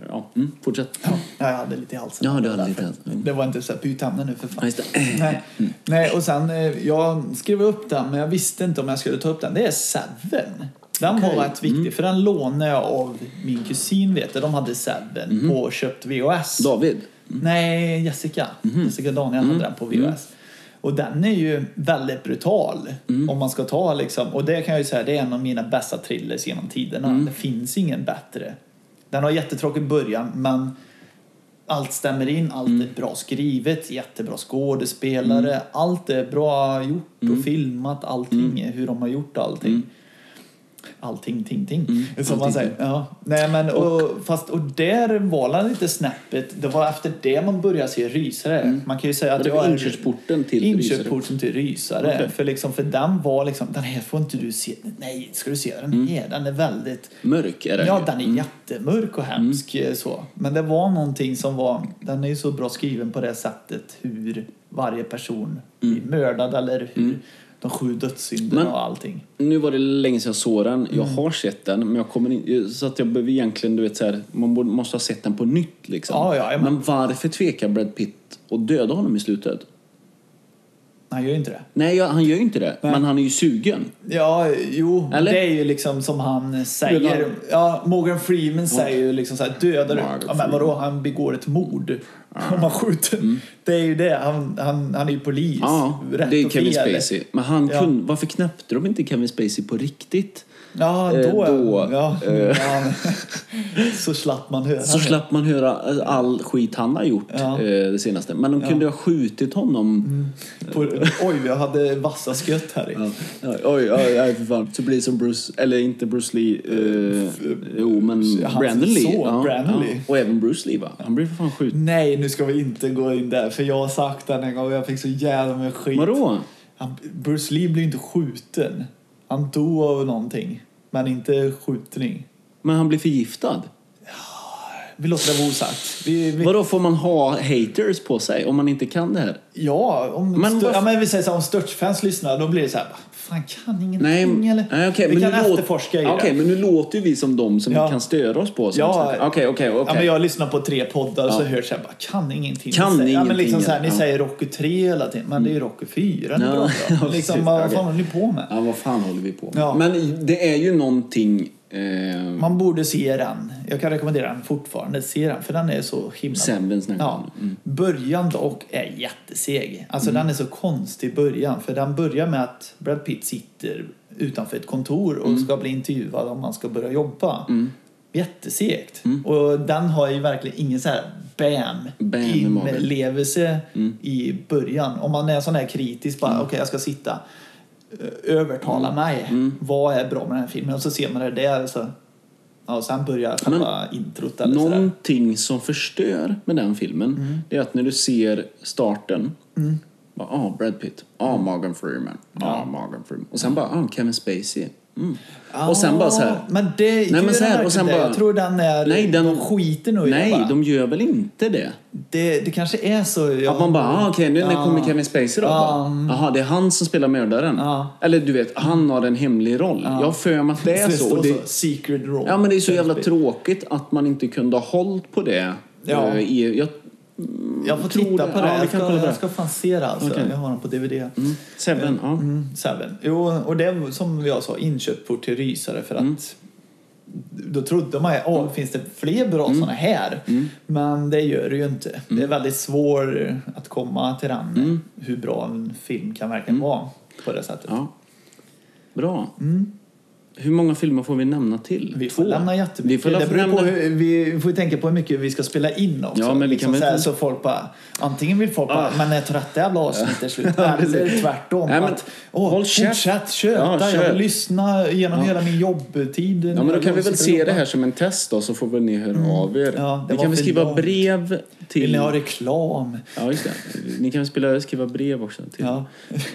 [SPEAKER 1] ja, mm, fortsätt. Ja.
[SPEAKER 2] Ja, jag hade lite i halsen.
[SPEAKER 1] Ja, du hade lite i halsen. Mm.
[SPEAKER 2] Det var inte så här, pyt handen nu för fan.
[SPEAKER 1] just det.
[SPEAKER 2] Nej. Nej, och sen eh, jag skrev upp den men jag visste inte om jag skulle ta upp den. Det är Seven. Den
[SPEAKER 1] Okej. Mm.
[SPEAKER 2] var rätt viktig för den lånade jag av min kusin vet jag. De hade Seven
[SPEAKER 1] Mm-hmm.
[SPEAKER 2] på köpt VHS.
[SPEAKER 1] David.
[SPEAKER 2] Nej, Jessica. Jessica Daniel hade den på VHS. Och den är ju väldigt brutal om man ska ta liksom. Och det kan jag ju säga, det är en av mina bästa thrillers genom tiderna. Det finns ingen bättre. Den har jättetråkig början men allt stämmer in, allt är bra skrivet, jättebra skådespelare, allt är bra gjort och filmat, allting, är hur de har gjort allting.
[SPEAKER 1] Mm.
[SPEAKER 2] Allting, ting, ting. som man
[SPEAKER 1] allting,
[SPEAKER 2] säger. Ja. Nej, men, och, fast, och där var den lite snäppet. Det var efter det man började se rysare. Man kan ju säga att
[SPEAKER 1] Det
[SPEAKER 2] jag
[SPEAKER 1] Mm. var
[SPEAKER 2] är-
[SPEAKER 1] inkörsporten till rysare.
[SPEAKER 2] inkörsporten till rysare.
[SPEAKER 1] Okej.
[SPEAKER 2] För, liksom, för den var liksom, den här får inte du se. Nej, ska du se den här? Den är väldigt...
[SPEAKER 1] Mörk Mm. är den
[SPEAKER 2] Ja,
[SPEAKER 1] ju. Mm.
[SPEAKER 2] den är jättemörk och hemsk. eh, Så. Men det var någonting som var... Den är ju så bra skriven på det sättet hur varje person blir mördad eller hur de sju dödssynderna
[SPEAKER 1] Mm. Men-
[SPEAKER 2] och allting.
[SPEAKER 1] Nu var det länge sedan jag såg den. Jag
[SPEAKER 2] Mm.
[SPEAKER 1] har sett den, men jag kommer in, så att jag behöver egentligen, du vet så här, man borde, måste ha sett den på nytt liksom.
[SPEAKER 2] Ja, ja, ja, men-
[SPEAKER 1] men varför tvekar Brad Pitt att döda honom i slutet?
[SPEAKER 2] Nej, gör ju inte det.
[SPEAKER 1] Nej, jag, han gör ju inte det, men han är ju sugen.
[SPEAKER 2] Ja, jo.
[SPEAKER 1] Eller?
[SPEAKER 2] Det är ju liksom som han
[SPEAKER 1] Döda-
[SPEAKER 2] säger. Ja, Morgan Freeman säger ju liksom så här, dödar du?
[SPEAKER 1] Morgan
[SPEAKER 2] Ja, men vadå, han begår ett mord. Om man skjuter. Det är ju det. Han, han, han är ju polis.
[SPEAKER 1] Mm. Ja, det är
[SPEAKER 2] och
[SPEAKER 1] Kevin
[SPEAKER 2] fel.
[SPEAKER 1] Spacey. Men han
[SPEAKER 2] Ja.
[SPEAKER 1] kunde, varför knäppte de inte Kevin Spacey på riktigt?
[SPEAKER 2] Ja,
[SPEAKER 1] Eh,
[SPEAKER 2] då...
[SPEAKER 1] då,
[SPEAKER 2] ja, ja. så slapp man höra
[SPEAKER 1] Så
[SPEAKER 2] det.
[SPEAKER 1] slapp man höra all skit han har gjort
[SPEAKER 2] Ja. Mm.
[SPEAKER 1] eh, det senaste. Men de kunde ju ha skjutit honom.
[SPEAKER 2] På, oj, jag hade vassa skött här i.
[SPEAKER 1] Ja. Ja, oj, oj, oj, för fan. Så blir det som Bruce, eller inte Bruce Lee, eh, jo men
[SPEAKER 2] hans
[SPEAKER 1] Brandon Lee.
[SPEAKER 2] son, Brandon Lee.
[SPEAKER 1] Och även Bruce Lee va? Han blir för fan skjuten.
[SPEAKER 2] Nej, nu ska vi inte gå in där. För jag har sagt den en gång och jag fick så jävla med skit.
[SPEAKER 1] Vadå?
[SPEAKER 2] Han, Bruce Lee blev inte skjuten. Han dog av någonting. Men inte skjutning.
[SPEAKER 1] Men han blir förgiftad.
[SPEAKER 2] Vi låter det vara osagt. Vi, vi,
[SPEAKER 1] Vadå, får man ha haters på sig om man inte kan det här?
[SPEAKER 2] ja, om
[SPEAKER 1] Men
[SPEAKER 2] men,
[SPEAKER 1] varför-
[SPEAKER 2] ja, men vi säger så här, om störtfans lyssnar, då blir det så här, "Va fan kan
[SPEAKER 1] Nej,
[SPEAKER 2] ingenting eller?
[SPEAKER 1] nej okej,
[SPEAKER 2] vi
[SPEAKER 1] men
[SPEAKER 2] kan
[SPEAKER 1] nu låt-
[SPEAKER 2] efterforska i
[SPEAKER 1] Okej,
[SPEAKER 2] det.
[SPEAKER 1] men nu låter ju vi som de som
[SPEAKER 2] Ja.
[SPEAKER 1] kan störa oss på. som
[SPEAKER 2] Ja.
[SPEAKER 1] snackar. Okej, okej,
[SPEAKER 2] Ja, men
[SPEAKER 1] okej.
[SPEAKER 2] jag lyssnar på tre poddar och så hör jag så här, bara, kan ingenting.
[SPEAKER 1] Kan
[SPEAKER 2] säga. ja, men
[SPEAKER 1] ingenting,
[SPEAKER 2] liksom så här, ni
[SPEAKER 1] ja. Mm.
[SPEAKER 2] säger Rocky 3 hela tiden, men det är ju Rocky 4 ni
[SPEAKER 1] Ja,
[SPEAKER 2] pratar
[SPEAKER 1] ja,
[SPEAKER 2] om. liksom,
[SPEAKER 1] precis,
[SPEAKER 2] Vad
[SPEAKER 1] okej.
[SPEAKER 2] fan håller ni på med?
[SPEAKER 1] Ja, vad fan håller vi på med?
[SPEAKER 2] Ja.
[SPEAKER 1] Men det är ju någonting... Eh,
[SPEAKER 2] Man borde se den. Jag kan rekommendera den fortfarande. Se den, för den är så himla...
[SPEAKER 1] Seven snackar
[SPEAKER 2] Ja.
[SPEAKER 1] om.
[SPEAKER 2] Början dock är jätteseg. Alltså
[SPEAKER 1] Mm.
[SPEAKER 2] den är så konstig i början. För den börjar med att Brad Pitt sitter utanför ett kontor
[SPEAKER 1] Mm.
[SPEAKER 2] och ska bli intervjuad om han ska börja jobba. Jättesegt. Och den har ju verkligen ingen så här bam,
[SPEAKER 1] Mm. Bam i magen. Mm.
[SPEAKER 2] inlevelse i början. Om man är sån här kritisk, bara okej jag ska sitta, eh, övertala
[SPEAKER 1] Mm.
[SPEAKER 2] mig. Vad är bra med den här filmen? Och så ser man det där. Så. Ja, och sen börjar själva introt eller sådär. Mm.
[SPEAKER 1] Någonting som förstör med den filmen det är att när du ser starten bara, ah, Brad Pitt, ah,
[SPEAKER 2] Mm.
[SPEAKER 1] Morgan Freeman, ah, Morgan Freeman. Och sen bara, ah, Kevin Spacey. Mm.
[SPEAKER 2] Ah.
[SPEAKER 1] Och sen bara så här.
[SPEAKER 2] Ja, Men det nej,
[SPEAKER 1] men så här, och sen
[SPEAKER 2] det.
[SPEAKER 1] bara-
[SPEAKER 2] Jag tror den är...
[SPEAKER 1] Nej, den-
[SPEAKER 2] de skiter nog i det
[SPEAKER 1] Nej,
[SPEAKER 2] bara.
[SPEAKER 1] de gör väl inte det?
[SPEAKER 2] det. Det kanske är så. Jag,
[SPEAKER 1] Att man bara, ah, okej, nu när
[SPEAKER 2] Ja.
[SPEAKER 1] kommer Kevin Spacey då?
[SPEAKER 2] Ja.
[SPEAKER 1] Bara, Jaha, det är han som spelar mördaren.
[SPEAKER 2] Ja.
[SPEAKER 1] Eller du vet, han har en hemlig roll. Jag har för mig att det är
[SPEAKER 2] det
[SPEAKER 1] så.
[SPEAKER 2] står
[SPEAKER 1] Och det,
[SPEAKER 2] så. Secret Typ. role.
[SPEAKER 1] Ja, men det är så jävla
[SPEAKER 2] Jag
[SPEAKER 1] tråkigt att man inte kunde ha hållit på det.
[SPEAKER 2] Ja.
[SPEAKER 1] eh, i- Jag,
[SPEAKER 2] Jag får
[SPEAKER 1] tror
[SPEAKER 2] titta
[SPEAKER 1] det.
[SPEAKER 2] på det.
[SPEAKER 1] Ja, vi
[SPEAKER 2] jag,
[SPEAKER 1] kan
[SPEAKER 2] ska,
[SPEAKER 1] kolla på det.
[SPEAKER 2] jag ska fan se det alltså.
[SPEAKER 1] Okej.
[SPEAKER 2] Jag har den på DVD.
[SPEAKER 1] seven, ja.
[SPEAKER 2] Mm, Seven. Jo, och det var, som jag sa, inköp på till rysare för att
[SPEAKER 1] Mm.
[SPEAKER 2] då trodde man ju, åh, finns det fler bra
[SPEAKER 1] Mm.
[SPEAKER 2] såna här? Men det gör det ju inte. Det är väldigt svårt att komma till den,
[SPEAKER 1] Mm.
[SPEAKER 2] hur bra en film kan verkligen vara på det sättet.
[SPEAKER 1] ja. Bra. Hur många filmer får vi nämna till?
[SPEAKER 2] Vi får lämna jättemycket.
[SPEAKER 1] Vi får
[SPEAKER 2] det beror
[SPEAKER 1] lämna-
[SPEAKER 2] på hur, vi får ju tänka på hur mycket vi ska spela in också.
[SPEAKER 1] Ja, men vi
[SPEAKER 2] liksom
[SPEAKER 1] kan
[SPEAKER 2] så,
[SPEAKER 1] väl- Ah.
[SPEAKER 2] här, så folk bara, antingen vill folk bara, men är trötta jävla avsnittet är slut.
[SPEAKER 1] precis.
[SPEAKER 2] Eller tvärtom.
[SPEAKER 1] Nej, men
[SPEAKER 2] att, åh,
[SPEAKER 1] håll käft.
[SPEAKER 2] fortsätt köta,
[SPEAKER 1] Ja,
[SPEAKER 2] jag
[SPEAKER 1] köp.
[SPEAKER 2] vill lyssna genom hela min jobbtid.
[SPEAKER 1] Ja, men då kan vi väl se det här som en test då, så får väl ni höra av er.
[SPEAKER 2] Mm. Ja, det
[SPEAKER 1] ni
[SPEAKER 2] var
[SPEAKER 1] kan väl
[SPEAKER 2] för
[SPEAKER 1] skriva
[SPEAKER 2] långt.
[SPEAKER 1] brev till...
[SPEAKER 2] Vill ni ha reklam?
[SPEAKER 1] Ja, just det. Ni kan väl spela, skriva brev också till...
[SPEAKER 2] Ja.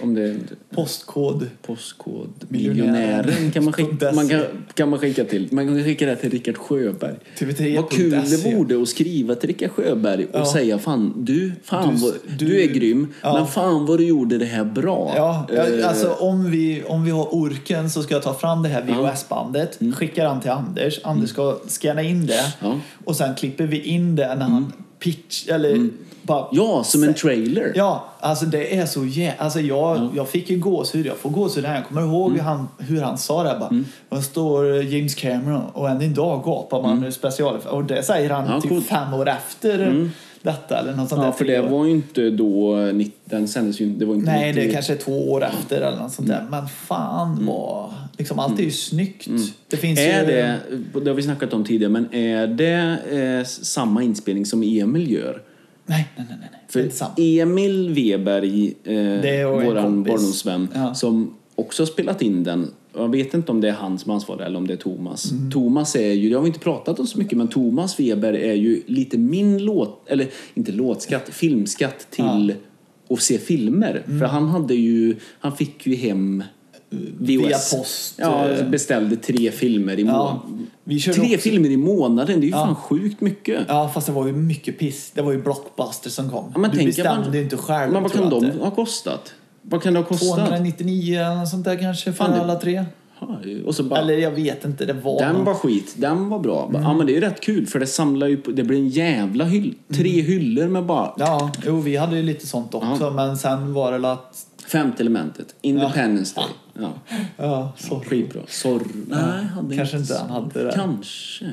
[SPEAKER 1] Om det är
[SPEAKER 2] Postkod?
[SPEAKER 1] postkod.
[SPEAKER 2] Miljonären.
[SPEAKER 1] Miljonären kan man skicka
[SPEAKER 2] TV3.se.
[SPEAKER 1] man kan, kan man skicka till. Man kan skicka det här till Rickard Sjöberg.
[SPEAKER 2] TV3.se.
[SPEAKER 1] Vad kul det vore att skriva till Rickard Sjöberg och
[SPEAKER 2] E. Ja.
[SPEAKER 1] säga fan, du, fan
[SPEAKER 2] Du-
[SPEAKER 1] vad, du,
[SPEAKER 2] du-
[SPEAKER 1] är grym,
[SPEAKER 2] Ja.
[SPEAKER 1] men fan vad du gjorde det här bra.
[SPEAKER 2] Ja, jag,
[SPEAKER 1] Eh,
[SPEAKER 2] alltså om vi, om vi har orken så ska jag ta fram det här VHS-bandet, skickar han till Anders, Anders ska scanna in det
[SPEAKER 1] Mm. Ja. Mm.
[SPEAKER 2] och sen klipper vi in det när han pitch, eller bara...
[SPEAKER 1] ja som en trailer.
[SPEAKER 2] Ja, alltså det är så jä... Alltså jag, jag fick ju gåshud, jag får gåshud här. Jag kommer ihåg
[SPEAKER 1] Mm.
[SPEAKER 2] hur, han, hur han sa det här bara. Vad står eh, James Cameron och än idag gapar man mm. special Och det säger han
[SPEAKER 1] Ja,
[SPEAKER 2] typ
[SPEAKER 1] coolt. Mm.
[SPEAKER 2] fem år efter detta eller något sånt
[SPEAKER 1] Ja,
[SPEAKER 2] där.
[SPEAKER 1] för det
[SPEAKER 2] Tre år.
[SPEAKER 1] var ju inte då, eh, nitt- den sändes ju inte, det var inte
[SPEAKER 2] Nej, det
[SPEAKER 1] 90.
[SPEAKER 2] är kanske är två år efter eller något sånt där. Men fan vad... Liksom, allt är ju snyggt. Det finns
[SPEAKER 1] Mm. Är
[SPEAKER 2] ju...
[SPEAKER 1] det, det har vi snackat om tidigare, men är det eh, samma inspelning som Emil gör?
[SPEAKER 2] Nej, nej, nej. nej, nej. det är
[SPEAKER 1] För
[SPEAKER 2] inte samma.
[SPEAKER 1] Emil Weberg,
[SPEAKER 2] Det
[SPEAKER 1] eh,
[SPEAKER 2] och en
[SPEAKER 1] våran
[SPEAKER 2] kompis.
[SPEAKER 1] barndomsvän,
[SPEAKER 2] Ja.
[SPEAKER 1] som också har spelat in den. Jag vet inte om det är han som ansvarar eller om det är Thomas.
[SPEAKER 2] Mm.
[SPEAKER 1] Thomas är ju, det har vi inte pratat om så mycket, men Thomas Weberg är ju lite min låt, eller inte låtskatt, filmskatt till att se filmer. För
[SPEAKER 2] Mm.
[SPEAKER 1] han hade ju, han fick ju hem VHS.
[SPEAKER 2] Via post,
[SPEAKER 1] Ja,
[SPEAKER 2] eh.
[SPEAKER 1] beställde tre filmer i
[SPEAKER 2] Ja,
[SPEAKER 1] månaden.
[SPEAKER 2] vi körde
[SPEAKER 1] Tre
[SPEAKER 2] också-
[SPEAKER 1] filmer i månaden, det är ju fan sjukt mycket.
[SPEAKER 2] Ja, fast det var ju mycket piss. Det var ju Blockbuster som kom.
[SPEAKER 1] Ja, men
[SPEAKER 2] du
[SPEAKER 1] tänk att
[SPEAKER 2] bestämde
[SPEAKER 1] man-
[SPEAKER 2] ju inte själv.
[SPEAKER 1] Men vad
[SPEAKER 2] tror
[SPEAKER 1] kan
[SPEAKER 2] jag
[SPEAKER 1] de
[SPEAKER 2] inte.
[SPEAKER 1] ha kostat? Vad kan det ha kostat?
[SPEAKER 2] 299 eller något sånt där kanske för
[SPEAKER 1] Fan, det-
[SPEAKER 2] alla tre.
[SPEAKER 1] Ja, Och så bara,
[SPEAKER 2] Eller Mm. jag vet inte, det var...
[SPEAKER 1] den
[SPEAKER 2] någon-
[SPEAKER 1] var skit, den var bra. Ja men det är ju rätt kul för det samlar ju, på, det blir en jävla hyll, tre hyllor med bara
[SPEAKER 2] Mm. Ja, jo, vi hade ju lite sånt också, men sen var det väl att...
[SPEAKER 1] femte elementet, Independence Day. Ja.
[SPEAKER 2] Ja, sorry.
[SPEAKER 1] Skitbra. Sorr... Nej, hade
[SPEAKER 2] Kanske inte han hade det. Mm.
[SPEAKER 1] Kanske.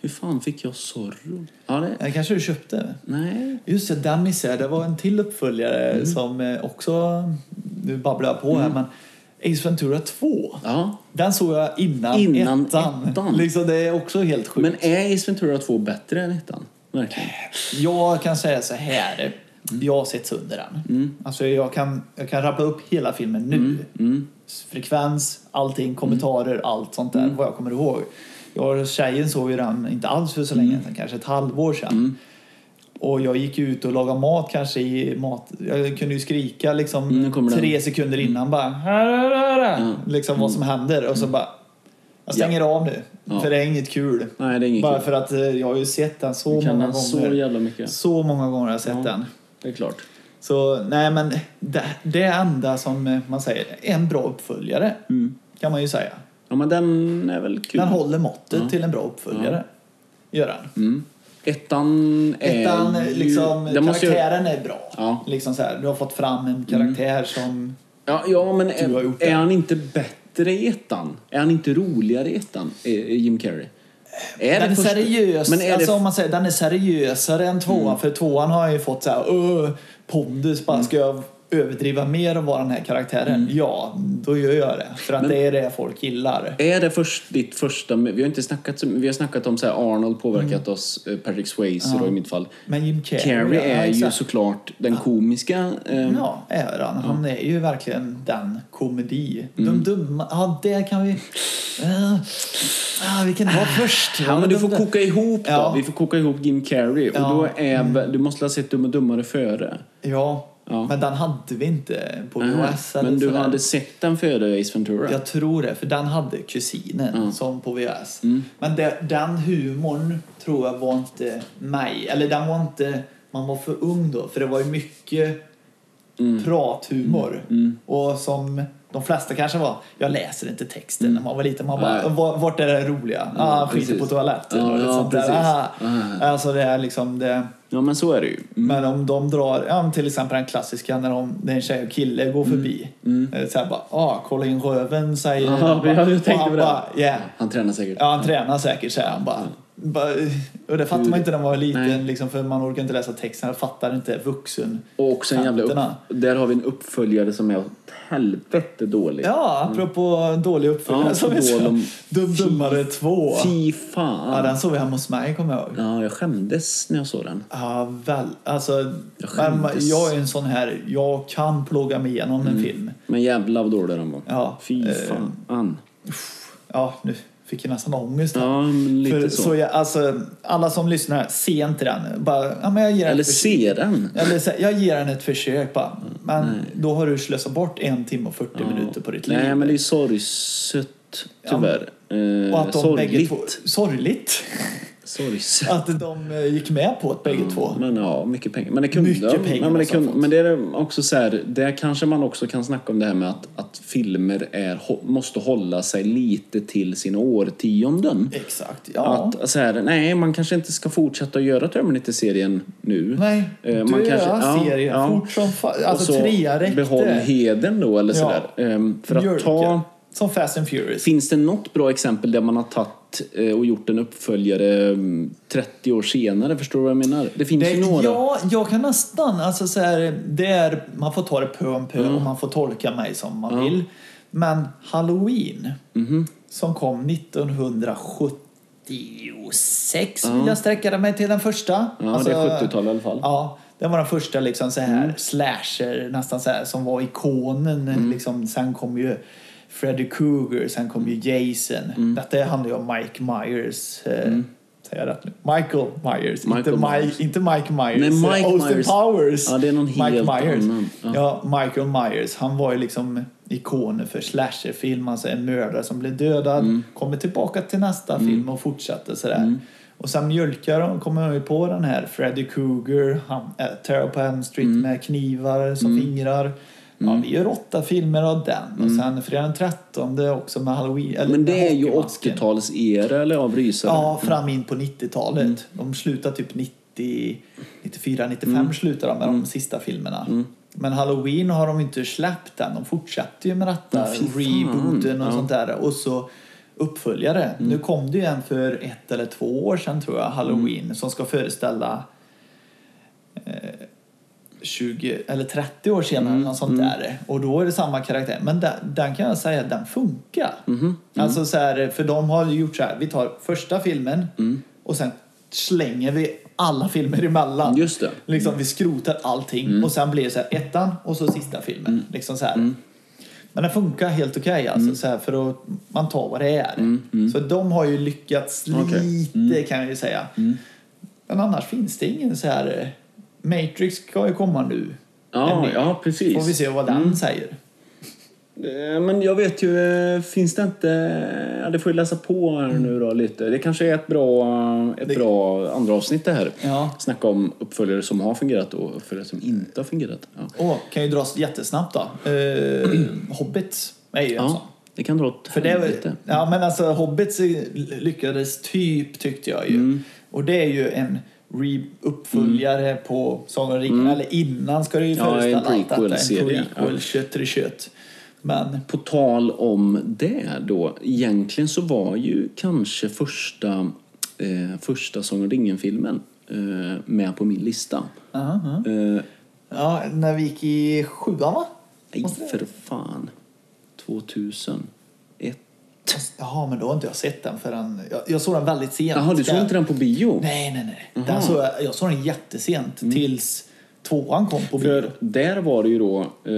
[SPEAKER 1] Hur fan fick jag Zorro? Ja, det...
[SPEAKER 2] Det kanske du köpte?
[SPEAKER 1] Nej.
[SPEAKER 2] Just det, den missade jag. Det var en till uppföljare
[SPEAKER 1] Mm.
[SPEAKER 2] som eh, också... Nu babblar jag på här, men Ace Ventura 2.
[SPEAKER 1] Ja.
[SPEAKER 2] Den såg jag innan,
[SPEAKER 1] Innan
[SPEAKER 2] ettan.
[SPEAKER 1] ettan.
[SPEAKER 2] Liksom, det är också helt sjukt. Äh,
[SPEAKER 1] Men är Ace Ventura 2 bättre än ettan? Verkligen.
[SPEAKER 2] Jag kan säga så här.
[SPEAKER 1] Mm.
[SPEAKER 2] Jag har sett sönder den. Alltså jag, kan, jag kan rabbla upp hela filmen nu.
[SPEAKER 1] mm,
[SPEAKER 2] Frekvens, allting, kommentarer, allt sånt
[SPEAKER 1] Mm.
[SPEAKER 2] där. Vad jag kommer ihåg. Jag och tjejen såg ju den inte alls för så länge
[SPEAKER 1] Mm.
[SPEAKER 2] sedan, kanske ett halvår sedan. Och jag gick ju ut och lagade mat kanske i mat... Jag kunde ju skrika liksom
[SPEAKER 1] Mm, nu kommer den.
[SPEAKER 2] tre sekunder innan bara... Liksom vad som händer. Och så bara... Jag stänger av nu.
[SPEAKER 1] Mm. Ja.
[SPEAKER 2] För det är inget kul.
[SPEAKER 1] Nej, det är inget
[SPEAKER 2] Bara
[SPEAKER 1] kul.
[SPEAKER 2] för att eh, jag har ju sett den så
[SPEAKER 1] Kan
[SPEAKER 2] många
[SPEAKER 1] den
[SPEAKER 2] gånger.
[SPEAKER 1] så jävla mycket.
[SPEAKER 2] Så många gånger har jag sett
[SPEAKER 1] Ja.
[SPEAKER 2] den.
[SPEAKER 1] Det är klart.
[SPEAKER 2] Så nej men det, det enda som eh, man säger är en bra uppföljare. Kan man ju säga.
[SPEAKER 1] Ja men den är väl Mm. kul.
[SPEAKER 2] Den håller måttet till en bra uppföljare. Gör den.
[SPEAKER 1] Mm. Ettan är
[SPEAKER 2] Ettan,
[SPEAKER 1] Eh, ju...
[SPEAKER 2] liksom,
[SPEAKER 1] den måste ju-
[SPEAKER 2] karaktären är bra.
[SPEAKER 1] Ja. Mm.
[SPEAKER 2] Liksom så här, du har fått fram en karaktär som...
[SPEAKER 1] Ja, ja men
[SPEAKER 2] Du har gjort
[SPEAKER 1] är,
[SPEAKER 2] det.
[SPEAKER 1] är han inte bättre i ettan? Är han inte roligare i ettan, eh, Jim Carrey? Är
[SPEAKER 2] den är
[SPEAKER 1] första-
[SPEAKER 2] seriös.
[SPEAKER 1] Men är
[SPEAKER 2] alltså,
[SPEAKER 1] det... Mm.
[SPEAKER 2] om man säger, den är seriösare än tvåan. För tvåan har ju fått så här, "Åh, pondus, bara
[SPEAKER 1] Mm.
[SPEAKER 2] ska jag överdriva mer och vara den här karaktären? Ja, då gör jag det. För att det är det folk gillar.
[SPEAKER 1] Är det först, ditt första... Vi har inte snackat så- Vi har snackat om så här Arnold påverkat oss, eh, Patrick Swayze då i mitt fall.
[SPEAKER 2] Men Jim Mm. Carrey,
[SPEAKER 1] Carrey
[SPEAKER 2] ja,
[SPEAKER 1] är ju
[SPEAKER 2] exakt.
[SPEAKER 1] såklart den komiska... Eh,
[SPEAKER 2] Ja, är han. Han är ju verkligen den komedi.
[SPEAKER 1] Mm.
[SPEAKER 2] De dumma, ja det kan vi... Eh, ah, vi kan ta först.
[SPEAKER 1] Ja, men du får
[SPEAKER 2] De-
[SPEAKER 1] koka ihop då.
[SPEAKER 2] Ja.
[SPEAKER 1] Vi får koka ihop Jim Carrey. Och
[SPEAKER 2] Ja. Mm.
[SPEAKER 1] då är, Du måste ha sett Dum och Dummare före.
[SPEAKER 2] Ja,
[SPEAKER 1] Ja.
[SPEAKER 2] men den hade vi inte på
[SPEAKER 1] Aha.
[SPEAKER 2] VHS. eller
[SPEAKER 1] Men du
[SPEAKER 2] sådär.
[SPEAKER 1] hade sett den före Ace Ventura?
[SPEAKER 2] Jag tror det, för den hade kusinen som på VHS.
[SPEAKER 1] Mm.
[SPEAKER 2] Men det, den humorn tror jag var inte mig. Eller den var inte... Man var för ung då, för det var ju mycket
[SPEAKER 1] Mm.
[SPEAKER 2] prathumor. Och som de flesta kanske var, jag läser inte texten när man var liten. Man bara,
[SPEAKER 1] Mm. Nej.
[SPEAKER 2] "Var- vart är det roliga? ah, skiter
[SPEAKER 1] precis.
[SPEAKER 2] på toaletten
[SPEAKER 1] Ja,
[SPEAKER 2] och lite
[SPEAKER 1] ja,
[SPEAKER 2] sånt där.
[SPEAKER 1] precis.
[SPEAKER 2] Ah.
[SPEAKER 1] Ah. Mm.
[SPEAKER 2] Alltså det är liksom det...
[SPEAKER 1] Ja, men så är det ju.
[SPEAKER 2] Men om de drar, ja, men till exempel den klassiska när de, det är en tjej och kille går förbi. Mm. Så här bara, ah, kolla in röven säger
[SPEAKER 1] Ja,
[SPEAKER 2] han bara.
[SPEAKER 1] jag tänkte
[SPEAKER 2] Och han
[SPEAKER 1] på det.
[SPEAKER 2] bara, yeah.
[SPEAKER 1] Han tränar säkert.
[SPEAKER 2] Ja, han tränar säkert säger han bara. Bara, Och det fattar man inte när man var
[SPEAKER 1] Nej.
[SPEAKER 2] liten liksom, för man orkar inte läsa texten, jag fattar inte vuxen.
[SPEAKER 1] Och också en jävla upp,
[SPEAKER 2] Kanterna.
[SPEAKER 1] Där har vi en uppföljare som är åt helvete dålig.
[SPEAKER 2] Ja, apropå dålig uppföljare
[SPEAKER 1] Mm. Ja,
[SPEAKER 2] som vi
[SPEAKER 1] på tal
[SPEAKER 2] sa.
[SPEAKER 1] om-
[SPEAKER 2] Dum Dummare 2.
[SPEAKER 1] Fy
[SPEAKER 2] Ja,
[SPEAKER 1] fan.
[SPEAKER 2] den såg vi hemma hos mig kommer jag ihåg.
[SPEAKER 1] Ja, jag skämdes när jag såg den.
[SPEAKER 2] Ja, väl. Alltså,
[SPEAKER 1] Jag
[SPEAKER 2] men,
[SPEAKER 1] skämdes.
[SPEAKER 2] jag är ju en sån här, jag kan plåga mig igenom en film.
[SPEAKER 1] Men jävlar vad dålig den var.
[SPEAKER 2] Ja,
[SPEAKER 1] Fy
[SPEAKER 2] eh,
[SPEAKER 1] fan.
[SPEAKER 2] Ja, nu fick jag nästan ångest. här.
[SPEAKER 1] Ja, men lite
[SPEAKER 2] För,
[SPEAKER 1] så.
[SPEAKER 2] så. jag, alltså, alla som lyssnar, se inte den. Bara, ja, men jag ger
[SPEAKER 1] Eller
[SPEAKER 2] ett försök.
[SPEAKER 1] se Mm, den.
[SPEAKER 2] Eller så, här, jag ger den ett försök bara. Men då har du slösat bort en timme och 40 minuter på ditt liv.
[SPEAKER 1] Nej, men det är sorgset dött, tyvärr.
[SPEAKER 2] Och
[SPEAKER 1] eh,
[SPEAKER 2] att de bägge
[SPEAKER 1] sorgligt.
[SPEAKER 2] två, sorgligt
[SPEAKER 1] Sorgset.
[SPEAKER 2] att de eh, gick med på det
[SPEAKER 1] Mm.
[SPEAKER 2] bägge två.
[SPEAKER 1] Men ja, mycket pengar. Men det kunde
[SPEAKER 2] Mycket
[SPEAKER 1] de.
[SPEAKER 2] pengar alltså,
[SPEAKER 1] ja, men, det
[SPEAKER 2] måste de
[SPEAKER 1] kunde,
[SPEAKER 2] fått.
[SPEAKER 1] men det är också så här, där kanske man också kan snacka om det här med att, att filmer är, hå- måste hålla sig lite till sina årtionden.
[SPEAKER 2] Exakt, ja.
[SPEAKER 1] Att så här, nej, man kanske inte ska fortsätta göra Terminator-serien nu.
[SPEAKER 2] Nej,
[SPEAKER 1] Eh,
[SPEAKER 2] dö serien fort som fa- Alltså
[SPEAKER 1] Och så
[SPEAKER 2] trea räckte.
[SPEAKER 1] Behåll hedern då, eller så
[SPEAKER 2] Ja.
[SPEAKER 1] där. Ehm, För att
[SPEAKER 2] Mjölken.
[SPEAKER 1] ta...
[SPEAKER 2] Som Fast and Furious.
[SPEAKER 1] Finns det något bra exempel där man har tagit eh, och gjort en uppföljare mm, 30 år senare? Förstår du vad jag menar? Det finns
[SPEAKER 2] Det,
[SPEAKER 1] ju några.
[SPEAKER 2] ja, jag kan nästan... Alltså så här, det är, man får ta det pö om pö
[SPEAKER 1] Mm.
[SPEAKER 2] och man får tolka mig som man vill. Men Halloween,
[SPEAKER 1] Mhm.
[SPEAKER 2] som kom 1976 vill jag sträcka mig till den första.
[SPEAKER 1] Mm.
[SPEAKER 2] Alltså,
[SPEAKER 1] Ja, det är 70-tal i alla fall.
[SPEAKER 2] Ja, den var den första liksom så här
[SPEAKER 1] Mm.
[SPEAKER 2] slasher, nästan så här, som var ikonen. Liksom. Sen kom ju Freddy Krueger, sen kom ju
[SPEAKER 1] Mm.
[SPEAKER 2] Jason. Detta handlar ju om Mike Myers. Eh, Säger jag rätt nu? Michael Myers,
[SPEAKER 1] Michael
[SPEAKER 2] inte,
[SPEAKER 1] Myers.
[SPEAKER 2] Mike, inte Mike Myers. eh,
[SPEAKER 1] Nej, Mike
[SPEAKER 2] Austin
[SPEAKER 1] Myers.
[SPEAKER 2] Powers.
[SPEAKER 1] Ja, det är någon
[SPEAKER 2] Mike
[SPEAKER 1] helt
[SPEAKER 2] Myers.
[SPEAKER 1] annan. Ja.
[SPEAKER 2] Ja. Michael Myers, han var ju liksom ikonen för slasherfilm. Alltså en mördare som blev dödad,
[SPEAKER 1] Mm.
[SPEAKER 2] kommer tillbaka till nästa film och fortsätter sådär. Och sen mjölkar de, kommer de ju på den här Freddy Krueger, han äh, Terror på Elm Street
[SPEAKER 1] Mm.
[SPEAKER 2] med knivar som fingrar. Ja, vi gör åtta filmer av den. Och sen Fredag den 13 också med Halloween. Eller
[SPEAKER 1] Mm. Men
[SPEAKER 2] med
[SPEAKER 1] det är ju
[SPEAKER 2] hockeymasken.
[SPEAKER 1] 80-talsera eller av rysare.
[SPEAKER 2] Ja, fram in på 90-talet.
[SPEAKER 1] Mm.
[SPEAKER 2] De slutar typ 90, 94, 95
[SPEAKER 1] Mm.
[SPEAKER 2] slutar de med de sista filmerna. Men Halloween har de inte släppt än. De fortsätter ju med detta.
[SPEAKER 1] Ja, fy fan.
[SPEAKER 2] Rebooten och
[SPEAKER 1] Ja. Mm.
[SPEAKER 2] sånt där. Och så uppföljare. Nu kom det ju en för ett eller två år sedan tror jag, Halloween,
[SPEAKER 1] Mm.
[SPEAKER 2] som ska föreställa 20 eller 30 år senare
[SPEAKER 1] Mm.
[SPEAKER 2] eller något sånt där. Och då är det samma karaktär. Men den, den kan jag säga, den funkar.
[SPEAKER 1] Mm-hmm.
[SPEAKER 2] Alltså så här, för de har ju gjort så här, vi tar första filmen
[SPEAKER 1] Mm,
[SPEAKER 2] och sen slänger vi alla filmer emellan.
[SPEAKER 1] Just Mm. det.
[SPEAKER 2] Liksom vi skrotar allting och sen blir det så här ettan och så sista filmen.
[SPEAKER 1] Mm.
[SPEAKER 2] Liksom så här. Men den funkar helt okej alltså, så här, för att man tar vad det är. Så de har ju lyckats
[SPEAKER 1] Mm, Okej. Mm.
[SPEAKER 2] lite kan jag ju säga. Men annars finns det ingen så här... eh, Matrix ska ju komma nu.
[SPEAKER 1] ja, Mm.
[SPEAKER 2] En-
[SPEAKER 1] ja precis.
[SPEAKER 2] Får vi se vad den säger.
[SPEAKER 1] Eh, Men jag vet ju, eh, finns det inte... Ja, det får vi läsa på här nu då lite. Det kanske är ett bra, ett
[SPEAKER 2] Det-
[SPEAKER 1] bra andra avsnitt det här.
[SPEAKER 2] Ja.
[SPEAKER 1] Snacka om uppföljare som har fungerat och uppföljare som inte har fungerat. Ja,
[SPEAKER 2] Åh, kan ju dras jättesnabbt då. Uh, Hobbits är ju en sån.
[SPEAKER 1] ja det kan dra åt
[SPEAKER 2] För det,
[SPEAKER 1] helvete.
[SPEAKER 2] var- ja, men alltså Hobbits lyckades typ tyckte jag ju.
[SPEAKER 1] Mm.
[SPEAKER 2] Och det är ju en re- uppföljare på Sagan om ringen. Eller innan ska det ju
[SPEAKER 1] Mm. Ja, en
[SPEAKER 2] föreställa allt detta. En
[SPEAKER 1] prequel-serie, ja.
[SPEAKER 2] prequel, kött i kött. Men
[SPEAKER 1] På tal om det då. Egentligen så var ju kanske första, eh, första Sång och ringen-filmen eh, med på min lista.
[SPEAKER 2] aha, aha.
[SPEAKER 1] Eh,
[SPEAKER 2] ja, när vi gick i sjuan va?
[SPEAKER 1] nej,
[SPEAKER 2] Måste det-
[SPEAKER 1] för fan. 2001.
[SPEAKER 2] Jaha, men då har inte jag sett den förrän... Jag, jag såg den väldigt sent.
[SPEAKER 1] Jaha, du såg inte den på bio?
[SPEAKER 2] Nej, nej, nej. Den såg, jag- jag såg den jättesent tills tvåan kom på bio.
[SPEAKER 1] Mm. För där var det ju då, eh,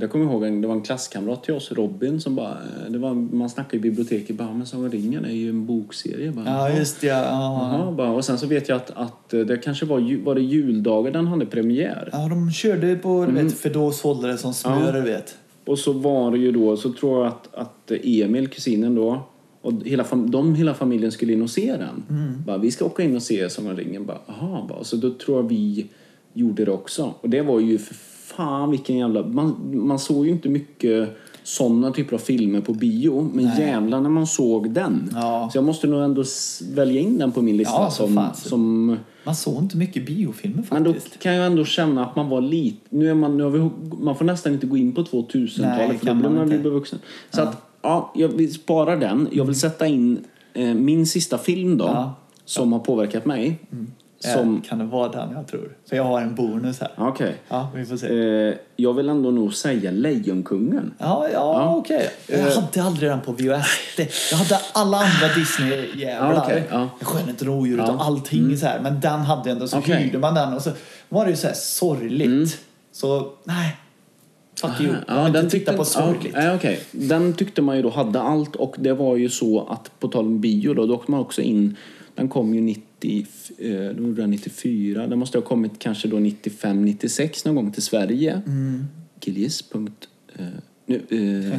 [SPEAKER 1] jag kommer ihåg en, det var en klasskamrat till oss, Robin, som bara, eh, det var, man snackade i biblioteket, bara, men Sagan om ringen är ju en bokserie. Jag Bara,
[SPEAKER 2] Ja, just det. Ja, ja.
[SPEAKER 1] Jaha, bara, och sen så vet jag att, att eh, det kanske var, ju- var det juldagar den hade premiär.
[SPEAKER 2] ja, de körde på... Du
[SPEAKER 1] Mm.
[SPEAKER 2] vet, för då sålde det som smör, du vet.
[SPEAKER 1] Och så var det ju då, så tror jag att, att Emil, kusinen då, och hela, fam- de hela familjen skulle in och se den.
[SPEAKER 2] Mm.
[SPEAKER 1] Bara, vi ska åka in och se Sagan om ringen. Bara, aha, bara. Så då tror jag vi gjorde det också. Och det var ju för fan vilken jävla... Man, man såg ju inte mycket sådana typer av filmer på bio, men jävlar när man såg den.
[SPEAKER 2] Ja.
[SPEAKER 1] Så jag måste nog ändå s- välja in den på min lista
[SPEAKER 2] Ja, för
[SPEAKER 1] som,
[SPEAKER 2] fan.
[SPEAKER 1] som
[SPEAKER 2] Man såg inte mycket biofilmer
[SPEAKER 1] men då
[SPEAKER 2] faktiskt.
[SPEAKER 1] kan jag ändå känna att man var lite... Nu är man, nu har vi, man får nästan inte gå in på 2000-talet
[SPEAKER 2] Nej,
[SPEAKER 1] för då
[SPEAKER 2] kan
[SPEAKER 1] blir
[SPEAKER 2] man
[SPEAKER 1] man ju
[SPEAKER 2] inte.
[SPEAKER 1] bevuxen. Så att, ja, jag vill spara den. Jag vill sätta in eh, min sista film då,
[SPEAKER 2] Ja.
[SPEAKER 1] som har påverkat mig. Som...
[SPEAKER 2] Eh, Kan det vara den jag tror? För jag har en bonus här.
[SPEAKER 1] Ja. Okej.
[SPEAKER 2] Ja, vi får se.
[SPEAKER 1] Eh, jag vill ändå nog säga Lejonkungen. Eh,
[SPEAKER 2] Ja, ja, okej. Jag hade aldrig den på VHS. Det- Jag hade alla andra Disney-jävlar.
[SPEAKER 1] Ja, okej, ja. Mm.
[SPEAKER 2] Skönheten och odjuret och allting så här. Men den hade jag inte. Så
[SPEAKER 1] Okej. Mm.
[SPEAKER 2] hyrde man den och så var det ju så här sorgligt. Så, nej.
[SPEAKER 1] Ah,
[SPEAKER 2] Fuck you. Jag vill inte titta på sorgligt.
[SPEAKER 1] Ja, eh. nej, okej. Den tyckte man ju då hade allt och det var ju så att på tal om bio då, då åkte man också in, den kom ju 90, eh, då gjorde den 94, den måste ha kommit kanske då 95, 96 någon gång till Sverige. Mm. Gillis. punkt, eh, Nu, eh,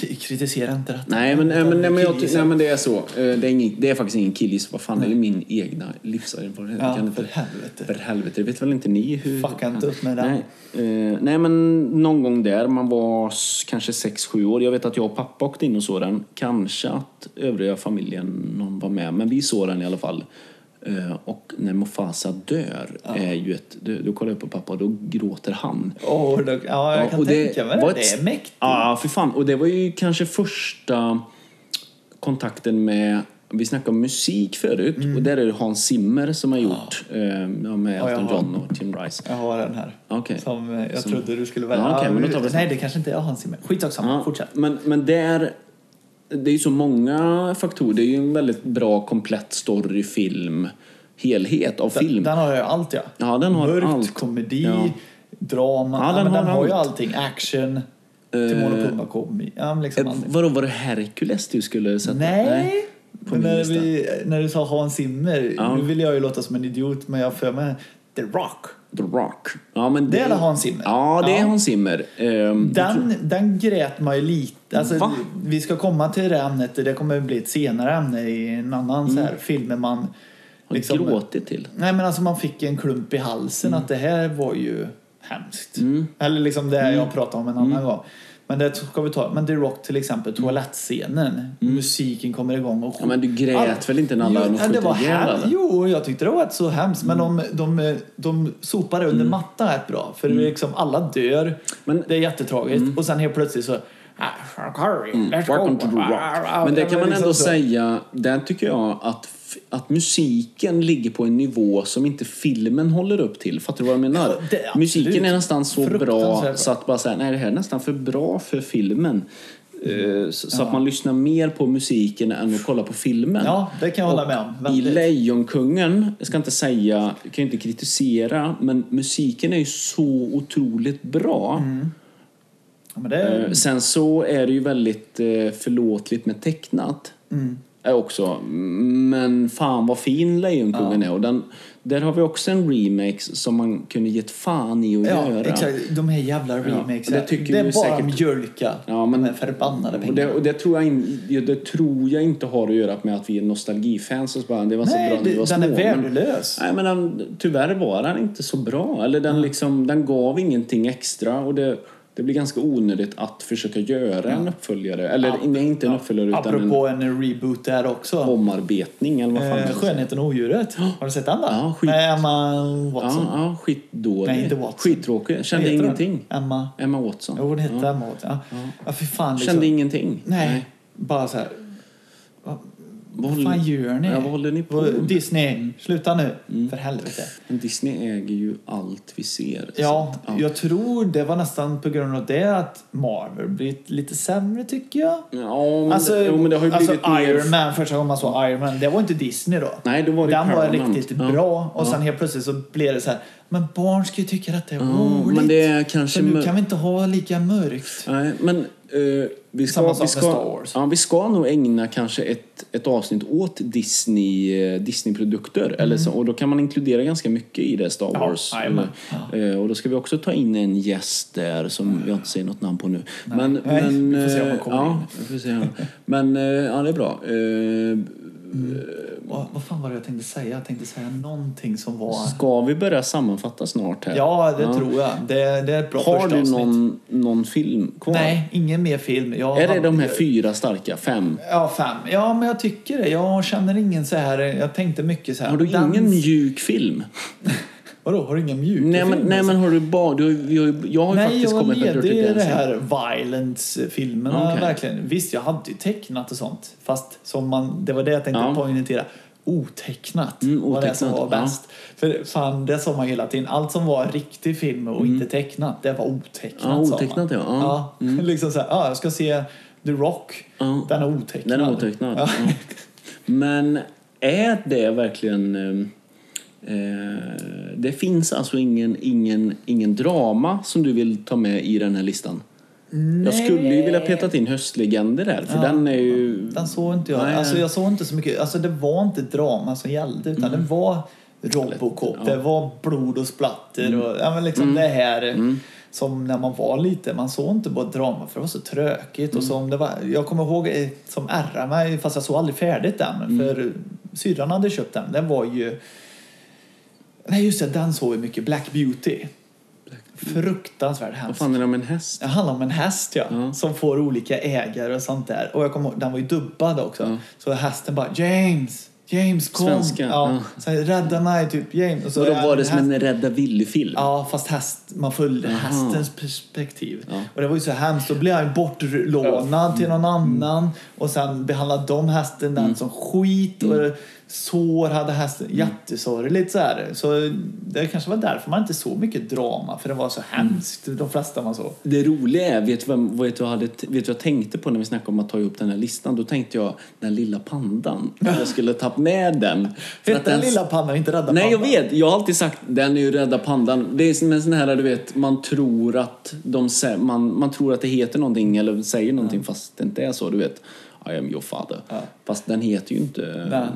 [SPEAKER 2] K- kritisera inte detta.
[SPEAKER 1] nej, men, nej, men, nej, men, jag, ty-
[SPEAKER 2] Killgissa.
[SPEAKER 1] nej, men det är så. Eh, Det är, ingen, det är faktiskt ingen killgiss. Vad fan, det är min egna livserfarenhet. Jag
[SPEAKER 2] Ja,
[SPEAKER 1] kan
[SPEAKER 2] för
[SPEAKER 1] inte-
[SPEAKER 2] helvete.
[SPEAKER 1] För helvete, det vet väl inte ni hur...
[SPEAKER 2] Fucka inte upp med det.
[SPEAKER 1] Nej, eh, nej, men någon gång där, man var s- kanske 6-7 år. Jag vet att jag och pappa åkte in och såg den. Kanske att övriga familjen någon var med, men vi såg den i alla fall. Eh, Och när Mufasa dör, är ju ett, då, då kollar jag på pappa och då gråter han.
[SPEAKER 2] Åh, då, ja, jag
[SPEAKER 1] Ja,
[SPEAKER 2] kan
[SPEAKER 1] och
[SPEAKER 2] tänka mig
[SPEAKER 1] var
[SPEAKER 2] det.
[SPEAKER 1] ett-
[SPEAKER 2] Det är mäktigt.
[SPEAKER 1] Ja, för fan. Och det var ju kanske första kontakten med... Vi snackade om musik förut och där är det Hans Zimmer som har gjort eh, ja. med
[SPEAKER 2] Mm. Ja, jag
[SPEAKER 1] Elton
[SPEAKER 2] har-
[SPEAKER 1] John och Tim Rice.
[SPEAKER 2] Jag har den här.
[SPEAKER 1] Okej.
[SPEAKER 2] Som eh, jag
[SPEAKER 1] Som-
[SPEAKER 2] trodde du skulle välja.
[SPEAKER 1] Ja, okej, men då tar vi det.
[SPEAKER 2] Nej, det kanske inte är Hans Zimmer. Skitsamma,
[SPEAKER 1] Ja,
[SPEAKER 2] fortsätt.
[SPEAKER 1] Men, men där, det är ju så många faktorer. Det är ju en väldigt bra, komplett story, film, helhet av film.
[SPEAKER 2] Den har ju allt ja.
[SPEAKER 1] Ja, den har
[SPEAKER 2] Mörkt,
[SPEAKER 1] allt.
[SPEAKER 2] komedi,
[SPEAKER 1] Ja.
[SPEAKER 2] drama.
[SPEAKER 1] Ja,
[SPEAKER 2] Ja,
[SPEAKER 1] den
[SPEAKER 2] men
[SPEAKER 1] har
[SPEAKER 2] den har ju
[SPEAKER 1] allt.
[SPEAKER 2] allting. Action, Timon och Pumba komedi. Ja, men liksom
[SPEAKER 1] Eh,
[SPEAKER 2] allting.
[SPEAKER 1] vadå, var det Hercules du skulle sätta?
[SPEAKER 2] Nej!
[SPEAKER 1] på
[SPEAKER 2] Men
[SPEAKER 1] min
[SPEAKER 2] när,
[SPEAKER 1] lista.
[SPEAKER 2] vi, när du sa Hans Zimmer,
[SPEAKER 1] Ja.
[SPEAKER 2] nu vill jag ju låta som en idiot men jag har för mig The Rock.
[SPEAKER 1] The Rock. Ja, men
[SPEAKER 2] Det är väl Hans Zimmer?
[SPEAKER 1] Ja, det är
[SPEAKER 2] Ja.
[SPEAKER 1] Hans Zimmer. Ehm,
[SPEAKER 2] Den, den grät man ju lite. Alltså,
[SPEAKER 1] Va?
[SPEAKER 2] vi ska komma till det ämnet, det kommer bli ett senare ämne i en annan så här, film. Man,
[SPEAKER 1] Mm. har
[SPEAKER 2] liksom-
[SPEAKER 1] gråtit till.
[SPEAKER 2] Nej men alltså man fick en klump i halsen
[SPEAKER 1] Mm.
[SPEAKER 2] att det här var ju hemskt. Eller liksom det här
[SPEAKER 1] Mm.
[SPEAKER 2] jag pratade om en annan gång. Men det ska vi ta. Men The Rock till exempel, toalettscenen. Musiken kommer igång
[SPEAKER 1] Mm.
[SPEAKER 2] och
[SPEAKER 1] Ja, men du grät väl inte när alla de
[SPEAKER 2] jo, det
[SPEAKER 1] skjuter
[SPEAKER 2] var
[SPEAKER 1] ihjäl
[SPEAKER 2] hem-
[SPEAKER 1] alla?
[SPEAKER 2] Jo, jag tyckte det var rätt så hemskt. Men de, de, de sopar det under mattan rätt bra. För det är liksom alla dör.
[SPEAKER 1] Mm. Men- Mm.
[SPEAKER 2] det är jättetragiskt. Och sen helt plötsligt så... Ah, Curry, let's go.
[SPEAKER 1] Welcome to the
[SPEAKER 2] Ah,
[SPEAKER 1] rock.
[SPEAKER 2] ah,
[SPEAKER 1] Men det
[SPEAKER 2] ja,
[SPEAKER 1] kan man
[SPEAKER 2] liksom
[SPEAKER 1] ändå
[SPEAKER 2] så.
[SPEAKER 1] säga, där tycker jag att, f- att musiken ligger på en nivå som inte filmen håller upp till. Fattar du vad jag menar?
[SPEAKER 2] Ja, det är absolut.
[SPEAKER 1] musiken är nästan så
[SPEAKER 2] Fruktansvärt
[SPEAKER 1] bra
[SPEAKER 2] bra.
[SPEAKER 1] så att bara säga, nej det här är nästan för bra för filmen. Eh, Så så att man lyssnar mer på musiken än att kolla på filmen.
[SPEAKER 2] Ja, det kan jag hålla med om.
[SPEAKER 1] I
[SPEAKER 2] Väldigt.
[SPEAKER 1] Lejonkungen, jag ska inte säga, jag kan ju inte kritisera, men musiken är ju så otroligt bra.
[SPEAKER 2] Mm. Ja, men det,
[SPEAKER 1] Eh, Sen så är det ju väldigt eh, förlåtligt med tecknat.
[SPEAKER 2] Mm.
[SPEAKER 1] Eh, Också. Men fan vad fin Lejonkungen är. Och den, där har vi också en remake som man kunde gett fan i att
[SPEAKER 2] Ja,
[SPEAKER 1] göra.
[SPEAKER 2] exakt. De här jävla remakes.
[SPEAKER 1] och det tycker
[SPEAKER 2] det är
[SPEAKER 1] ju
[SPEAKER 2] bara
[SPEAKER 1] säkert-
[SPEAKER 2] mjölka.
[SPEAKER 1] Ja, men-
[SPEAKER 2] De här förbannade
[SPEAKER 1] Och
[SPEAKER 2] pengarna.
[SPEAKER 1] det, och det, tror jag in, det tror jag inte har att göra med att vi är nostalgifans och så bara, det var så
[SPEAKER 2] Nej,
[SPEAKER 1] bra när vi
[SPEAKER 2] det-
[SPEAKER 1] var
[SPEAKER 2] den
[SPEAKER 1] små.
[SPEAKER 2] är värdelös.
[SPEAKER 1] Men, nej, men den, tyvärr var den inte så bra. Eller den,
[SPEAKER 2] Mm.
[SPEAKER 1] liksom, den gav ingenting extra. Och det, det blir ganska onödigt att försöka göra en uppföljare. Eller nej, inte en uppföljare utan en
[SPEAKER 2] Apropå en, reboot där också.
[SPEAKER 1] omarbetning eller vad fan
[SPEAKER 2] Eh,
[SPEAKER 1] det är.
[SPEAKER 2] Skönheten och odjuret. Har du sett den då?
[SPEAKER 1] Ja, skit.
[SPEAKER 2] Med Emma Watson.
[SPEAKER 1] Ja, ja, skitdålig.
[SPEAKER 2] Nej, inte Watson.
[SPEAKER 1] Skittråkig. Jag Kände
[SPEAKER 2] Vad heter hon?
[SPEAKER 1] ingenting.
[SPEAKER 2] Emma.
[SPEAKER 1] Emma Watson.
[SPEAKER 2] Jo, hon hette Emma Watson. Ja, ja. för fan liksom.
[SPEAKER 1] Kände ingenting.
[SPEAKER 2] Nej. Bara så här.
[SPEAKER 1] Vad
[SPEAKER 2] Vad
[SPEAKER 1] håller
[SPEAKER 2] fan
[SPEAKER 1] ni-
[SPEAKER 2] gör ni?
[SPEAKER 1] Ja, vad Mm. håller ni på
[SPEAKER 2] Vad-
[SPEAKER 1] med?
[SPEAKER 2] Disney, sluta nu. För helvete.
[SPEAKER 1] Men Disney äger ju allt vi ser.
[SPEAKER 2] Ja,
[SPEAKER 1] Så att, ja.
[SPEAKER 2] jag tror det var nästan på grund av det att Marvel blivit lite sämre tycker jag.
[SPEAKER 1] Ja, men,
[SPEAKER 2] Alltså,
[SPEAKER 1] det, jo, men det har ju
[SPEAKER 2] alltså
[SPEAKER 1] blivit mer...
[SPEAKER 2] Iron Man, första gången man såg Iron Man, det var inte Disney då.
[SPEAKER 1] Nej, då var det
[SPEAKER 2] Den var
[SPEAKER 1] Paramount.
[SPEAKER 2] riktigt
[SPEAKER 1] Ja.
[SPEAKER 2] bra och sen helt plötsligt så blev det så här, men barn ska ju tycka att det är roligt.
[SPEAKER 1] men det är kanske
[SPEAKER 2] Så nu
[SPEAKER 1] mör-
[SPEAKER 2] kan vi inte ha lika mörkt.
[SPEAKER 1] Nej, men eh, vi, ska,
[SPEAKER 2] Samma sak
[SPEAKER 1] vi,
[SPEAKER 2] med
[SPEAKER 1] ska,
[SPEAKER 2] Star Wars.
[SPEAKER 1] Ja, vi ska nog ägna kanske ett, ett avsnitt åt Disney, eh, Disney-produkter. Eller så, och då kan man inkludera ganska mycket i det, Star
[SPEAKER 2] Mm. Ja,
[SPEAKER 1] Wars.
[SPEAKER 2] jajamän.
[SPEAKER 1] Eh, och då ska vi också ta in en gäst där som jag inte säger något namn på nu. Men,
[SPEAKER 2] Mm. Nej,
[SPEAKER 1] men,
[SPEAKER 2] vi får se om han
[SPEAKER 1] eh,
[SPEAKER 2] kommer
[SPEAKER 1] ja, vi får se. Men eh, ja, det är bra. Eh,
[SPEAKER 2] Vad, vad fan var det jag tänkte säga? Jag tänkte säga någonting som var...
[SPEAKER 1] ska vi börja sammanfatta snart här?
[SPEAKER 2] Ja, det tror jag. Det, det är ett bra
[SPEAKER 1] Har
[SPEAKER 2] första
[SPEAKER 1] du
[SPEAKER 2] avsnitt.
[SPEAKER 1] någon, någon film kvar?
[SPEAKER 2] Nej, ingen mer film. Jag
[SPEAKER 1] Är det de här
[SPEAKER 2] hade-
[SPEAKER 1] fyra starka? Fem?
[SPEAKER 2] Ja, fem. Ja, men jag tycker det. Jag känner ingen så här... Jag tänkte mycket så här...
[SPEAKER 1] Har du
[SPEAKER 2] den-
[SPEAKER 1] ingen mjuk film?
[SPEAKER 2] Vadå, har du ingen mjuk?
[SPEAKER 1] Nej men, nej men har du bara, du har, ju- vi har, ju- jag har ju
[SPEAKER 2] Nej,
[SPEAKER 1] faktiskt
[SPEAKER 2] jag
[SPEAKER 1] kommit med
[SPEAKER 2] levde
[SPEAKER 1] Dirty
[SPEAKER 2] i det
[SPEAKER 1] Dancing. Ah,
[SPEAKER 2] här violence-filmerna
[SPEAKER 1] Okej.
[SPEAKER 2] verkligen. Visst, jag hade ju tecknat och sånt. Fast som man, det var det jag tänkte
[SPEAKER 1] Ja.
[SPEAKER 2] poängtera. Otecknat
[SPEAKER 1] Mm,
[SPEAKER 2] var det som var
[SPEAKER 1] otecknat, ja.
[SPEAKER 2] bäst. För fan, det sa man hela tiden. Allt som var riktig film och inte tecknat, det var otecknat.
[SPEAKER 1] Mm. Ja,
[SPEAKER 2] sa man.
[SPEAKER 1] otecknat, ja. Ja.
[SPEAKER 2] ja. liksom så här, ja, jag ska se The Rock.
[SPEAKER 1] Ja.
[SPEAKER 2] Den är otecknad.
[SPEAKER 1] Den är otecknad.
[SPEAKER 2] Ja.
[SPEAKER 1] Ja. Men är det verkligen... eh, Eh, det finns alltså ingen, ingen, ingen drama som du vill ta med i den här listan? Jag skulle ju vilja peta in Höstlegender där, för den är ju...
[SPEAKER 2] Den såg inte jag.
[SPEAKER 1] Nej.
[SPEAKER 2] Alltså jag såg inte så mycket. Alltså det var inte drama som gällde utan det var Robocop.
[SPEAKER 1] Mm. Ja. Mm.
[SPEAKER 2] Det var blod och splatter och ja, men liksom det här. som när man var liten. Man såg inte på drama för det var så trökigt.
[SPEAKER 1] Mm.
[SPEAKER 2] Och som det var, jag kommer ihåg eh, som ärrar mig, fast jag såg aldrig färdigt den. För
[SPEAKER 1] Mm.
[SPEAKER 2] syrran hade köpt den. Den var ju... Nej just det, den såg vi mycket. Black Beauty. Fruktansvärt
[SPEAKER 1] Vad
[SPEAKER 2] hemskt.
[SPEAKER 1] fan är det om en häst?
[SPEAKER 2] Det handlar om en häst ja,
[SPEAKER 1] Ja.
[SPEAKER 2] som får olika ägare och sånt där. Och jag kommer ihåg, den var ju dubbad också.
[SPEAKER 1] Ja.
[SPEAKER 2] Så hästen bara James, James kom!
[SPEAKER 1] Svenska,
[SPEAKER 2] Ja.
[SPEAKER 1] ja.
[SPEAKER 2] Så här, rädda mig typ James. Och så
[SPEAKER 1] Och då
[SPEAKER 2] är
[SPEAKER 1] var det
[SPEAKER 2] en
[SPEAKER 1] som
[SPEAKER 2] häst-
[SPEAKER 1] en Rädda Willy-film.
[SPEAKER 2] Ja, fast häst, man följde
[SPEAKER 1] Aha.
[SPEAKER 2] hästens perspektiv.
[SPEAKER 1] Ja.
[SPEAKER 2] Och det var ju så hemskt. Då blev jag ju bortlånad till någon
[SPEAKER 1] Mm.
[SPEAKER 2] annan och sen behandlade de hästen den som skit
[SPEAKER 1] Mm.
[SPEAKER 2] och sår hade hästen. Jättesorgligt så här. Så det kanske var därför man inte såg mycket drama, för det var så
[SPEAKER 1] Mm.
[SPEAKER 2] hemskt, de flesta man såg.
[SPEAKER 1] Det roliga är, vet du, vem, vet, du vad jag hade, vet du vad jag tänkte på när vi snackade om att ta ihop den här listan? Då tänkte jag den lilla pandan. Jag skulle ta med den. För att
[SPEAKER 2] Hette den
[SPEAKER 1] den-
[SPEAKER 2] lilla pandan, inte rädda
[SPEAKER 1] Nej, jag
[SPEAKER 2] pandan?
[SPEAKER 1] vet. Jag har alltid sagt den är ju rädda pandan. Det är som en sån här, du vet, man tror att, de, sä- man, man tror att det heter någonting eller säger någonting fast det inte är så, du vet. I am your father.
[SPEAKER 2] Ja.
[SPEAKER 1] Fast den heter ju inte...
[SPEAKER 2] Nej.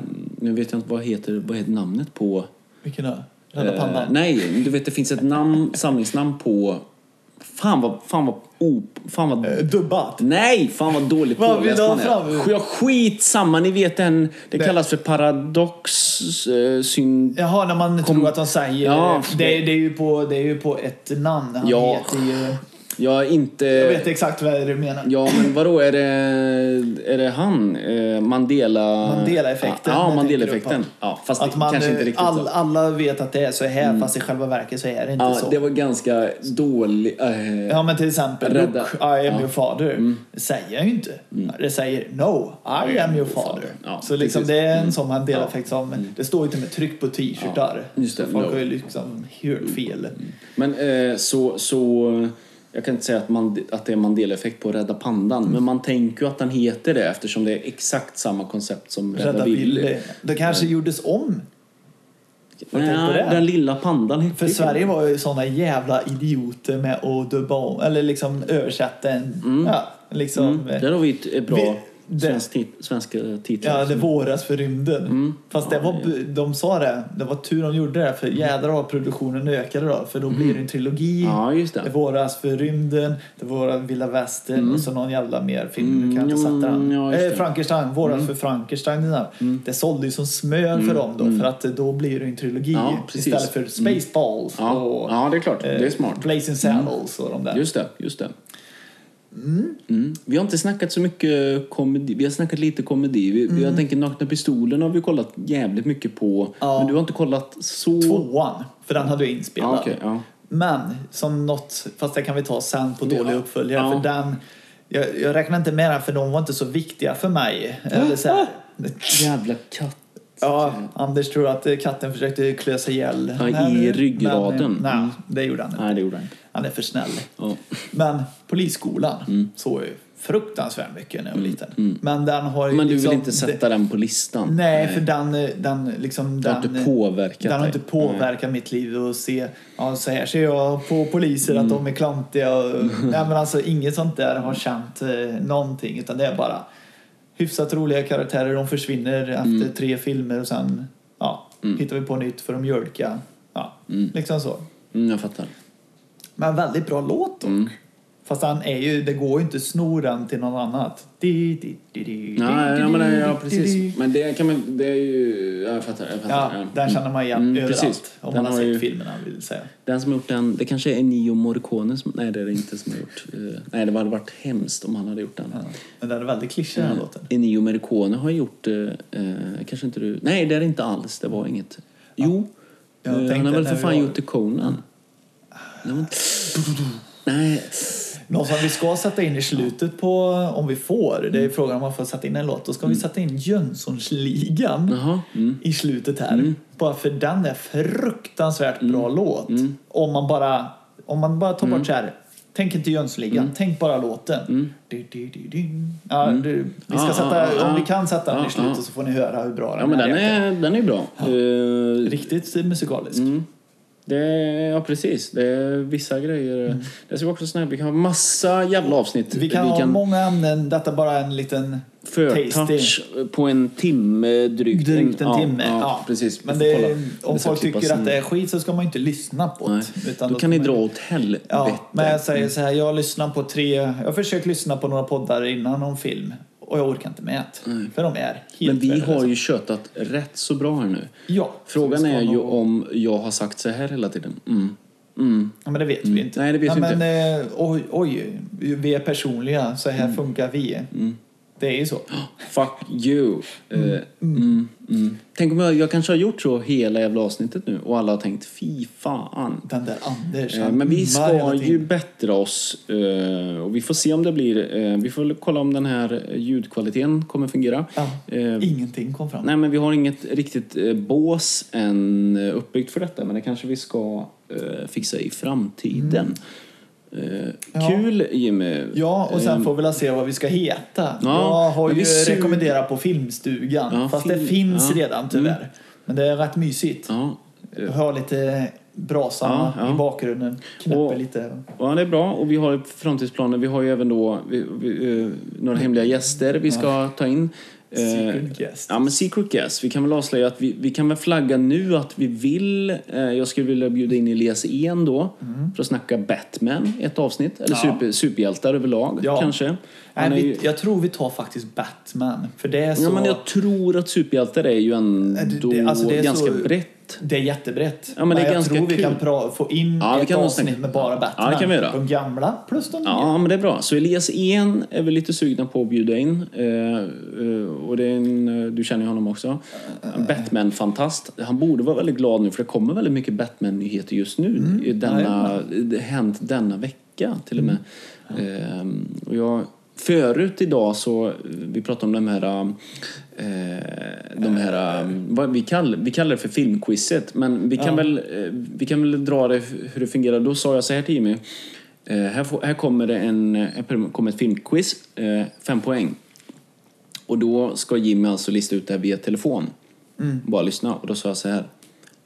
[SPEAKER 1] Nu vet jag inte, vad heter, vad heter namnet på...
[SPEAKER 2] Vilken då? Rädda
[SPEAKER 1] Eh,
[SPEAKER 2] pandan?
[SPEAKER 1] nej, du vet det finns ett namn, samlingsnamn på... Fan vad... Fan vad... Op, fan vad
[SPEAKER 2] Eh, Dubbat?
[SPEAKER 1] Nej, fan vad dåligt
[SPEAKER 2] Vad vill
[SPEAKER 1] påläst
[SPEAKER 2] du ha
[SPEAKER 1] man
[SPEAKER 2] fram?
[SPEAKER 1] är. Jag skit samma, ni vet den... Det
[SPEAKER 2] Det-
[SPEAKER 1] kallas för paradox... Eh, syn...
[SPEAKER 2] Jaha, när man
[SPEAKER 1] Kom-
[SPEAKER 2] tror att de säger...
[SPEAKER 1] Ja,
[SPEAKER 2] det, det, är ju på, det är ju på ett namn. Han
[SPEAKER 1] Ja.
[SPEAKER 2] heter ju...
[SPEAKER 1] Jag är inte...
[SPEAKER 2] Jag vet exakt vad du menar.
[SPEAKER 1] Ja, men vadå, är det, är det han? Eh, Mandela...
[SPEAKER 2] Mandela-effekten,
[SPEAKER 1] Ja,
[SPEAKER 2] jag
[SPEAKER 1] Mandela-effekten.
[SPEAKER 2] tänker du
[SPEAKER 1] Ja, fast
[SPEAKER 2] Att
[SPEAKER 1] det
[SPEAKER 2] man,
[SPEAKER 1] kanske inte riktigt
[SPEAKER 2] all,
[SPEAKER 1] så. Mm.
[SPEAKER 2] alla vet att det är så här, fast i själva verket så är det inte
[SPEAKER 1] Ja,
[SPEAKER 2] så.
[SPEAKER 1] det var ganska dålig... eh,
[SPEAKER 2] Ja, men till exempel
[SPEAKER 1] Rädda. Mm.
[SPEAKER 2] Look, I am your father. Det säger jag ju inte. Det säger No, I, am your father.
[SPEAKER 1] Ja,
[SPEAKER 2] så liksom
[SPEAKER 1] precis. Mm.
[SPEAKER 2] det är en sån Mandela-effekt som... Det står ju till och med tryck på t-shirtar.
[SPEAKER 1] Ja, just det,
[SPEAKER 2] så folk
[SPEAKER 1] no.
[SPEAKER 2] har ju liksom hört fel.
[SPEAKER 1] Men eh, så, så... Jag kan inte säga att, man, att det är Mandela-effekt på Rädda Pandan, men man tänker ju att den heter det eftersom det är exakt samma koncept som Rädda,
[SPEAKER 2] Rädda
[SPEAKER 1] Willy.
[SPEAKER 2] Billy. Det kanske gjordes om Vad tänkte
[SPEAKER 1] Nej,
[SPEAKER 2] du?
[SPEAKER 1] den lilla pandan hette
[SPEAKER 2] För
[SPEAKER 1] ju-
[SPEAKER 2] Sverige var ju såna jävla idioter med att dubba om, eller liksom översätta en,
[SPEAKER 1] Mm.
[SPEAKER 2] ja, liksom, eh,
[SPEAKER 1] Där har vi ett ett bra
[SPEAKER 2] Vi- det-
[SPEAKER 1] svensk, tit, svensk eh, titel.
[SPEAKER 2] ja, det våras för rymden.
[SPEAKER 1] Mm.
[SPEAKER 2] Fast det var, bu- de sa det, det var tur de gjorde det, för jädrar vad produktionen ökade då, för då blir det en trilogi.
[SPEAKER 1] Mm. Ja, just det.
[SPEAKER 2] Det våras för rymden, det våras vilda västern och så någon jävla mer film.
[SPEAKER 1] Mm,
[SPEAKER 2] Nu kan jag inte
[SPEAKER 1] ja,
[SPEAKER 2] sätta den.
[SPEAKER 1] ja, just
[SPEAKER 2] eh,
[SPEAKER 1] det. Mm.
[SPEAKER 2] Frankenstein, våras för Frankenstein. den där. Det sålde ju som smör för dem då, för att eh, då blir det en trilogi
[SPEAKER 1] Mm. Ja, precis. Mm.
[SPEAKER 2] istället för Spaceballs
[SPEAKER 1] ja.
[SPEAKER 2] och
[SPEAKER 1] ja, det är klart. det är
[SPEAKER 2] Eh,
[SPEAKER 1] smart. Mm.
[SPEAKER 2] Blazing Saddles och de där.
[SPEAKER 1] Just det, just det. Mm. Vi har inte snackat så mycket komedi. Vi har snackat lite komedi. Vi,
[SPEAKER 2] Mm.
[SPEAKER 1] Jag tänker Nakna Pistolen har vi kollat jävligt mycket på.
[SPEAKER 2] Ja.
[SPEAKER 1] Men du har inte kollat så...
[SPEAKER 2] Tvåan, för den hade jag inspelad.
[SPEAKER 1] Ja, Ah, okej, ja.
[SPEAKER 2] Men som något, fast det kan vi ta sen på dåliga
[SPEAKER 1] Ja.
[SPEAKER 2] uppföljare.
[SPEAKER 1] Ja.
[SPEAKER 2] För den, jag, jag räknar inte med den för de var inte så viktiga för mig. Eh, Eller så här.
[SPEAKER 1] Jävla katt.
[SPEAKER 2] Ja, Anders tror att eh, katten försökte klö sig ihjäl.
[SPEAKER 1] Ja, i
[SPEAKER 2] henne,
[SPEAKER 1] ryggraden. Mm.
[SPEAKER 2] Men, eh, nej, det gjorde han inte.
[SPEAKER 1] Nej, det gjorde han inte.
[SPEAKER 2] Han är för snäll.
[SPEAKER 1] Ja.
[SPEAKER 2] Men polisskolan
[SPEAKER 1] Mm.
[SPEAKER 2] såg jag ju fruktansvärt mycket när jag var liten. Men den har ju
[SPEAKER 1] Men du vill
[SPEAKER 2] liksom-
[SPEAKER 1] inte sätta den på listan?
[SPEAKER 2] Nej, för den, eh, den liksom...
[SPEAKER 1] Det har
[SPEAKER 2] den,
[SPEAKER 1] inte påverkat
[SPEAKER 2] Den har
[SPEAKER 1] dig.
[SPEAKER 2] inte påverkat mitt liv och se, ja så här ser jag på poliser
[SPEAKER 1] Mm.
[SPEAKER 2] att de är klantiga och, nej men alltså inget sånt där har känt eh, någonting utan det är bara hyfsat roliga karaktärer, de försvinner
[SPEAKER 1] Mm.
[SPEAKER 2] efter tre filmer och sen ja, hittar vi på nytt för att mjölka. Ja, liksom så.
[SPEAKER 1] Mm, jag fattar. Mm.
[SPEAKER 2] Men väldigt bra låt dock. Fast han är ju, det går ju inte att sno den till någon annat. Di, di, di, di,
[SPEAKER 1] Nej,
[SPEAKER 2] di,
[SPEAKER 1] ja, men,
[SPEAKER 2] di,
[SPEAKER 1] ja,
[SPEAKER 2] di, di.
[SPEAKER 1] precis. Men det kan man... Det är ju... ja, Jag fattar. Jag
[SPEAKER 2] Ja,
[SPEAKER 1] fattar.
[SPEAKER 2] där känner man igen
[SPEAKER 1] Mm,
[SPEAKER 2] överallt.
[SPEAKER 1] precis.
[SPEAKER 2] Om
[SPEAKER 1] Den
[SPEAKER 2] man
[SPEAKER 1] har
[SPEAKER 2] har sett
[SPEAKER 1] ju-
[SPEAKER 2] filmerna vill säga.
[SPEAKER 1] Den som har gjort den, det kanske är Nio Morricone som, nej det är det inte som har gjort. eh, nej det hade varit hemskt om han hade gjort den.
[SPEAKER 2] Ja. Men den är väldigt klyschig
[SPEAKER 1] Mm.
[SPEAKER 2] den här låten.
[SPEAKER 1] Eh, Ennio Morricone har gjort, eh, eh, kanske inte du, nej det är det inte alls, det var inget. Jo,
[SPEAKER 2] Jag
[SPEAKER 1] eh, han
[SPEAKER 2] tänkte
[SPEAKER 1] har väl
[SPEAKER 2] när
[SPEAKER 1] för
[SPEAKER 2] vi
[SPEAKER 1] fan
[SPEAKER 2] var- Ah.
[SPEAKER 1] gjort The Conan. Det var inte... Nej,
[SPEAKER 2] Någon som vi ska sätta in i slutet på, om vi får,
[SPEAKER 1] Mm.
[SPEAKER 2] det är frågan om man får sätta in en låt. Då ska vi sätta in Jönssonsligan
[SPEAKER 1] jaha. Mm. Mm.
[SPEAKER 2] i slutet här. Bara för den är fruktansvärt bra låt. Om man bara, om man bara tar bort så här. Tänk inte Jönssonligan,
[SPEAKER 1] Mm.
[SPEAKER 2] tänk bara låten. Du, du, du, du. Ja, du, vi ska
[SPEAKER 1] Ah,
[SPEAKER 2] sätta,
[SPEAKER 1] ah, ah.
[SPEAKER 2] om vi kan sätta den
[SPEAKER 1] Ah,
[SPEAKER 2] i slutet så får ni höra hur bra den,
[SPEAKER 1] Ja men den
[SPEAKER 2] är.
[SPEAKER 1] är, Mm. den är bra. Eh,
[SPEAKER 2] Riktigt musikalisk.
[SPEAKER 1] Det är, ja, precis. Det är vissa grejer.
[SPEAKER 2] Mm.
[SPEAKER 1] Det ska vi också snabbt. Vi kan ha massa jävla avsnitt.
[SPEAKER 2] Vi kan ha många ämnen. Detta är bara en liten
[SPEAKER 1] Förtouch på en timme drygt.
[SPEAKER 2] Drygt en
[SPEAKER 1] Mm, ja,
[SPEAKER 2] timme.
[SPEAKER 1] Ja,
[SPEAKER 2] Ja,
[SPEAKER 1] precis. Vi
[SPEAKER 2] Men
[SPEAKER 1] får
[SPEAKER 2] det,
[SPEAKER 1] kolla.
[SPEAKER 2] om
[SPEAKER 1] Det ska
[SPEAKER 2] folk
[SPEAKER 1] klippas
[SPEAKER 2] tycker att
[SPEAKER 1] in.
[SPEAKER 2] det är skit så ska man ju inte lyssna på det.
[SPEAKER 1] Nej.
[SPEAKER 2] utan
[SPEAKER 1] Då
[SPEAKER 2] ska
[SPEAKER 1] kan ni
[SPEAKER 2] man
[SPEAKER 1] dra
[SPEAKER 2] ju-
[SPEAKER 1] åt helvete.
[SPEAKER 2] Ja, men jag säger så här, jag lyssnar på tre... Jag har försökt lyssna på några poddar innan om film och jag orkar inte med det. För de är helt
[SPEAKER 1] Men vi
[SPEAKER 2] värdelösa.
[SPEAKER 1] har ju köttat rätt så bra här nu.
[SPEAKER 2] Ja.
[SPEAKER 1] Frågan
[SPEAKER 2] så vi ska
[SPEAKER 1] är ju
[SPEAKER 2] nog-
[SPEAKER 1] om jag har sagt så här hela tiden. Mm. Mm.
[SPEAKER 2] Ja, men det vet vi inte.
[SPEAKER 1] Nej, det vet vi
[SPEAKER 2] men, eh, oj, oj, vi är personliga. Så
[SPEAKER 1] Mm.
[SPEAKER 2] här funkar vi. Det är ju så.
[SPEAKER 1] Fuck you. Eh, mm. Mm. Tänk om jag, jag kanske har gjort så hela jävla avsnittet nu och alla har tänkt fy fan.
[SPEAKER 2] Den där Anders,
[SPEAKER 1] Eh,
[SPEAKER 2] han
[SPEAKER 1] Men vi
[SPEAKER 2] ummar hela
[SPEAKER 1] ska
[SPEAKER 2] tiden.
[SPEAKER 1] ju bättra oss eh, och vi får se om det blir, eh, vi får kolla om den här ljudkvaliteten kommer fungera.
[SPEAKER 2] Ja,
[SPEAKER 1] Eh,
[SPEAKER 2] Ingenting kom fram.
[SPEAKER 1] Nej men vi har inget riktigt eh, bås än eh, uppbyggt för detta men det kanske vi ska eh, fixa i framtiden. Eh,
[SPEAKER 2] Mm. Ja.
[SPEAKER 1] Kul Jimmy!
[SPEAKER 2] Ja, och sen
[SPEAKER 1] Eh,
[SPEAKER 2] får vi väl se vad vi ska heta.
[SPEAKER 1] Ja,
[SPEAKER 2] jag har
[SPEAKER 1] men
[SPEAKER 2] ju
[SPEAKER 1] vi suger-
[SPEAKER 2] rekommenderat på Filmstugan.
[SPEAKER 1] Ja,
[SPEAKER 2] fast det
[SPEAKER 1] film-
[SPEAKER 2] finns
[SPEAKER 1] ja. Mm.
[SPEAKER 2] redan tyvärr. Men det är rätt mysigt.
[SPEAKER 1] ja. eh,
[SPEAKER 2] Hör lite brasan
[SPEAKER 1] Ja, ja.
[SPEAKER 2] i bakgrunden. Knäpper
[SPEAKER 1] Och-
[SPEAKER 2] lite.
[SPEAKER 1] Ja, det är bra. Och vi har framtidsplaner. Vi har ju även då vi, vi, eh, några hemliga gäster vi ska ta in. Eh,
[SPEAKER 2] Secret guest.
[SPEAKER 1] Ja, men secret guest. Vi kan väl avslöja att vi, vi kan väl flagga nu att vi vill... Eh, jag skulle vilja bjuda in Elias En då för att snacka Batman i ett avsnitt. Eller
[SPEAKER 2] Mm. Ja.
[SPEAKER 1] super, superhjältar överlag
[SPEAKER 2] Ja.
[SPEAKER 1] kanske.
[SPEAKER 2] Nej,
[SPEAKER 1] Han är ju,
[SPEAKER 2] vi, jag tror vi tar faktiskt Batman. För det är så...
[SPEAKER 1] ja, men jag tror att superhjältar är ju ändå
[SPEAKER 2] Det- det- alltså, det är
[SPEAKER 1] ganska
[SPEAKER 2] så-
[SPEAKER 1] brett.
[SPEAKER 2] Det är jättebrett.
[SPEAKER 1] Ja, men det är
[SPEAKER 2] jag
[SPEAKER 1] ganska
[SPEAKER 2] tror vi
[SPEAKER 1] kul.
[SPEAKER 2] kan pra- få in
[SPEAKER 1] Ja, vi
[SPEAKER 2] ett
[SPEAKER 1] kan nog
[SPEAKER 2] avsnitt
[SPEAKER 1] snacka-
[SPEAKER 2] med bara
[SPEAKER 1] Ja, det
[SPEAKER 2] Batman.
[SPEAKER 1] kan vi göra.
[SPEAKER 2] De gamla plus de nya.
[SPEAKER 1] Ja, men det är bra. Så Elias En är vi lite sugna på att bjuda in. Eh, eh, och det är en, eh, du känner ju honom också.
[SPEAKER 2] Eh,
[SPEAKER 1] En Batman-fantast. Han borde vara väldigt glad nu för det kommer väldigt mycket Batman-nyheter just nu.
[SPEAKER 2] Mm.
[SPEAKER 1] I denna, det har hänt denna vecka till och med. Eh, och jag, förut idag så, eh, vi pratade om de här eh, de här, eh, vad vi, kall, vi kallar det för filmquizet, men vi kan, väl, eh, vi kan väl dra det hur det fungerar. Då sa jag så här till Jimmy, Eh, här, får, här kommer det en, här kommer ett filmquiz, eh, fem poäng. Och då ska Jimmy alltså lista ut det här via telefon. Bara lyssna. Och då sa jag så här.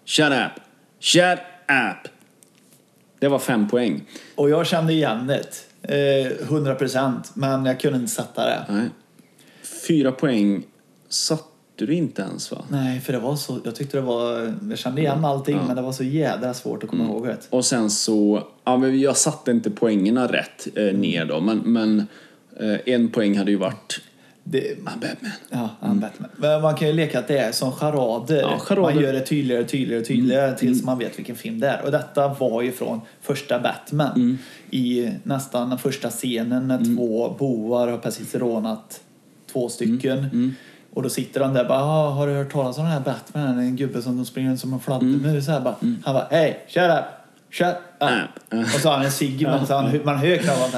[SPEAKER 1] Shut up! Shut up! Det var fem poäng.
[SPEAKER 2] Och jag kände igen det. Eh, 100 procent. Men jag kunde inte sätta det.
[SPEAKER 1] Nej. Fyra poäng satte du inte ens va?
[SPEAKER 2] Nej, för det var så... Jag tyckte det var... Jag kände igen allting, men det var så jädra svårt att komma ihåg det.
[SPEAKER 1] Och sen så, ja men jag satte inte poängerna rätt eh, ner då. Men, men eh, en poäng hade ju varit
[SPEAKER 2] det
[SPEAKER 1] "Ah, Batman.
[SPEAKER 2] ja, han Batman. Men man kan ju leka att det är som charader.
[SPEAKER 1] Ja, charader. Mm.
[SPEAKER 2] Man gör det tydligare och tydligare och tydligare tills man vet vilken film det är. Och detta var ju från första Batman.
[SPEAKER 1] Mm.
[SPEAKER 2] I nästan den första scenen när två bovar har precis rånat två stycken.
[SPEAKER 1] Mm.
[SPEAKER 2] Och då sitter han där och bara, "Ah, har du hört talas om den här Batman? Det är En gubbe som de springer runt som en fladdermus.
[SPEAKER 1] Mm.
[SPEAKER 2] så här bara. Han bara, hej, shut up, shut up.
[SPEAKER 1] Äh,
[SPEAKER 2] Och så har han en cigg i munnen, så han- man hör knappt.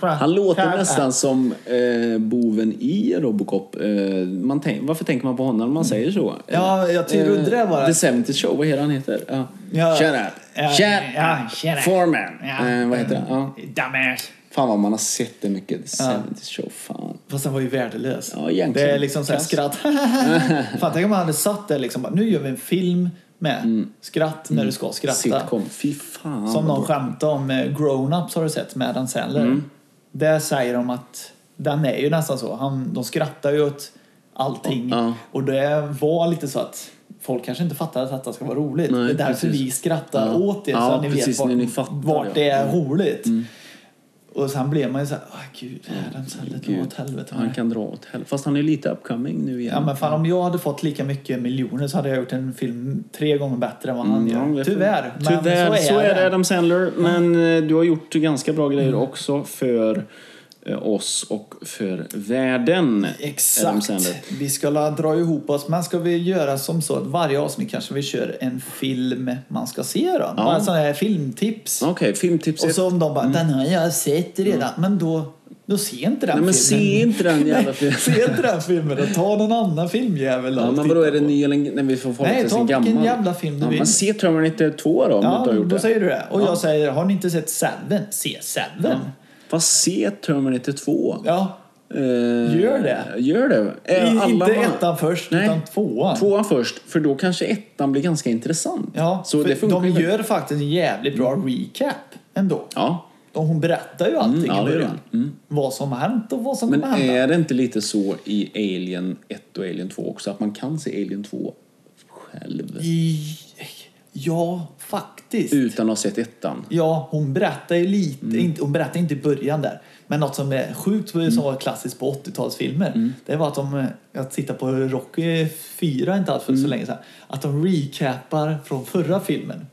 [SPEAKER 2] Han,
[SPEAKER 1] Han låter
[SPEAKER 2] shut up.
[SPEAKER 1] nästan som eh, boven i Robocop. Eh, man tänk, varför tänker man på honom när man säger så?
[SPEAKER 2] Mm.
[SPEAKER 1] Eh,
[SPEAKER 2] Ja, jag tycker undrar jag bara.
[SPEAKER 1] The 70 Show, vad heter han heter? Ja.
[SPEAKER 2] Ja.
[SPEAKER 1] Shut up!
[SPEAKER 2] Ja,
[SPEAKER 1] shut
[SPEAKER 2] ja,
[SPEAKER 1] up!
[SPEAKER 2] shut up.
[SPEAKER 1] Foreman!
[SPEAKER 2] Ja.
[SPEAKER 1] Eh, vad heter han? Ja.
[SPEAKER 2] Dumbass.
[SPEAKER 1] Fan vad man har sett det mycket. The 70 Show, fan.
[SPEAKER 2] Fast den var ju värdelös.
[SPEAKER 1] Ja, egentligen.
[SPEAKER 2] det är liksom så här
[SPEAKER 1] Kass.
[SPEAKER 2] skratt. Fan, tänk om man hade satt där liksom. bara, Nu gör vi en film med skratt när du ska skratta.
[SPEAKER 1] Mm. Sitcom. Fy fan.
[SPEAKER 2] Som
[SPEAKER 1] vad bra.
[SPEAKER 2] någon skämtade om. eh, Grown-ups har du sett med Adam Sandler.
[SPEAKER 1] Mm.
[SPEAKER 2] Där säger de att den är ju nästan så. Han, de skrattar ju åt allting.
[SPEAKER 1] Ja.
[SPEAKER 2] Och det var lite så att folk kanske inte fattade att detta ska vara roligt.
[SPEAKER 1] Nej,
[SPEAKER 2] det är därför
[SPEAKER 1] precis.
[SPEAKER 2] vi skrattar
[SPEAKER 1] Ja.
[SPEAKER 2] åt det. så
[SPEAKER 1] Ja,
[SPEAKER 2] att ni
[SPEAKER 1] precis,
[SPEAKER 2] vet vart,
[SPEAKER 1] när ni fattar,
[SPEAKER 2] vart
[SPEAKER 1] ja. Mm.
[SPEAKER 2] det är roligt. Och sen blev man ju så här, ah, gud, Adam Sandler drar åt helvete. med
[SPEAKER 1] Han
[SPEAKER 2] det."
[SPEAKER 1] kan dra åt helvete. Fast han är lite upcoming nu igen.
[SPEAKER 2] Ja, men fan, om jag hade fått lika mycket miljoner så hade jag gjort en film tre gånger bättre än vad han
[SPEAKER 1] Mm, Ja,
[SPEAKER 2] gör.
[SPEAKER 1] det får-
[SPEAKER 2] Tyvärr, men
[SPEAKER 1] Tyvärr,
[SPEAKER 2] så är, det. Mm.
[SPEAKER 1] Adam Sandler. Men eh, du har gjort ganska bra grejer också för eh, oss och för världen. Adam
[SPEAKER 2] Exakt.
[SPEAKER 1] Sandler.
[SPEAKER 2] Vi ska la- dra ihop oss. Men ska vi göra som så att varje avsnitt kanske vi kör en film man ska se då? Bara en sån här filmtips.
[SPEAKER 1] Okej, filmtips.
[SPEAKER 2] Och så om de bara,
[SPEAKER 1] Mm.
[SPEAKER 2] den har jag sett redan. Men då, då se inte den
[SPEAKER 1] Nej, men
[SPEAKER 2] filmen.
[SPEAKER 1] se inte den jävla filmen.
[SPEAKER 2] se inte den filmen och ta någon annan filmjävel
[SPEAKER 1] Ja,
[SPEAKER 2] och
[SPEAKER 1] men
[SPEAKER 2] titta
[SPEAKER 1] vadå, är det
[SPEAKER 2] på.
[SPEAKER 1] ny eller... Nej, vi får hålla
[SPEAKER 2] Nej,
[SPEAKER 1] till
[SPEAKER 2] ta
[SPEAKER 1] sin
[SPEAKER 2] vilken
[SPEAKER 1] gammal.
[SPEAKER 2] jävla film du
[SPEAKER 1] ja,
[SPEAKER 2] vill.
[SPEAKER 1] men se Terminator 2 då, om du
[SPEAKER 2] Ja,
[SPEAKER 1] inte har gjort
[SPEAKER 2] då
[SPEAKER 1] det.
[SPEAKER 2] säger du det. Och
[SPEAKER 1] Ja.
[SPEAKER 2] jag säger, har ni inte sett Seven? Se Seven.
[SPEAKER 1] Fast se Terminator 2.
[SPEAKER 2] Ja.
[SPEAKER 1] Eh,
[SPEAKER 2] Gör det.
[SPEAKER 1] Gör det. Eh,
[SPEAKER 2] I,
[SPEAKER 1] alla
[SPEAKER 2] inte
[SPEAKER 1] var-
[SPEAKER 2] ettan först,
[SPEAKER 1] Nej.
[SPEAKER 2] utan tvåan.
[SPEAKER 1] Tvåan först, för då kanske ettan blir ganska intressant.
[SPEAKER 2] Ja,
[SPEAKER 1] så
[SPEAKER 2] för
[SPEAKER 1] det funkar Mm.
[SPEAKER 2] de
[SPEAKER 1] ju-
[SPEAKER 2] gör faktiskt en jävligt bra recap ändå.
[SPEAKER 1] Ja.
[SPEAKER 2] De Och hon berättar ju allting
[SPEAKER 1] Mm, ja,
[SPEAKER 2] i
[SPEAKER 1] det gör
[SPEAKER 2] början. Vad som har hänt och vad som
[SPEAKER 1] Men eh,
[SPEAKER 2] kommer hända.
[SPEAKER 1] är det inte lite så i Alien 1 och Alien 2 också? Att man kan se Alien 2 själv
[SPEAKER 2] I... Ja, faktiskt.
[SPEAKER 1] utan att ha sett ettan?
[SPEAKER 2] Ja, hon berättar ju lite,
[SPEAKER 1] Mm.
[SPEAKER 2] inte, hon berättar inte i början där. Men något som är sjukt, som var klassiskt på 80-talsfilmer,
[SPEAKER 1] Mm.
[SPEAKER 2] det var att de, eh, jag tittar på Rocky 4 inte alls för
[SPEAKER 1] Mm.
[SPEAKER 2] så länge sedan, att de recapar från förra filmen.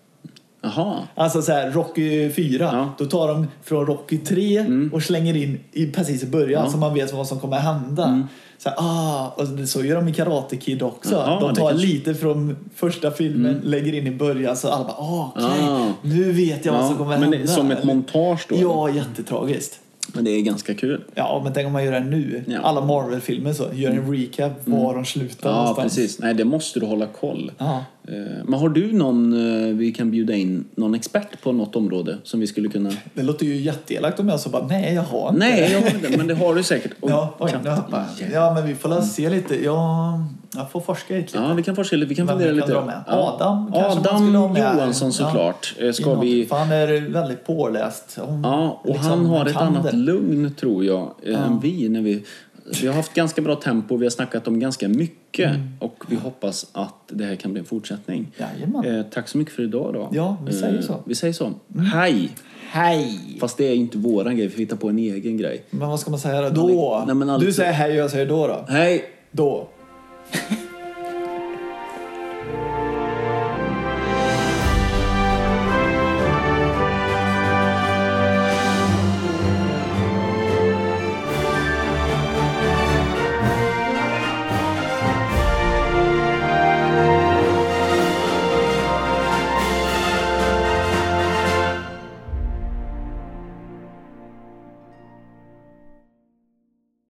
[SPEAKER 1] Jaha.
[SPEAKER 2] Alltså så här, Rocky 4,
[SPEAKER 1] Ja. Mm.
[SPEAKER 2] då tar de från Rocky 3 och slänger in i, precis i början
[SPEAKER 1] Ja. Mm.
[SPEAKER 2] så man vet vad som kommer hända. Så, här, ah, och det- så gör de i Karate Kid också.
[SPEAKER 1] Jaha,
[SPEAKER 2] de
[SPEAKER 1] det
[SPEAKER 2] tar
[SPEAKER 1] kanske- Mm.
[SPEAKER 2] lite från första filmen, lägger in i början så alla bara ah, okej,
[SPEAKER 1] Ah.
[SPEAKER 2] nu vet jag vad som
[SPEAKER 1] Ja,
[SPEAKER 2] kommer
[SPEAKER 1] men det
[SPEAKER 2] hända.
[SPEAKER 1] är som ett montage då?
[SPEAKER 2] Ja, jättetragiskt.
[SPEAKER 1] Men det är ganska kul.
[SPEAKER 2] Ja, men tänk om man gör det nu.
[SPEAKER 1] Ja. Mm.
[SPEAKER 2] Alla Marvel-filmer så, gör en recap var de slutar
[SPEAKER 1] Ja,
[SPEAKER 2] någonstans.
[SPEAKER 1] precis. Nej, det måste du hålla koll.
[SPEAKER 2] Ja.
[SPEAKER 1] Eh, Men har du någon, eh, vi kan bjuda in någon expert på något område som vi skulle kunna...
[SPEAKER 2] Det låter ju jätteelakt om jag så bara, nej jag har inte
[SPEAKER 1] Nej, jag har inte, men det har du säkert. Oj,
[SPEAKER 2] eh, Ja, oj,
[SPEAKER 1] knappt
[SPEAKER 2] nu hoppar jag.
[SPEAKER 1] igen.
[SPEAKER 2] ja, men vi får väl se lite. Ja, jag får forska lite.
[SPEAKER 1] Ja, vi kan forska lite. Vi kan
[SPEAKER 2] Vem
[SPEAKER 1] fundera
[SPEAKER 2] vi
[SPEAKER 1] lite.
[SPEAKER 2] kan dra med?
[SPEAKER 1] Ja.
[SPEAKER 2] Adam kanske man
[SPEAKER 1] Adam
[SPEAKER 2] skulle ha med.
[SPEAKER 1] Johansson
[SPEAKER 2] Ja.
[SPEAKER 1] såklart. Eh, Ska
[SPEAKER 2] Innan-
[SPEAKER 1] vi...
[SPEAKER 2] För han är väldigt påläst. Om,
[SPEAKER 1] Ja, och
[SPEAKER 2] liksom,
[SPEAKER 1] han har ett
[SPEAKER 2] kan
[SPEAKER 1] annat
[SPEAKER 2] det.
[SPEAKER 1] lugn tror jag eh, än vi. När vi. Vi har haft ganska bra tempo, vi har snackat om ganska mycket
[SPEAKER 2] Mm.
[SPEAKER 1] och vi hoppas att det här kan bli en fortsättning.
[SPEAKER 2] Jajamän.
[SPEAKER 1] Eh, tack så mycket för idag då. Eh,
[SPEAKER 2] Ja, vi säger så. Mm.
[SPEAKER 1] Vi säger så. Hej!
[SPEAKER 2] Hej!
[SPEAKER 1] Fast det är ju inte våran grej, för vi hittar på en egen grej.
[SPEAKER 2] Men vad ska man säga då? då?
[SPEAKER 1] Nej, men alltså-
[SPEAKER 2] Du säger hej och jag säger då då.
[SPEAKER 1] Hej!
[SPEAKER 2] Då.